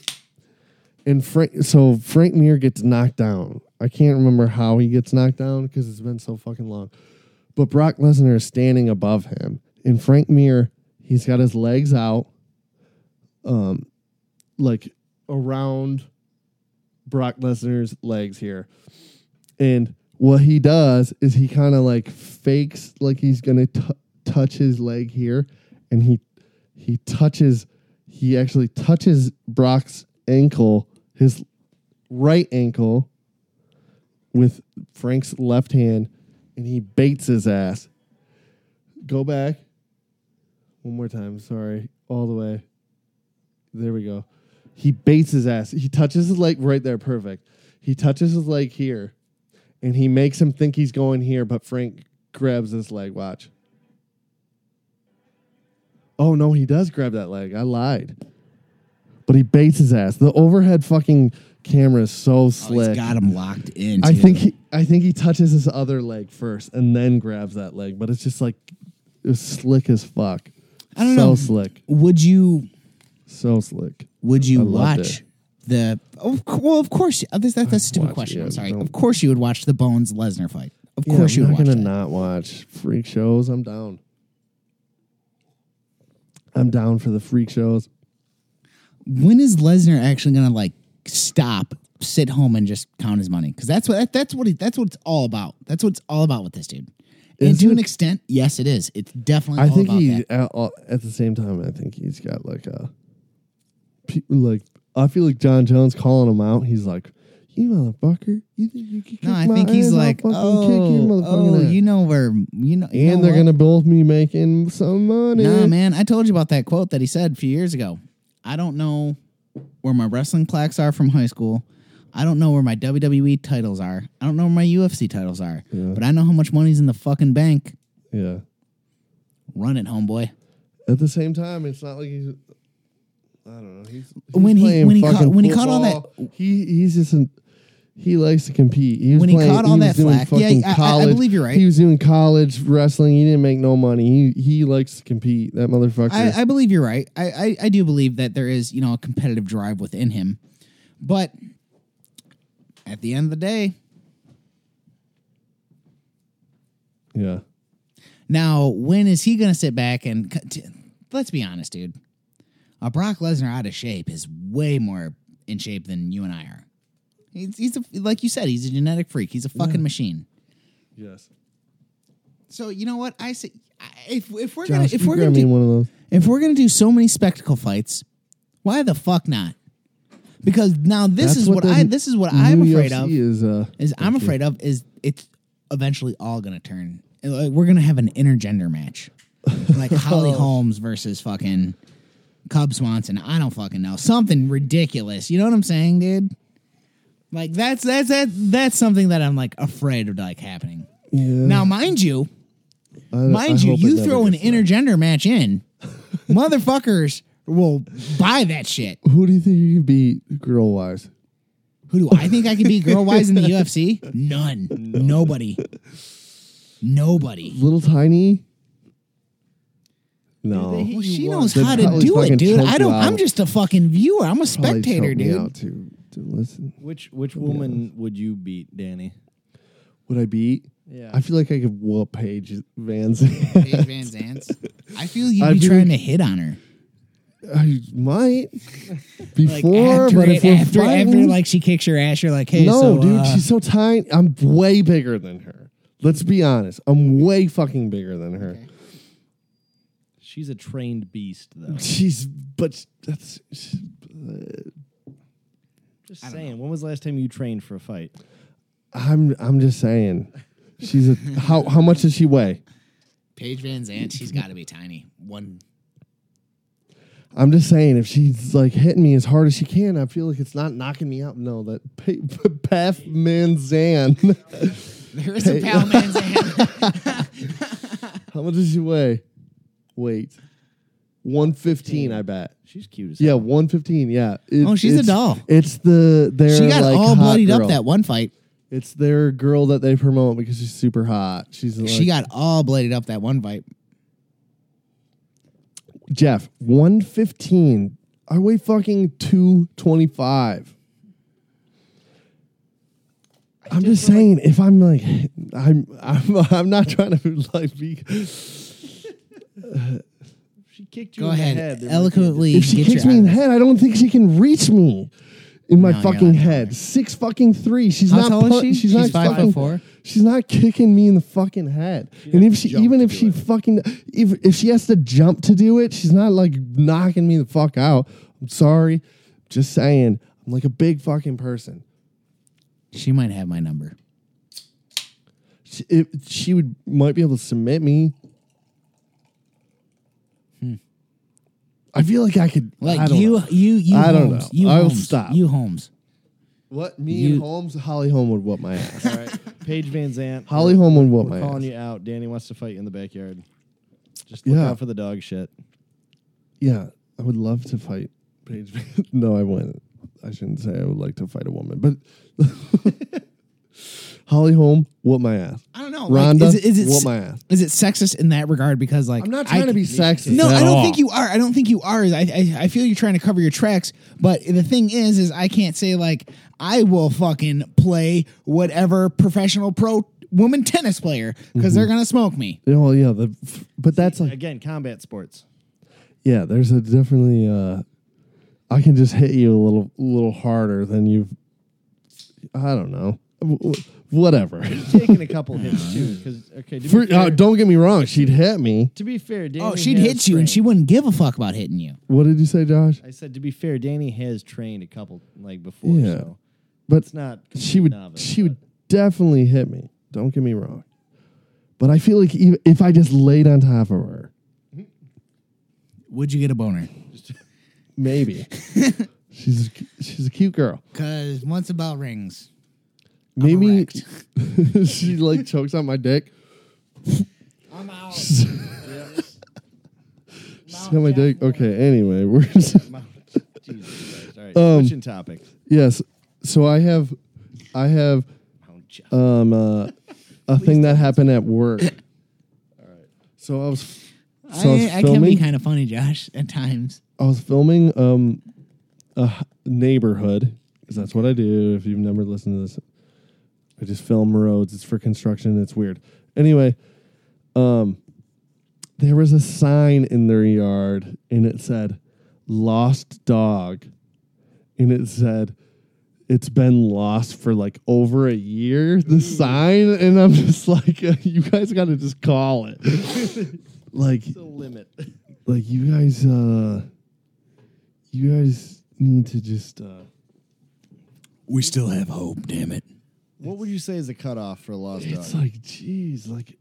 B: and Frank. So Frank Mir gets knocked down. I can't remember how he gets knocked down because it's been so fucking long. But Brock Lesnar is standing above him, and Frank Mir, he's got his legs out um, like around Brock Lesnar's legs here. And what he does is he kind of like fakes like he's going to touch his leg here and he he touches he actually touches Brock's ankle, his right ankle with Frank's left hand and he baits his ass. Go back. One more time, sorry. All the way. There we go. He baits his ass. He touches his leg right there. Perfect. He touches his leg here and he makes him think he's going here, but Frank grabs his leg. Watch. Oh, no, he does grab that leg. I lied. But he baits his ass. The overhead fucking camera is so
A: Oh,
B: slick.
A: he's got him locked in.
B: I
A: too.
B: think he I think he touches his other leg first and then grabs that leg, but it's just like it's slick as fuck.
A: I don't
B: so
A: know.
B: slick.
A: Would you
B: So slick.
A: would you
B: I loved
A: watch
B: it.
A: the? Of, cou- well, of course. uh, This, that, that's a stupid
B: Watch
A: question.
B: it, yeah,
A: I'm sorry.
B: don't-
A: Of course you would watch the Bones Lesnar fight. Of
B: Yeah,
A: course you
B: I'm
A: would
B: not
A: watch
B: gonna
A: that.
B: not watch freak shows. I'm down. I'm down for the freak shows.
A: When is Lesnar actually gonna like stop, sit home, and just count his money? Because that's what that, that's what he, that's what it's all about. That's what it's all about with this dude. And
B: Is
A: to an
B: it?
A: extent, yes, it is. It's definitely.
B: I
A: all
B: think
A: about
B: he
A: that.
B: at, all- at the same time. I think he's got like a pe- like. I feel like John Jones calling him out. He's like, "You motherfucker! You think you can kick
A: No, I
B: my
A: think he's
B: ass? I'll
A: like,
B: fucking kick your
A: oh,
B: motherfucking
A: oh,
B: ass."
A: you know where, you know, you
B: and
A: know
B: they're
A: what?
B: gonna both be making some money.
A: Nah, man, I told you about that quote that he said a few years ago. I don't know where my wrestling plaques are from high school. I don't know where my WWE titles are. I don't know where my UFC titles are. But I know how much money's in the fucking bank.
B: Yeah.
A: Run it, homeboy.
B: At the same time, it's not like he's. I don't know. He's, he's
A: When he-
B: playing
A: when he caught-
B: fucking
A: when he caught all
B: football. He he's just an, he likes to compete. He was
A: When he
B: playing-
A: caught all
B: was
A: that
B: doing
A: flack, yeah,
B: fucking
A: I- I- I
B: college-
A: believe you're right.
B: He was doing college wrestling. He didn't make no money. He he likes to compete. That motherfucker.
A: I, I believe you're right. I, I, I do believe that there is, you know, a competitive drive within him. But at the end of the day,
B: yeah.
A: Now, when is he going to sit back and c- t- let's be honest, dude? A Brock Lesnar out of shape is way more in shape than you and I are. He's, he's a, like you said, he's a genetic freak. He's a fucking machine.
B: Yes.
A: So you know what I say? I- If if we're
B: Josh,
A: gonna if
B: you
A: we're
B: grab
A: gonna
B: me
A: do,
B: one of those.
A: if we're gonna do so many spectacle fights, why the fuck not? Because now this
B: That's
A: is what,
B: the
A: I this is what I'm
B: new
A: afraid
B: UFC
A: of
B: Is uh,
A: is I'm
B: thank you.
A: afraid of is it's eventually all gonna turn. Like, We're gonna have an intergender match, like Holly Holmes versus fucking Cub Swanson. I don't fucking know something ridiculous. You know what I'm saying, dude? Like that's that's that that's something that I'm like afraid of like happening.
B: Yeah.
A: Now, mind you,
B: Uh, I- I
A: mind you,
B: hope it
A: you
B: never
A: throw an
B: gets done.
A: intergender match in, motherfuckers will buy that shit.
B: Who do you think you could beat girl wise?
A: Who do I think I could be girl wise in the UFC? None. Nobody. Nobody.
B: Little tiny. No.
A: Well, she knows
B: They'd
A: how to
B: probably
A: do it,
B: fucking
A: dude.
B: choke
A: I
B: you
A: don't. I'm
B: out.
A: just a fucking viewer. I'm a
B: Probably
A: spectator,
B: choke me
A: dude.
B: out to, to listen.
D: Which which woman would you beat, Danny?
B: Would I beat?
D: Yeah.
B: I feel like I could whoop Paige Vans.
A: Paige Van Zant's. I feel you'd
B: I'd
A: be
B: be-
A: trying to hit on her
B: I might
A: like
B: before,
A: after,
B: but
A: it-
B: if we're
A: after, after
B: fighting-
A: like she kicks your ass, you're like, hey,
B: no,
A: so,
B: dude,
A: uh,
B: she's so tiny. I'm way bigger than her. Let's be honest. I'm way fucking bigger than her.
D: She's a trained beast, though.
B: She's, but that's she-
D: Just saying. When was the last time you trained for a fight?
B: I'm I'm just saying. She's a how how much does she weigh?
A: Paige Van Zant. She's got to be tiny. One.
B: I'm just saying if she's like hitting me as hard as she can, I feel like it's not knocking me out. No, that pa- Path Manzan.
A: There is a pal Van Zant.
B: how much does she weigh? Wait, one fifteen. I bet.
D: She's cute as
B: Yeah,
D: hell.
B: one fifteen. Yeah. It-
A: Oh, she's a
B: it's-
A: doll.
B: It's the their
A: she got
B: like,
A: all
B: hot
A: bloodied
B: girl.
A: up that one fight.
B: It's their girl that they promote because she's super hot. She's like,
A: she got all bloodied up that one fight.
B: Jeff, 115. I weigh fucking 225. I'm just saying, if I'm like, I'm, I'm, I'm not trying to like be.
D: She kicked you
A: Go
D: in
A: ahead,
D: the head. There might be a
A: eloquently.
B: If she
A: get
B: kicks
A: your
B: me in the
A: eye-
B: head, I don't think she can reach me in my
A: No, you're
B: fucking
A: not
B: head. Six fucking three. She's
A: How
B: not.
A: tall is
B: put-
A: she?
B: She's,
A: She's
B: not
A: five foot
B: fucking-
A: four?
B: She's not kicking me in the fucking head. and if she,
D: jump
B: even
D: to
B: if
D: do
B: she
D: it.
B: fucking, if if she has to jump to do it, she's not like knocking me the fuck out. I'm sorry, just saying. I'm like a big fucking person.
A: She might have my number.
B: She, if, she would might be able to submit me. I feel like I could. I
A: Hmm. Like
B: don't
A: you,
B: know.
A: you, you.
B: I don't
A: Holmes,
B: know.
A: You
B: I'll
A: Holmes,
B: stop.
A: You Holmes.
B: What me
A: You-
B: and Holmes, Holly Holm would whoop my ass.
D: All right. Paige Van Zant.
B: Holly Holm would whoop my
D: We're
B: ass.
D: calling you out. Danny wants to fight you in the backyard. Just look
B: Yeah.
D: out for the dog shit.
B: Yeah, I would love to fight Paige. Van- no, I wouldn't. I shouldn't say I would like to fight a woman, but Holly Holm whoop my ass.
A: I don't know.
B: Rhonda
A: like, is, it- is
B: whoop
A: it
B: my ass.
A: is it sexist in that regard? Because like
B: I'm not trying
A: I-
B: to be sexist.
A: No,
B: at
A: I don't
B: all.
A: think you are. I don't think you are. I, I I feel you're trying to cover your tracks. But the thing is, is I can't say like I will fucking play whatever professional pro woman tennis player because
B: Mm-hmm.
A: they're gonna smoke me.
B: Yeah, Well, Oh, yeah, the, but that's like
D: Again, combat sports.
B: yeah. There's a definitely. Uh, I can just hit you a little little harder than you've. I don't know. W- w- Whatever.
D: Taking a couple hits too. Because okay, to be,
B: For,
D: fair,
B: uh, don't get me wrong. She'd hit me.
D: to be fair, Danny
A: Oh, she'd
D: has
A: hit you, and she
D: trained-
A: wouldn't give a fuck about hitting you.
B: What did you say, Josh?
D: I said to be fair, Danny has trained a couple like before.
B: Yeah.
D: So
B: But
D: it's not.
B: she
D: complete
B: would
D: Novice,
B: she
D: but
B: would definitely hit me. Don't get me wrong, but I feel like ev- if I just laid on top of her,
A: Would you get a boner?
B: maybe she's a cu- she's a cute girl.
A: Cause once a bell rings,
B: Maybe
A: erect.
B: she like chokes on my dick.
A: I'm out.
B: She's on my dick. Okay. Anyway, we're just,
D: Jesus Christ. All right.
B: Um,
D: switching topics.
B: yes. So I have I have
D: Oh, j-
B: um uh, a thing that happened at work. So I was so I,
A: I,
B: was
A: I can be
B: filming.
A: kind of funny, Josh, at times.
B: I was filming um a h- neighborhood because that's what I do. If you've never listened to this, I just film roads. It's for construction. It's weird. Anyway, um, there was a sign in their yard, and it said lost dog, and it said it's been lost for like over a year. The sign, and I'm just like, you guys got to just call it. like,
D: limit.
B: like you guys, uh you guys need to just. uh
A: We still have hope, damn it.
D: What would you say is the cutoff for lost
B: It's
D: dog?
B: like, jeez, like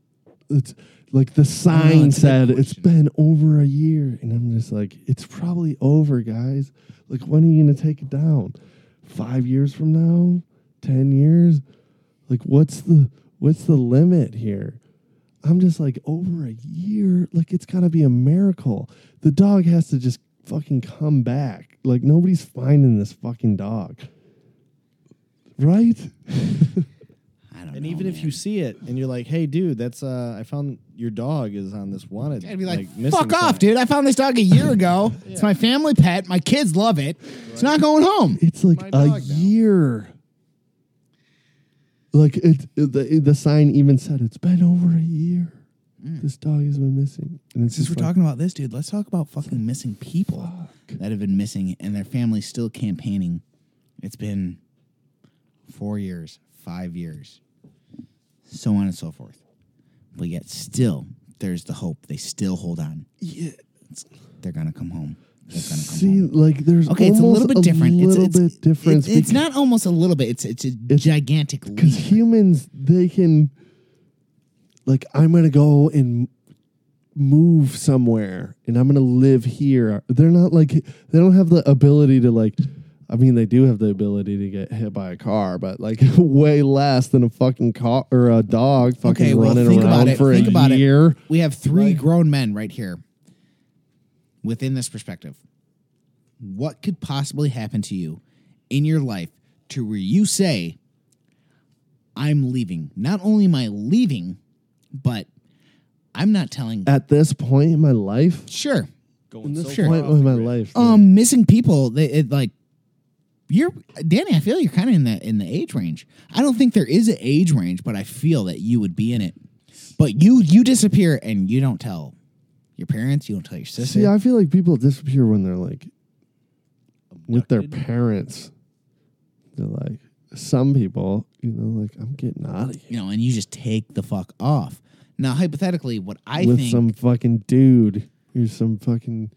B: it's like the sign
A: that's a good
B: said it's
A: question.
B: been over a year, and I'm just like, it's probably over, guys. Like, when are you gonna take it down? Five years from now? Ten years? Like, what's the what's the limit here? I'm just like over a year. Like, it's gotta be a miracle. The dog has to just fucking come back. Like, nobody's finding this fucking dog, right?
A: I don't know.
D: And even if
A: man.
D: you see it and you're like, "Hey, dude, that's uh, I found your dog is on this wanted."
A: I'd be like,
D: missing
A: fuck off,
D: sign."
A: dude. I found this dog a year ago. It's my family pet. My kids love it. It's not going home.
B: It's like
D: My
B: a
D: dog now.
B: year. Like it, the the sign even said it's been over a year. This dog has been missing, and it's
A: Mm. Since
B: just
A: we're
B: like,
A: talking about this, dude, let's talk about fucking missing people that have been missing and their families still campaigning. It's been four years, five years, so on and so forth. But yet, still, there's the hope. They still hold on.
B: Yeah,
A: They're gonna come home. They're gonna come
B: see,
A: home.
B: like there's
A: Okay, it's a
B: almost
A: little bit different. It's-
B: little
A: it's,
B: bit difference.
A: it- it's not almost a little bit. It's it's a gigantic
B: because
A: leap.
B: humans they can like i'm gonna go and move somewhere and i'm gonna live here they're not like they don't have the ability to like i mean they do have the ability to get hit by a car but like way less than a fucking car or a dog fucking
A: Okay, well,
B: running
A: think
B: around
A: about it.
B: for
A: Think
B: a
A: about it.
B: year
A: We have three
B: Right.
A: grown men right here within this perspective. What could possibly happen to you in your life to where you say, I'm leaving? Not only am I leaving, but I'm not telling.
B: at this point in my life
A: sure.
D: Going
B: this
D: so
A: Sure.
D: far
B: point
D: off
B: in
D: the
B: my
D: grid.
B: life
A: Um, missing people, they it, like you're Danny. I feel you're kind of in the in the age range. I don't think there is an age range, but I feel that you would be in it. But you you disappear and you don't tell your parents. You don't tell your sister.
B: See, I feel like people disappear when they're like with their parents. They're like some people, you know, like I'm getting out of here
A: you know, and you just take the fuck off. Now, hypothetically, what I
B: with
A: think,
B: some fucking dude. Here's some fucking.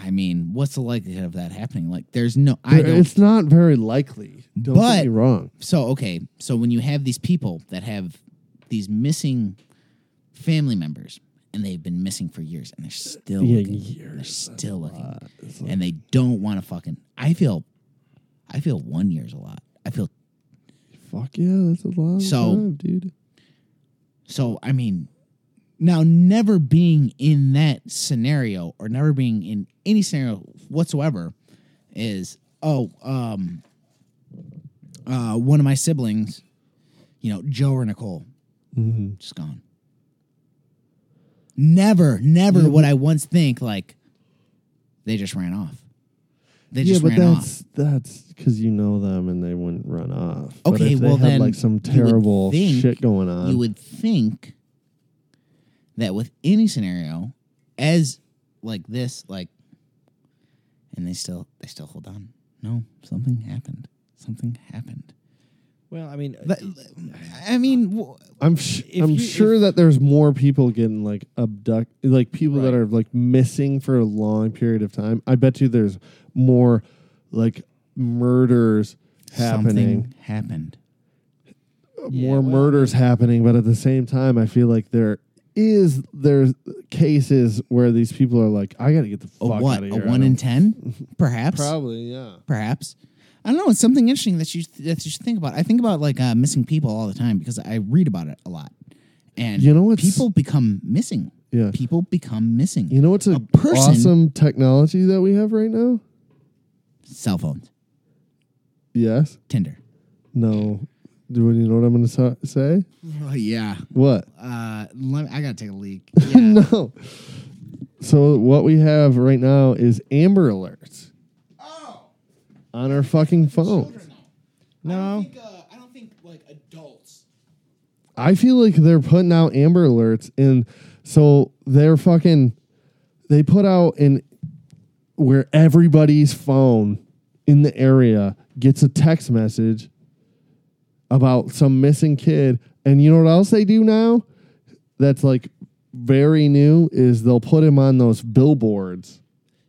A: I mean, what's the likelihood of that happening? Like, there's no, I don't.
B: It's not very likely. Don't get
A: But-
B: me wrong.
A: so okay, so when you have these people that have these missing family members, and they've been missing for years, and they're still
B: Yeah,
A: looking,
B: years.
A: they're still looking,
B: It's like-
A: and they don't want to fucking. I feel, I feel one year's a lot. I feel
B: fuck yeah, that's a long
A: So-
B: time, dude.
A: So, I mean, now never being in that scenario or never being in any scenario whatsoever is, oh, um, uh, one of my siblings, you know, Joe or Nicole,
B: Mhm.
A: just gone. Never, never would I once think like they just ran off. They
B: Yeah,
A: just
B: but
A: ran off.
B: that's that's because you know them and they wouldn't run off. but
A: Okay,
B: if they
A: well
B: had
A: then
B: like some
A: you would
B: terrible
A: think-
B: shit going on.
A: you would think that with any scenario as like this like and they still they still hold on no something happened something happened
D: Well, I mean,
A: But- i mean wh-
B: I'm sh-
D: If
B: I'm
D: you-
B: sure that there's more people getting like abduct like people that
D: Right.
B: are like missing for a long period of time. I bet you there's more like murders happening, Uh,
A: something happened
B: more
D: well,
B: murders happening, but at the same time I feel like there is there's cases where these people are like I got to get the
A: a
B: fuck
A: what
B: out of
A: a
B: here. I
A: 1 in
B: don't-
A: 10 perhaps
B: Probably, yeah.
A: perhaps i don't know it's something interesting that you that you should think about i think about like uh, missing people all the time because i read about it a lot and
B: You know what's-
A: people become missing
B: Yeah.
A: people become missing
B: You know what's a,
A: A person-
B: awesome technology that we have right now?
A: cell phones
B: Yes.
A: tinder
B: No. Do you know what I'm going to say?
A: Oh yeah.
B: What?
A: Uh, let I gotta take a leak.
B: no. So what we have right now is Amber Alerts. On our fucking phones.
A: No. I don't think, uh, I don't think like adults.
B: I feel like they're putting out Amber Alerts, and so they're fucking. They put out an where everybody's phone in the area gets a text message about some missing kid. And you know what else they do now? That's like very new is they'll put him on those billboards.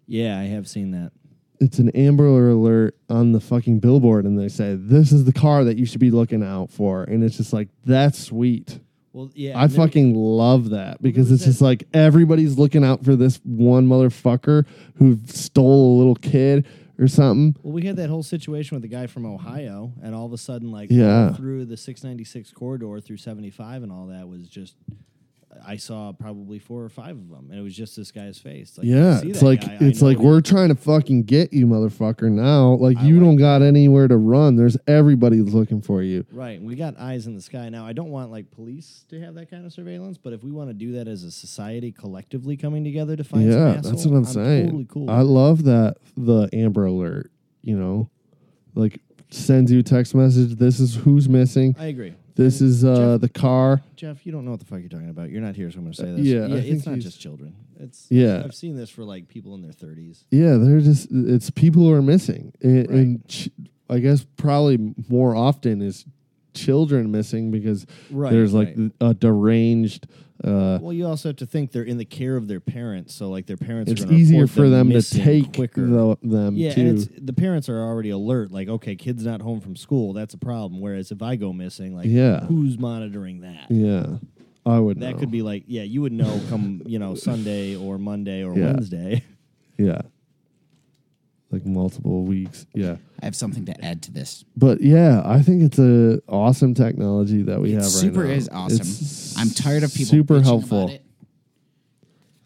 D: Yeah, I have seen that.
B: It's an Amber Alert on the fucking billboard, and they say this is the car that you should be looking out for. And it's just like that's sweet.
D: Well, yeah,
B: I
D: and then-
B: fucking love that because
D: was
B: it's just like everybody's looking out for this one motherfucker who stole a little kid or something.
D: Well, we had that whole situation with the guy from Ohio, and all of a sudden, like
B: Yeah.
D: all through the 696 corridor through 75 and all that was just. I saw probably four or five of them, and it was just this guy's face. Like, I
B: yeah,
D: see
B: it's
D: that
B: like
D: guy, I
B: it's
D: know
B: like
D: him.
B: we're trying to fucking get you, motherfucker. Now, like
D: I
B: you
D: like
B: don't got anywhere to run. There's everybody looking for you.
D: right. We got eyes in the sky now. I don't want like police to have that kind of surveillance, but if we want to do that as a society collectively coming together to find, some
B: yeah, that's
D: asshole,
B: what I'm, saying.
D: Totally cool.
B: I love that the Amber Alert. You know, like sends you a text message. This is who's missing.
D: I agree.
B: This
D: And
B: is uh,
D: Jeff-
B: the car.
D: Jeff, you don't know what the fuck you're talking about. You're not here, so I'm gonna say
B: Uh,
D: this.
B: yeah, I
D: it's
B: think
D: not
B: he's-
D: just children. It's
B: Yeah.
D: I've seen this for like people in their 30s.
B: Yeah, they're just it's people who are missing, and,
D: Right.
B: and ch- I guess probably more often is children missing because
D: Right,
B: there's like
D: right.
B: a deranged. Uh,
D: Well, you also have to think they're in the care of their parents, so like their parents.
B: it's
D: are gonna
B: easier
D: report
B: for them to
D: missing
B: take
D: quicker.
B: the, them
D: yeah,
B: too.
D: and it's, the parents are already alert. Like, okay, kid's not home from school. That's a problem. Whereas if I go missing, like,
B: Yeah.
D: who's monitoring that?
B: yeah, I would.
D: That
B: know.
D: could be like, yeah, you would know come you know Sunday or Monday or
B: Yeah.
D: Wednesday.
B: yeah, like multiple weeks. Yeah,
A: I have something to add to this.
B: but yeah, I think it's a awesome technology that we have.
A: super
B: right now.
A: is awesome.
B: It's
A: I'm tired of people bitching
B: Super
A: about
B: helpful.
A: it.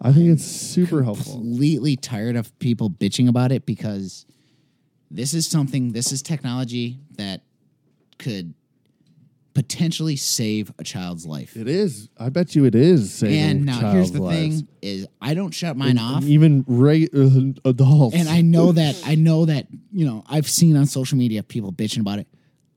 B: I think it's super helpful.
A: completely tired of people bitching about it because this is something, this is technology that could potentially save a child's life.
B: It is. I bet you it is saving
A: and now here's
B: child's
A: the
B: lives.
A: thing is I don't shut mine off.
B: Even re- uh, adults.
A: And I know that I know that, you know, I've seen on social media people bitching about it.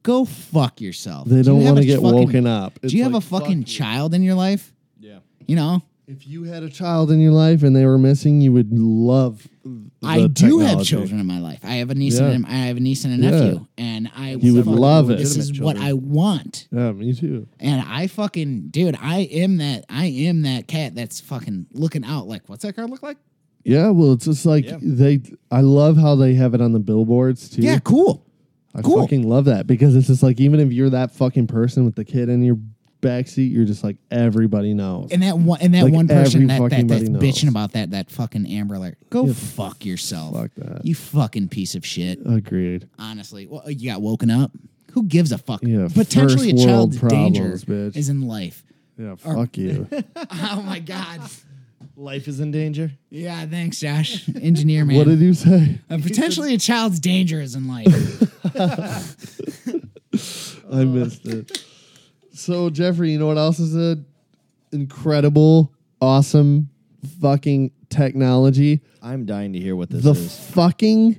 A: Go fuck yourself.
B: They
A: Do
B: don't
A: you have
B: want
A: a
B: to get
A: fucking-
B: woken up. It's
A: do you have
B: like,
A: a fucking
B: fuck you.
A: child in your life?
D: Yeah.
A: You know?
B: If you had a child in your life and they were missing, you would love. the
A: I do have
B: technology.
A: children in my life. I have a niece
B: Yeah.
A: and a, I have a niece and a
B: Yeah.
A: nephew, and I
B: You would
A: fucking-
B: love it.
A: This is
B: Legitimate
A: what I
B: children.
A: want,
B: Yeah, me too.
A: and I fucking dude, I am that. I am that cat that's fucking looking out. Like, what's that car look like?
B: Yeah, well, it's just like
D: Yeah.
B: they. I love how they have it on the billboards too.
A: Yeah, cool.
B: I
A: cool.
B: fucking love that because it's just like even if you're that fucking person with the kid in your backseat, you're just like everybody knows.
A: And that one, and that
B: Like
A: one person
B: every
A: that, that
B: fucking
A: that's
B: buddy knows.
A: bitching about that that fucking Amber Alert. Go fuck yourself.
B: fuck that.
A: You fucking piece of shit.
B: Agreed.
A: Honestly, well, uh, you got woken up. Who gives a fuck?
B: Yeah,
A: Potentially a
B: first world
A: child's danger
B: problems, bitch.
A: is in life.
B: Yeah, fuck you.
A: Oh my god.
D: Life is in danger.
A: Yeah, thanks, Josh, engineer man.
B: what did you say?
A: Uh, potentially a child's danger is in life.
B: I missed it. So Jeffrey, you know what else is a incredible, awesome, fucking technology?
D: I'm dying to hear what this
B: The
D: is.
B: fucking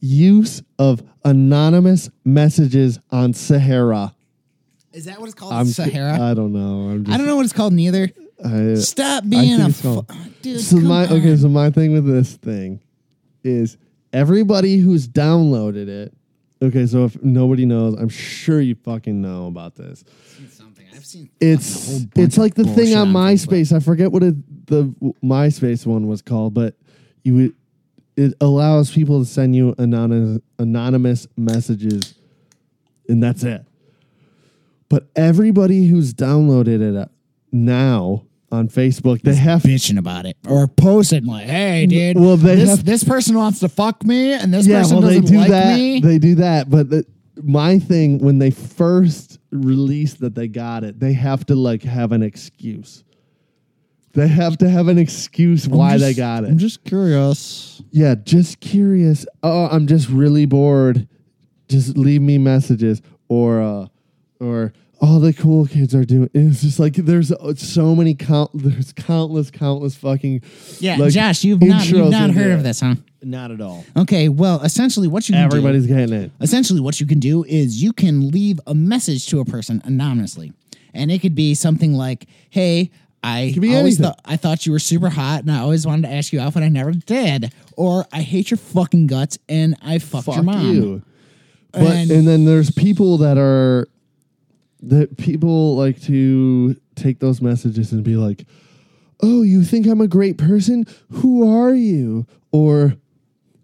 B: use of anonymous messages on Sahara.
A: is that what it's called?
B: I'm
A: Sahara?
B: I don't know. I'm just,
A: I don't know what it's called neither.
B: I-
A: Stop
B: I
A: being
B: think
A: a
B: it's
A: fu-
B: called-
A: dude.
B: so
A: come
B: my
A: on.
B: okay. So my thing with this thing is everybody who's downloaded it. Okay, so if nobody knows, I'm sure you fucking know about this.
A: Something. I've seen
B: It's
A: whole bunch
B: it's like the
A: of
B: thing
A: bullshit
B: on
A: on Facebook.
B: MySpace. I forget what it, the w- MySpace one was called, but you would, it allows people to send you anonymous anonymous messages, and that's it. But everybody who's downloaded it uh, now on Facebook, they have
A: bitching about it or posting like, "Hey, dude,
B: well, they
A: this
B: have-
A: this person wants to fuck me, and this
B: yeah.
A: person
B: Well, they
A: doesn't
B: do
A: like
B: that.
A: me."
B: They do that. But the, my thing when they first released that they got it, they have to like have an excuse. They have to have an excuse why they got it.
A: just curious.
B: yeah, just curious. Oh, I'm just really bored. Just leave me messages or uh or all the cool kids are doing. It's just like there's uh, so many count. There's countless, countless fucking.
A: Yeah,
B: like,
A: Josh, you've not
B: intros
A: you've not
B: in
A: heard
B: there.
A: of this, huh?
D: Not at all.
A: Okay, well, essentially, what you can do-
B: Everybody's getting it.
A: essentially what you can do is you can leave a message to a person anonymously and it could be something like hey I
B: Could be
A: always
B: anything.
A: thought I thought you were super hot, and I always wanted to ask you out, but I never did. Or I hate your fucking guts, and I fucked your
B: Fuck
A: mom.
B: you. But
A: And-
B: and, then there's people that are that people like to take those messages and be like, "Oh, you think I'm a great person? Who are you?" Or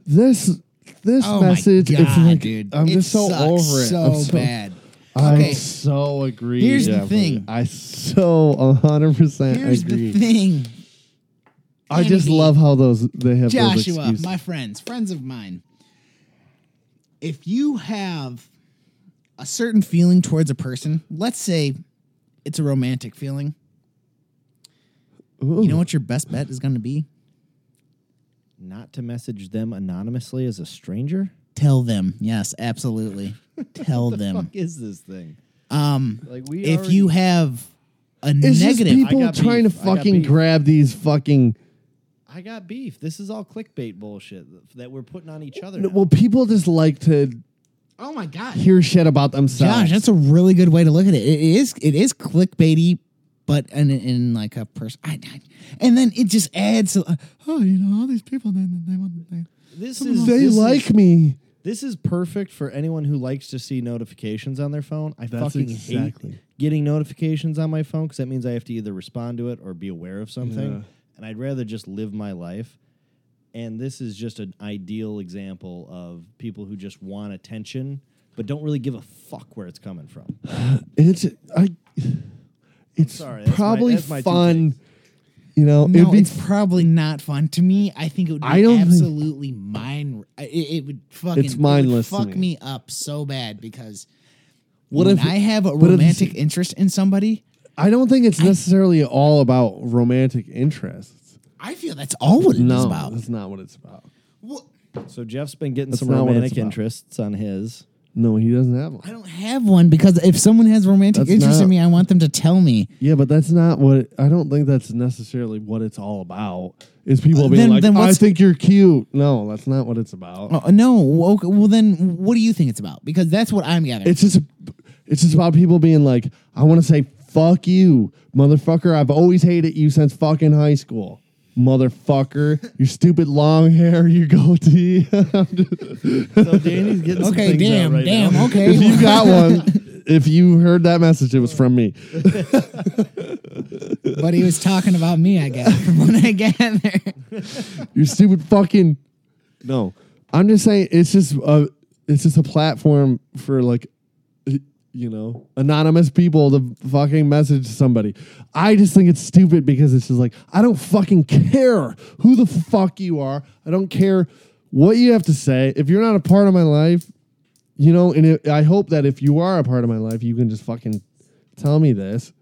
B: this this
A: Oh
B: message.
A: my god,
B: it's like
A: dude!
B: I'm
A: It
B: just so
A: sucks
B: over it.
A: So
B: I'm so,
A: bad.
B: I
A: Okay.
B: so agree.
A: Here's the
B: Yeah, but
A: thing.
B: I so 100 percent
A: Here's
B: agree.
A: the thing,
B: I just
A: Kennedy.
B: love how those they have those
A: Joshua,
B: excuses.
A: my friends, friends of mine. If you have a certain feeling towards a person, let's say it's a romantic feeling,
B: Ooh.
A: you know what your best bet is going to be?
D: Not to message them anonymously as a stranger.
A: Tell them. Yes, absolutely. Tell them.
D: Fuck is this thing?
A: Um,
D: Like we.
A: if
D: already-
A: you have a
B: It's
A: negative,
B: just people
D: got
B: trying
D: beef.
B: to
D: I got
B: fucking
D: beef.
B: grab these fucking.
D: I got beef. This is all clickbait bullshit that we're putting on each other.
B: No,
D: now.
B: Well, people just like to
A: oh my god,
B: hear shit about themselves.
A: Josh, that's a really good way to look at it. It is it is clickbaity, but in, in like a person, I, I- and then it just adds. uh, oh, you know all these people. They, they, want- they-
D: this is
B: they
D: this is-
B: like me.
D: This is perfect for anyone who likes to see notifications on their phone. I
B: That's
D: fucking
B: exactly-
D: hate getting notifications on my phone because that means I have to either respond to it or be aware of something.
B: Yeah.
D: And I'd rather just live my life. And this is just an ideal example of people who just want attention but don't really give a fuck where it's coming from.
B: It's I. It's
D: sorry, that's my-
B: probably
D: that's my two
B: fun. You know,
A: No,
B: it'd be
A: it's probably not fun to me. I think it would be
B: I don't think-
A: absolutely mine. It, it would fucking
B: It's mindless
A: It
B: to
A: would fuck
B: me.
A: me up so bad because
B: What
A: when
B: if-
A: I have a
B: what if-
A: romantic interest in somebody,
B: I don't think it's necessarily all about romantic interests.
A: I feel that's all what it is
B: No,
A: about.
B: that's not what it's about.
A: Well,
D: So Jeff's been getting
B: That's
D: some
B: not what it's
D: romantic
B: about.
D: interests on his.
B: No, he doesn't have
A: I
B: one.
A: don't have one because if someone has romantic
B: That's
A: interest in
B: not-
A: me, I want them to tell me.
B: Yeah, but that's not what I don't think that's necessarily what it's all about. Is people
A: Uh,
B: being
A: then-
B: like,
A: then
B: "I
A: what's-
B: think you're cute." No, that's not what it's about.
A: Oh, no, well, okay, well then, what do you think it's about? Because that's what I'm gathering.
B: It's just it's just about people being like, I want to say fuck you, motherfucker. I've always hated you since fucking high school. Motherfucker, your stupid long hair, your goatee.
D: So Danny's getting some
A: okay,
D: things out
A: damn,
D: right
A: damn,
D: now.
A: okay.
B: if you got one, if you heard that message, it was from me.
A: but he was talking about me, I guess, from when I got there.
B: Your stupid fucking No. I'm just saying it's just a it's just a platform for like you know, anonymous people to fucking message somebody. I just think it's stupid because it's just like I don't fucking care who the fuck you are. I don't care what you have to say. If you're not a part of my life, you know, and it, I hope that if you are a part of my life, you can just fucking tell me this.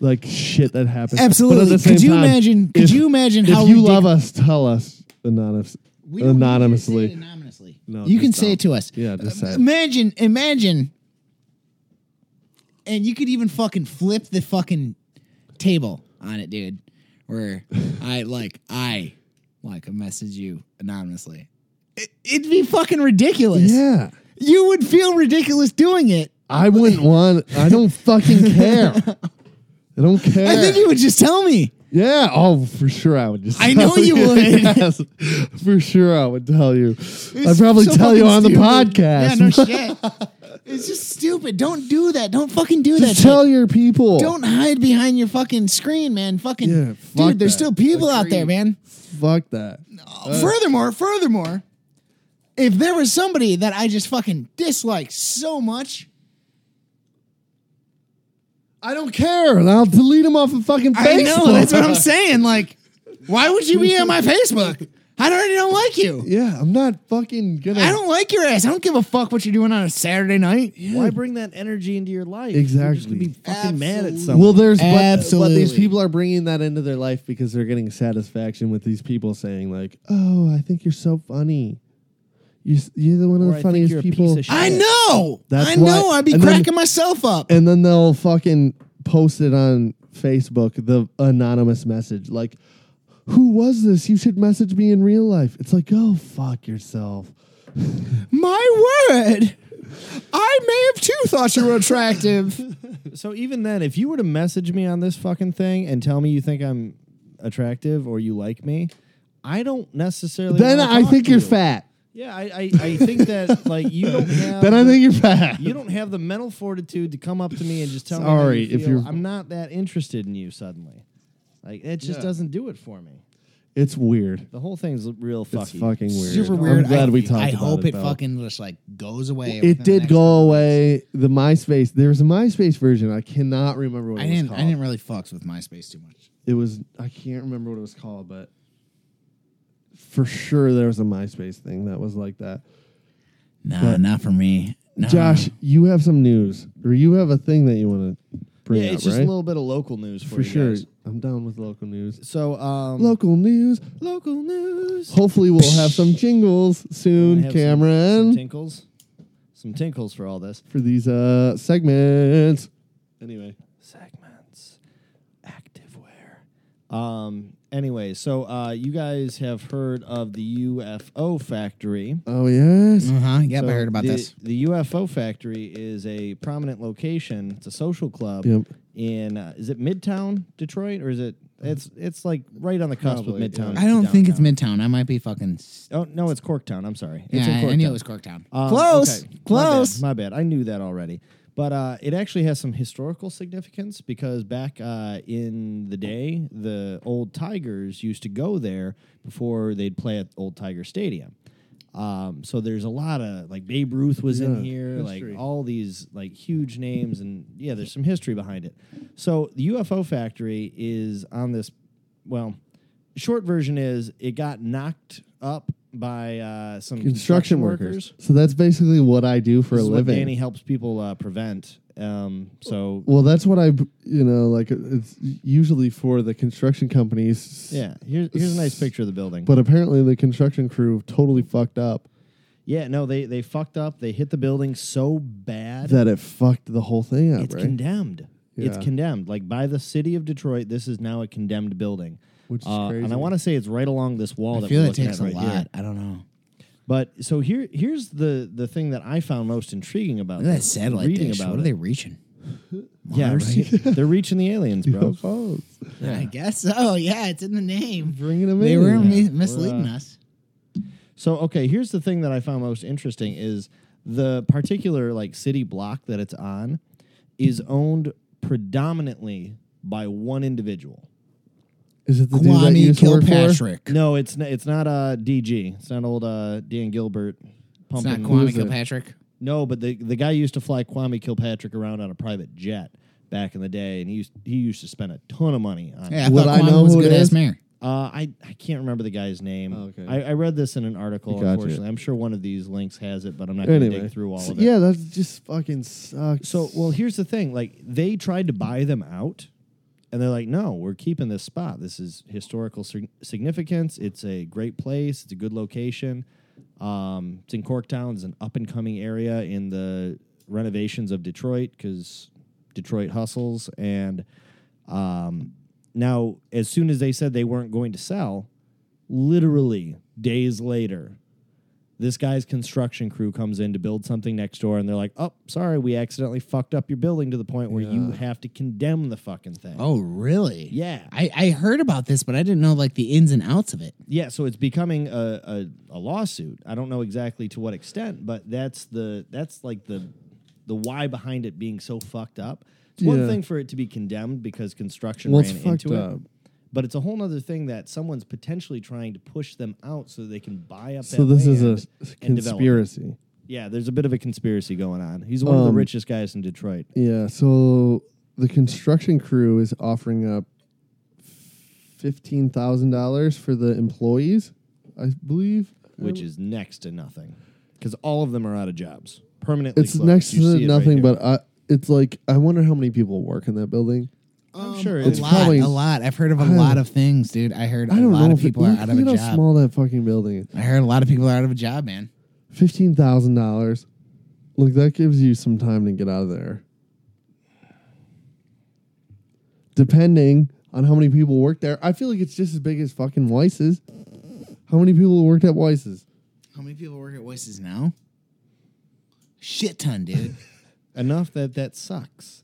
B: Like shit that happens. But at the
A: Absolutely.
B: same
A: Could you
B: time,
A: imagine? Could
B: if-
A: you imagine how
B: if you
A: ridic-
B: love us, tell us anonymous,
A: We don't need to say it
B: anonymously.
A: anonymously.
B: No,
A: you
B: just
A: can say
B: don't.
A: it to us.
B: Yeah, just say it.
A: Imagine, imagine, and you could even fucking flip the fucking table on it, dude. Where I like I like message you anonymously. It, it'd be fucking ridiculous.
B: Yeah,
A: You would feel ridiculous doing it.
B: I wouldn't want. I don't fucking care. I don't care.
A: I think you would just tell me.
B: yeah. Oh, for sure, I would just.
A: I know
B: tell
A: you would.
B: Yes, for sure, I would tell you. I'd
A: It's
B: probably
A: so
B: tell you
A: fucking
B: on the
A: stupid.
B: podcast.
A: Yeah, no shit. It's just stupid. Don't do that. Don't fucking do that.
B: just
A: shit.
B: tell your people.
A: Don't hide behind your fucking screen, man. Fucking
B: Yeah,
A: dude,
B: fuck
A: there's
B: that.
A: still people out there, man.
B: fuck that.
A: furthermore, furthermore, if there was somebody that I just fucking dislike so much,
B: I don't care. I'll delete them off of fucking Facebook.
A: I know that's what I'm saying. Like, why would you be on my Facebook? I already don't like you.
B: yeah, I'm not fucking gonna.
A: I don't like your ass. I don't give a fuck what you're doing on a Saturday night.
D: Why bring that energy into your life? You're just
B: Exactly.
D: gonna be fucking mad at
A: Absolutely.
D: someone.
B: Well, there's but, but
A: Absolutely.
B: these people are bringing that into their life because they're getting satisfaction with these people saying like, "Oh, I think you're so funny. You're s- you're the one of
D: Or, "I
B: the
D: think
B: funniest
D: you're a piece
B: people."
D: of shit."
A: I know.
B: That's
A: I know.
B: why-
A: I'd be
B: and then-
A: cracking myself up.
B: and then they'll fucking post it on Facebook the anonymous message like, "Who was this? You should message me in real life." It's like, "Go fuck yourself."
A: My word. I may have too thought you were attractive.
D: So even then, if you were to message me on this fucking thing and tell me you think I'm attractive or you like me, I don't necessarily.
B: Then
D: wanna
B: I
D: talk
B: think
D: to
B: you're
D: you.
B: fat.
D: Yeah, I, I, I think that like you don't have.
B: Then I
D: the-
B: think you're fat.
D: you don't have the mental fortitude to come up to me and just tell me. how
B: Sorry,
D: you
B: if
D: feel.
B: you're-
D: I'm not that interested in you suddenly. Like it just
B: Yeah.
D: doesn't do it for me.
B: It's weird.
D: The whole thing's real fucky.
B: It's fucking weird.
A: Super
B: I'm
A: weird.
B: glad
A: I,
B: we talked
A: I
B: about
A: hope
B: it.
A: it
B: though.
A: fucking just like goes away. within
B: It
A: the
B: did
A: next
B: go
A: couple weeks.
B: away. The MySpace. There was a MySpace version. I cannot remember what
A: I
B: it
A: didn't.
B: was
A: I
B: called.
A: didn't really fucks with MySpace too much.
B: it was. I can't remember what it was called, but for sure there was a MySpace thing that was like that.
A: No,
B: But-
A: not for me. No.
B: Josh, you have some news, or you have a thing that you want to bring
D: Yeah,
B: up,
D: it's just
B: right?
D: a little bit of local news for,
B: for
D: you
B: sure.
D: guys.
B: I'm down with local news.
D: So um,
B: Local news.
D: local news.
B: Hopefully, we'll have some jingles
D: I
B: soon,
D: have some- Some,
B: Cameron,
D: tinkles. Some tinkles for all this.
B: for these uh segments. Anyway,
D: Segments. Activewear. Um anyway, so uh you guys have heard of the UFO factory.
B: oh yes,
A: Uh huh. Yep,
D: So
A: I heard about
D: the-
A: this.
D: The UFO factory is a prominent location. It's a social club
B: Yep.
D: in uh, is it Midtown Detroit or is it it's it's like right on the cusp
B: Probably,
D: of Midtown.
B: yeah.
A: I don't think it's
D: downtown.
A: Midtown. I might be fucking. s-
D: Oh no, it's Corktown. I'm sorry. It's
A: Yeah,
D: in
A: I- I knew
D: Corktown.
A: it was Corktown.
D: Um,
A: close,
D: okay. My bad,
A: close.
D: My bad, I knew that already. But uh, it actually has some historical significance because back uh, in the day, the old Tigers used to go there before they'd play at Old Tiger Stadium. Um, so there's a lot of like Babe Ruth was in
B: Yeah,
D: here,
B: history.
D: like all these like huge names, and yeah, there's some history behind it. So the UFO factory is on this. Well, short version is it got knocked up by uh, some
B: construction workers. So that's basically what I do for
D: this
B: a
D: is
B: living.
D: What Danny helps people uh, prevent. Um, so
B: well, that's what I, b- you know, like it's usually for the construction companies.
D: yeah, here's here's a nice picture of the building.
B: But apparently, the construction crew totally fucked up
D: yeah, no, they they fucked up. They hit the building so bad
B: that it fucked the whole thing up,
D: it's
B: right?
D: condemned. It's
B: Yeah.
D: condemned. Like by the city of Detroit, this is now a condemned building.
B: Which is
D: Uh, And
B: crazy.
D: I want to say it's right along this wall.
A: I
D: that
A: feel
D: we're
A: it
D: looking
A: takes
D: at right
A: a
D: here.
A: lot. I don't know.
D: But so here here's the the thing that I found most intriguing about
A: Look at that
D: this,
A: satellite
D: reading
A: dish.
D: about
A: What
D: it.
A: are they reaching?
D: Yeah,
A: Mars?
D: right? they're reaching the aliens, bro.
B: UFOs.
A: I guess so. Yeah, it's in the name.
B: Bringing them
A: They
B: in.
A: were
B: Yeah. uh,
A: mi- misleading us.
D: So okay, here's the thing that I found most interesting is the particular like city block that it's on is owned predominantly by one individual.
B: Is it the dude that you
A: Kwame
B: used to work for?
A: Kilpatrick.
D: No, it's n- it's not uh DG. It's not old uh Dan Gilbert
A: it's
D: pumping.
A: not Kwame
B: is it?
A: Kilpatrick.
D: No, but the the guy used to fly Kwame Kilpatrick around on a private jet back in the day, and he used he used to spend a ton of money on. it.
A: Yeah, I
B: Would
A: thought
B: I
A: Kwame
B: know
A: was
B: who
A: a
B: it
A: good
B: is?
A: ass mayor.
D: Uh, I, I can't remember the guy's name.
B: Oh, okay.
D: I, I read this in an article.
B: Gotcha.
D: Unfortunately, I'm sure one of these links has it, but I'm not going to
B: Anyway,
D: dig through all
B: So,
D: of it.
B: yeah, that just fucking sucks.
D: So, well, here's the thing: like they tried to buy them out, and they're like, "No, we're keeping this spot. This is historical sig- significance. It's a great place. It's a good location. Um, it's in Corktown. It's an up and coming area in the renovations of Detroit because Detroit hustles. And um, now, as soon as they said they weren't going to sell, literally days later, this guy's construction crew comes in to build something next door and they're like, oh, sorry, we accidentally fucked up your building to the point where you
B: Yeah.
D: have to condemn the fucking thing.
A: Oh, really?
D: Yeah.
A: I, I heard about this, but I didn't know like the ins and outs of it.
D: Yeah, so it's becoming a, a, a lawsuit. I don't know exactly to what extent, but that's the that's like the the why behind it being so fucked up. It's one
B: Yeah.
D: thing for it to be condemned because construction
B: Well, it's
D: ran
B: fucked
D: into it.
B: up.
D: But it's a whole other thing that someone's potentially trying to push them out so they can buy up.
B: so
D: that
B: this is a
D: land
B: s-
D: and develop it.
B: conspiracy.
D: Yeah, there's a bit of a conspiracy going on. He's one of the
B: Um,
D: richest guys in Detroit.
B: Yeah. So the construction crew is offering up fifteen thousand dollars for the employees, I believe.
D: which
B: uh,
D: is next to nothing because all of them are out of jobs permanently.
B: it's
D: closed.
B: next
D: You see
B: to
D: it right
B: nothing,
D: here.
B: but I, it's like I wonder how many people work in that building.
D: I'm
B: Um,
D: sure
A: a
D: it's
A: lot,
B: probably-
A: a lot. I've heard of a
B: I don't-
A: lot of things, dude. I heard
B: I
A: a
B: don't
A: lot
B: know
A: of
B: if it-
A: people are
B: look-
A: out of a
B: look at
A: job.
B: how small that fucking building is.
A: I heard a lot of people are out of a job, man.
B: Fifteen thousand dollars. Look, that gives you some time to get out of there. Depending on how many people work there, I feel like it's just as big as fucking Weiss's. How many people worked at Weiss's?
A: How many people work at Voices now? Shit ton, dude.
D: enough that that sucks.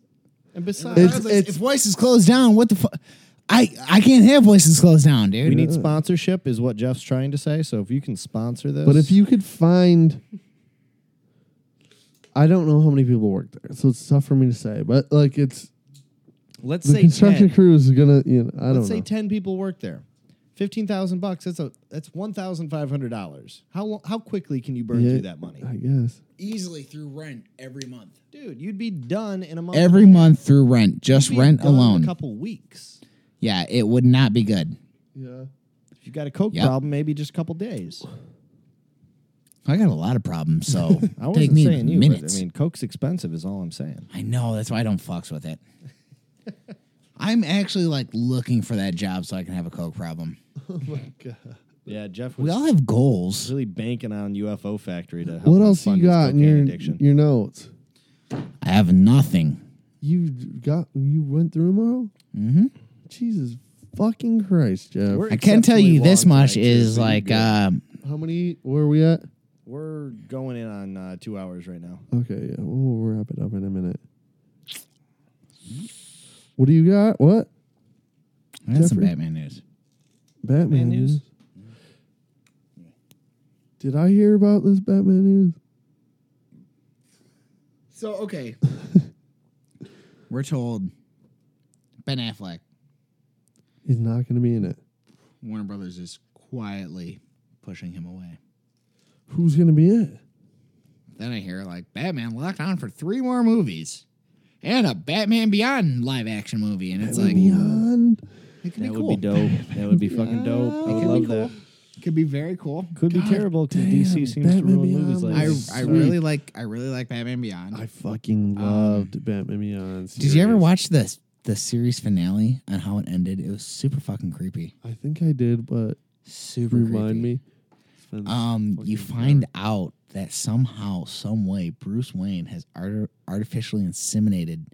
D: And besides,
A: I was like, if voices closed down, what the fuck? I I can't have voices closed down, dude.
D: we need sponsorship, is what Jeff's trying to say. So if you can sponsor this,
B: But if you could find, I don't know how many people work there, so it's tough for me to say. But like, it's
D: let's
B: the
D: say
B: construction
D: 10,
B: crew is gonna. You know, I don't
D: let's say
B: know.
D: ten people work there, fifteen thousand bucks. That's a that's one thousand five hundred dollars. How lo- how quickly can you burn
B: Yeah,
D: through that money,
B: I guess.
A: easily through rent every month.
D: dude? You'd be done in a month.
A: Every month through rent, just
D: You'd be
A: rent
D: done in
A: alone.
D: a couple weeks.
A: yeah, it would not be good.
B: Yeah.
D: If you got a coke
A: Yep.
D: problem, maybe just a couple days.
A: I got a lot of problems, so
D: I wasn't
A: take me
D: saying you,
A: minutes.
D: but I mean, coke's expensive, is all I'm saying.
A: I know that's why I don't fucks with it. I'm actually like looking for that job so I can have a coke problem.
D: Yeah, Jeff was
A: We all have goals.
D: really banking on UFO Factory to help.
B: What
D: him
B: else you
D: fund his
B: got in
D: cocaine
B: your
D: addiction.
B: your notes?
A: I have nothing.
B: You got you went through them all. Mm-hmm. Jesus fucking Christ, Jeff!
D: We're
A: I can tell
D: exceptionally
A: you this
D: long
A: much
D: tonight, too,
A: is
D: so you're
A: like
D: good.
A: uh,
B: How many? Where are we at?
D: we're going in on uh, two hours right now.
B: Okay, yeah, we'll wrap it up in a minute. What do you got? What
A: that's some
B: Jeffrey?
A: Batman news.
B: Batman
D: news?
B: news? Did I hear about this Batman news?
A: So okay, we're told Ben Affleck,
B: He's not going to be in it.
A: Warner Brothers is quietly pushing him away.
B: Who's going to be in it?
A: Then I hear like Batman locked on for three more movies, and a Batman Beyond live action movie, and it's like
B: Beyond.
A: it could
D: That
A: be
D: would
A: cool.
D: be dope. That would be fucking dope. I would
A: could
D: love
A: be
D: that.
A: Could be very cool.
D: Could be terrible because
B: damn,
D: DC seems to
B: Batman
D: ruin movies
B: Beyond
D: like
A: I
B: was-
A: I
B: Sweet.
A: really like I really like Batman Beyond.
B: I fucking loved Batman Beyond.
A: Um, Did you ever
B: series.
A: watch this the series finale and how it ended? It was super fucking creepy.
B: I think I did, but
A: Super creepy.
B: remind me. It's been-
A: Um, you
B: Fucking
A: find out that somehow, some way, Bruce Wayne has arti- artificially inseminated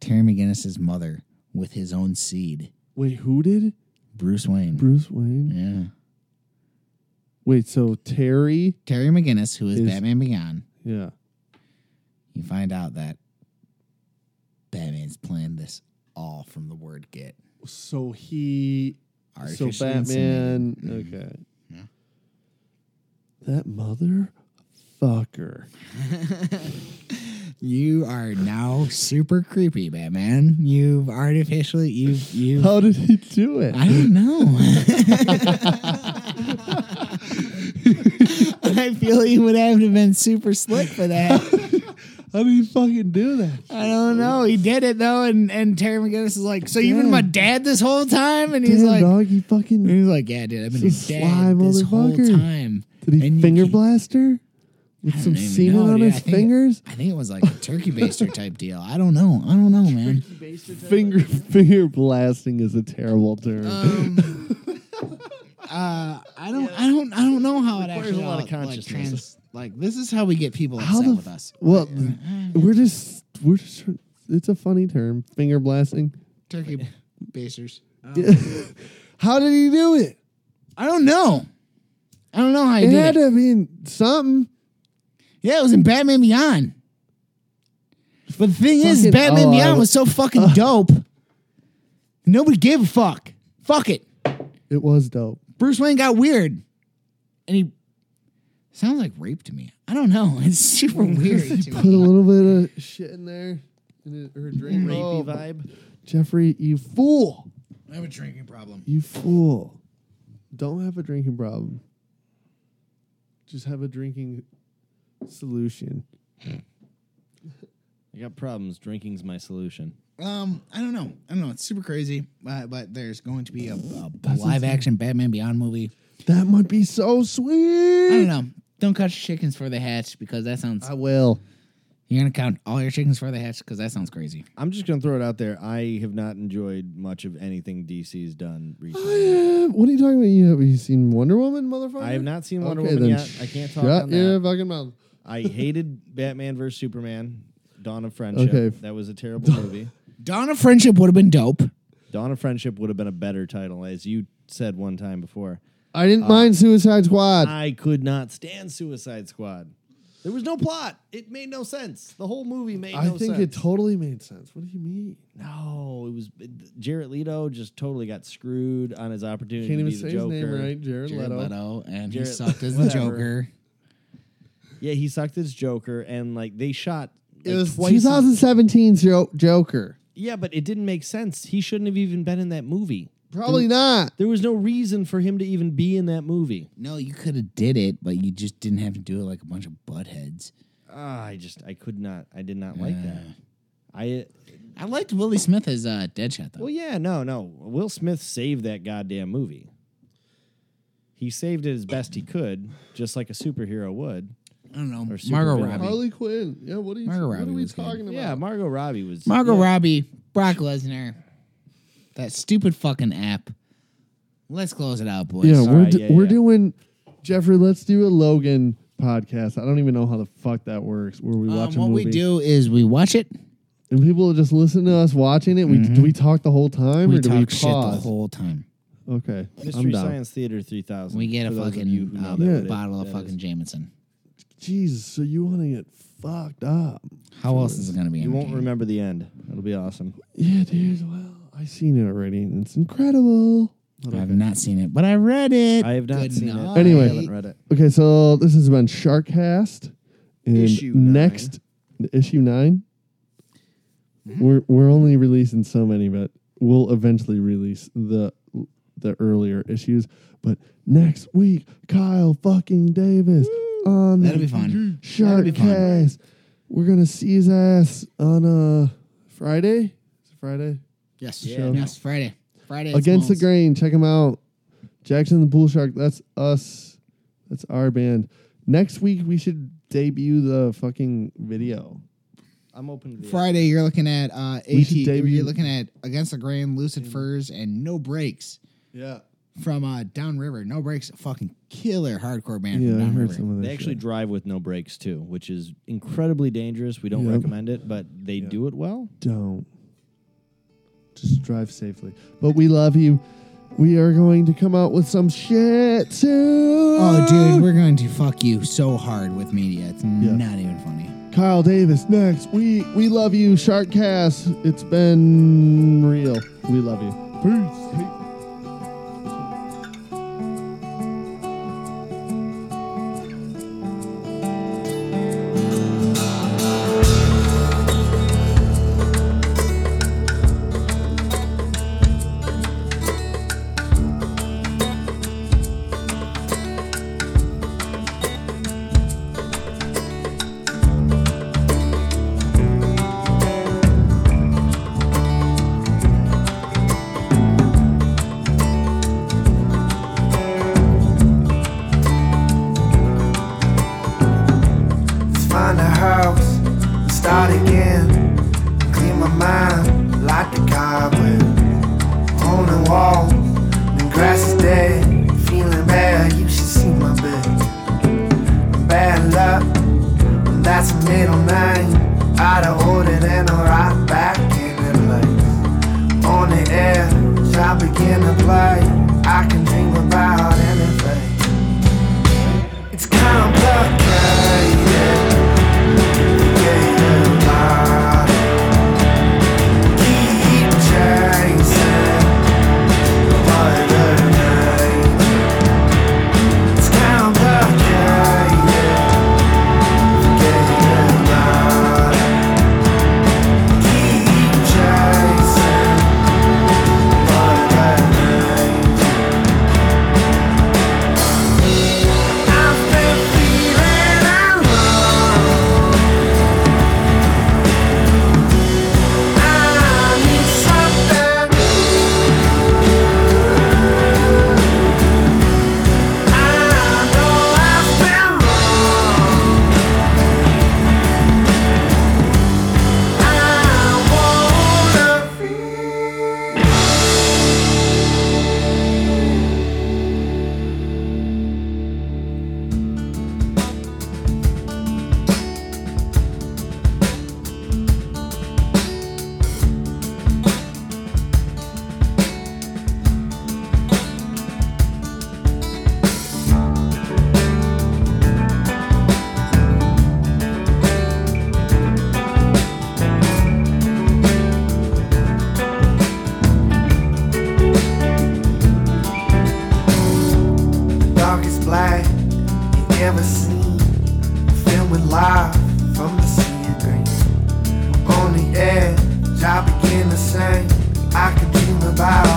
A: Terry McGinnis's mother with his own seed.
B: Wait, who did?
A: Bruce Wayne.
B: Bruce Wayne.
A: yeah.
B: Wait, so Terry?
A: Terry McGinnis, who is,
B: Is-
A: Batman Beyond,
B: Yeah.
A: you find out that Batman's planned this all from the word get.
B: So he. So
A: Artificially inseminated. Mm.
B: Batman. Okay.
A: Yeah.
B: That mother fucker.
A: You are now super creepy, Batman. You've artificially you've you've
B: How did he do it?
A: I don't know. I feel you would have to have been super slick for that.
B: How did he fucking do that?
A: I don't know. He did it though, and and Terry McGinnis is like, so you've been my dad this whole time, and he's
B: Damn,
A: like,
B: dog, he fucking
A: he's like, yeah, dude, I've been your
B: This is
A: dad
B: sly
A: this whole
B: motherfucker.
A: time.
B: Did he
A: And you
B: finger
A: keep-
B: blast her with
A: I
B: some
A: don't even
B: semen
A: know,
B: on
A: dude.
B: his
A: I think-
B: fingers?
A: I think it was like a turkey baster type deal. I don't know. I don't know, man.
B: Finger finger blasting is a terrible term.
A: Uh, I don't. I don't. I don't know how it
D: Requires
A: actually
D: a lot of
A: all, like,
D: consciousness.
A: trans, like this is how we get people
B: How
A: upset
B: the
A: with
B: f-
A: us.
B: well, we're just we're just it's a funny term, finger blasting.
A: turkey basers.
B: How did he do it?
A: I don't know. I don't know how he
B: It
A: did
B: had
A: it.
B: to be in something.
A: Yeah, it was in Batman Beyond. But the thing is,
B: Fucking-
A: Batman
B: oh, I
A: Beyond
B: would-
A: was so fucking dope. Nobody gave a fuck. Fuck it.
B: It was dope.
A: Bruce Wayne got weird, and he sounds like rape to me. I don't know. It's super weird to
B: Put a
A: me.
B: little bit of shit in there. In her drink.
D: rapey
B: Oh,
D: vibe.
B: Jeffrey, you fool.
A: I have a drinking problem.
B: You fool. Don't have a drinking problem. Just have a drinking solution.
D: I got problems. Drinking's my solution.
A: Um, I don't know. I don't know. It's super crazy, but, but there's going to be a, a live action Batman Beyond movie.
B: That would be so sweet.
A: I don't know. Don't catch chickens for the hatch because that sounds.
B: I will.
A: You're gonna count all your chickens for the hatch because that sounds crazy.
D: I'm just gonna throw it out there. I have not enjoyed much of anything DC's done recently.
B: Uh, what are you talking about? You have you seen Wonder Woman, motherfucker?
D: I have not seen Wonder
B: Okay,
D: Woman
B: then
D: yet. I can't talk
B: Shut
D: on
B: your
D: that.
B: fucking mouth.
D: I hated Batman vs Superman. Dawn of Friendship.
B: Okay.
D: That was a terrible movie.
A: Dawn of Friendship would have been dope.
D: Dawn of Friendship would have been a better title, as you said one time before.
B: I didn't mind Suicide Squad.
D: I could not stand Suicide Squad. There was no plot. It made no sense. The whole movie made
B: I
D: no
B: think
D: sense.
B: it totally made sense. What do you mean?
D: no, it was it- Jared Leto just totally got screwed on his opportunity
B: Can't even
D: to be
B: say
D: the
B: his
D: Joker.
B: name right. Jared,
A: Jared
B: Leto.
A: Leto, and he
D: Jared-
A: sucked as the
D: whatever.
A: Joker.
D: Yeah, he sucked as Joker, and like they shot.
B: It
D: like,
B: was
D: twice as-
B: 2017 jo- Joker.
D: yeah, but it didn't make sense. He shouldn't have even been in that movie.
B: Probably not.
D: There was no reason for him to even be in that movie.
A: No, you could have did it, but you just didn't have to do it like a bunch of buttheads.
D: Ah, I just I could not. I did not like that. I
A: I liked Willie Smith as uh, Deadshot though.
D: well, yeah, no, no. Will Smith saved that goddamn movie. He saved it as best he could, just like a superhero would.
A: I don't know.
D: Or super
A: Margot
D: villain.
A: Robbie.
B: Harley Quinn. Yeah, what are, you,
A: Margot
B: what are
A: Robbie
B: we
A: was good.
B: talking about?
D: Yeah, Margot Robbie was
A: Margot
D: yeah.
A: Robbie, Brock Lesnar, that stupid fucking app. Let's close it out, boys. Um,
B: Yeah, we're
D: right,
B: d-
D: yeah,
B: we're
D: yeah.
B: doing Jeffrey. Let's do a Logan podcast. I don't even know how the fuck that works. Where we
A: Um,
B: watch a
A: what
B: movie,
A: we do is we watch it.
B: and people will just listen to us watching it. We do we talk the whole
A: Mm-hmm.
B: time,
A: We
B: or do
A: talk
B: we
A: shit the
B: pause?
A: whole time.
B: okay, I'm
D: Mystery
B: down.
D: Science Theater 3000.
A: We get a
D: for those of
A: fucking
D: you who know
A: um,
D: that what it-
A: bottle of
D: that
A: fucking
D: is.
A: Jameson.
B: Jesus, so you want to get fucked up?
A: How else is it gonna be?
D: You won't
A: entertaining?
D: remember the end. It'll be awesome.
B: Yeah, dude. Well, I seen it already. and It's incredible.
A: I've not seen it, but I read it.
D: I have not
A: Good
D: seen
A: night.
D: it.
B: Anyway.
D: I haven't read it.
B: Okay, so this has been Sharkcast, and
D: Issue nine.
B: next issue 9
A: Mm-hmm.
B: we We're we're only releasing so many, but we'll eventually release the the earlier issues. But next week, Kyle fucking Davis on
A: That'll
B: the
A: be fun. That'll be fun.
B: Sharkcast. We're gonna see his ass on uh Friday. Is it Friday?
A: Yes,
D: Yeah.
A: yes, Friday, Friday it
B: Against the
A: smells.
B: Grain. Check them out. Jackson the Pool Shark. That's us. That's our band. Next week we should debut the fucking video.
D: I'm open to the
A: Friday, you're looking at uh,
B: We
A: AT.
B: should debut-
A: You're looking at Against the Grain, Lucid Furs, and No Breaks
B: Yeah.
A: from uh, Downriver. No Breaks, a fucking killer hardcore band.
B: Yeah,
A: from
B: I
A: Downriver.
B: heard some of that.
D: They actually drive with no brakes too, which is incredibly dangerous. We don't
B: Yep.
D: recommend it, but they do it well.
B: don't. Just drive safely. But we love you. We are going to come out with some shit soon.
A: Oh, dude, we're going to fuck you so hard with media. It's not even funny.
B: Kyle Davis next week. We love you, Sharkcast. It's been real. We love you. Peace. Peace.
C: the same. I could dream about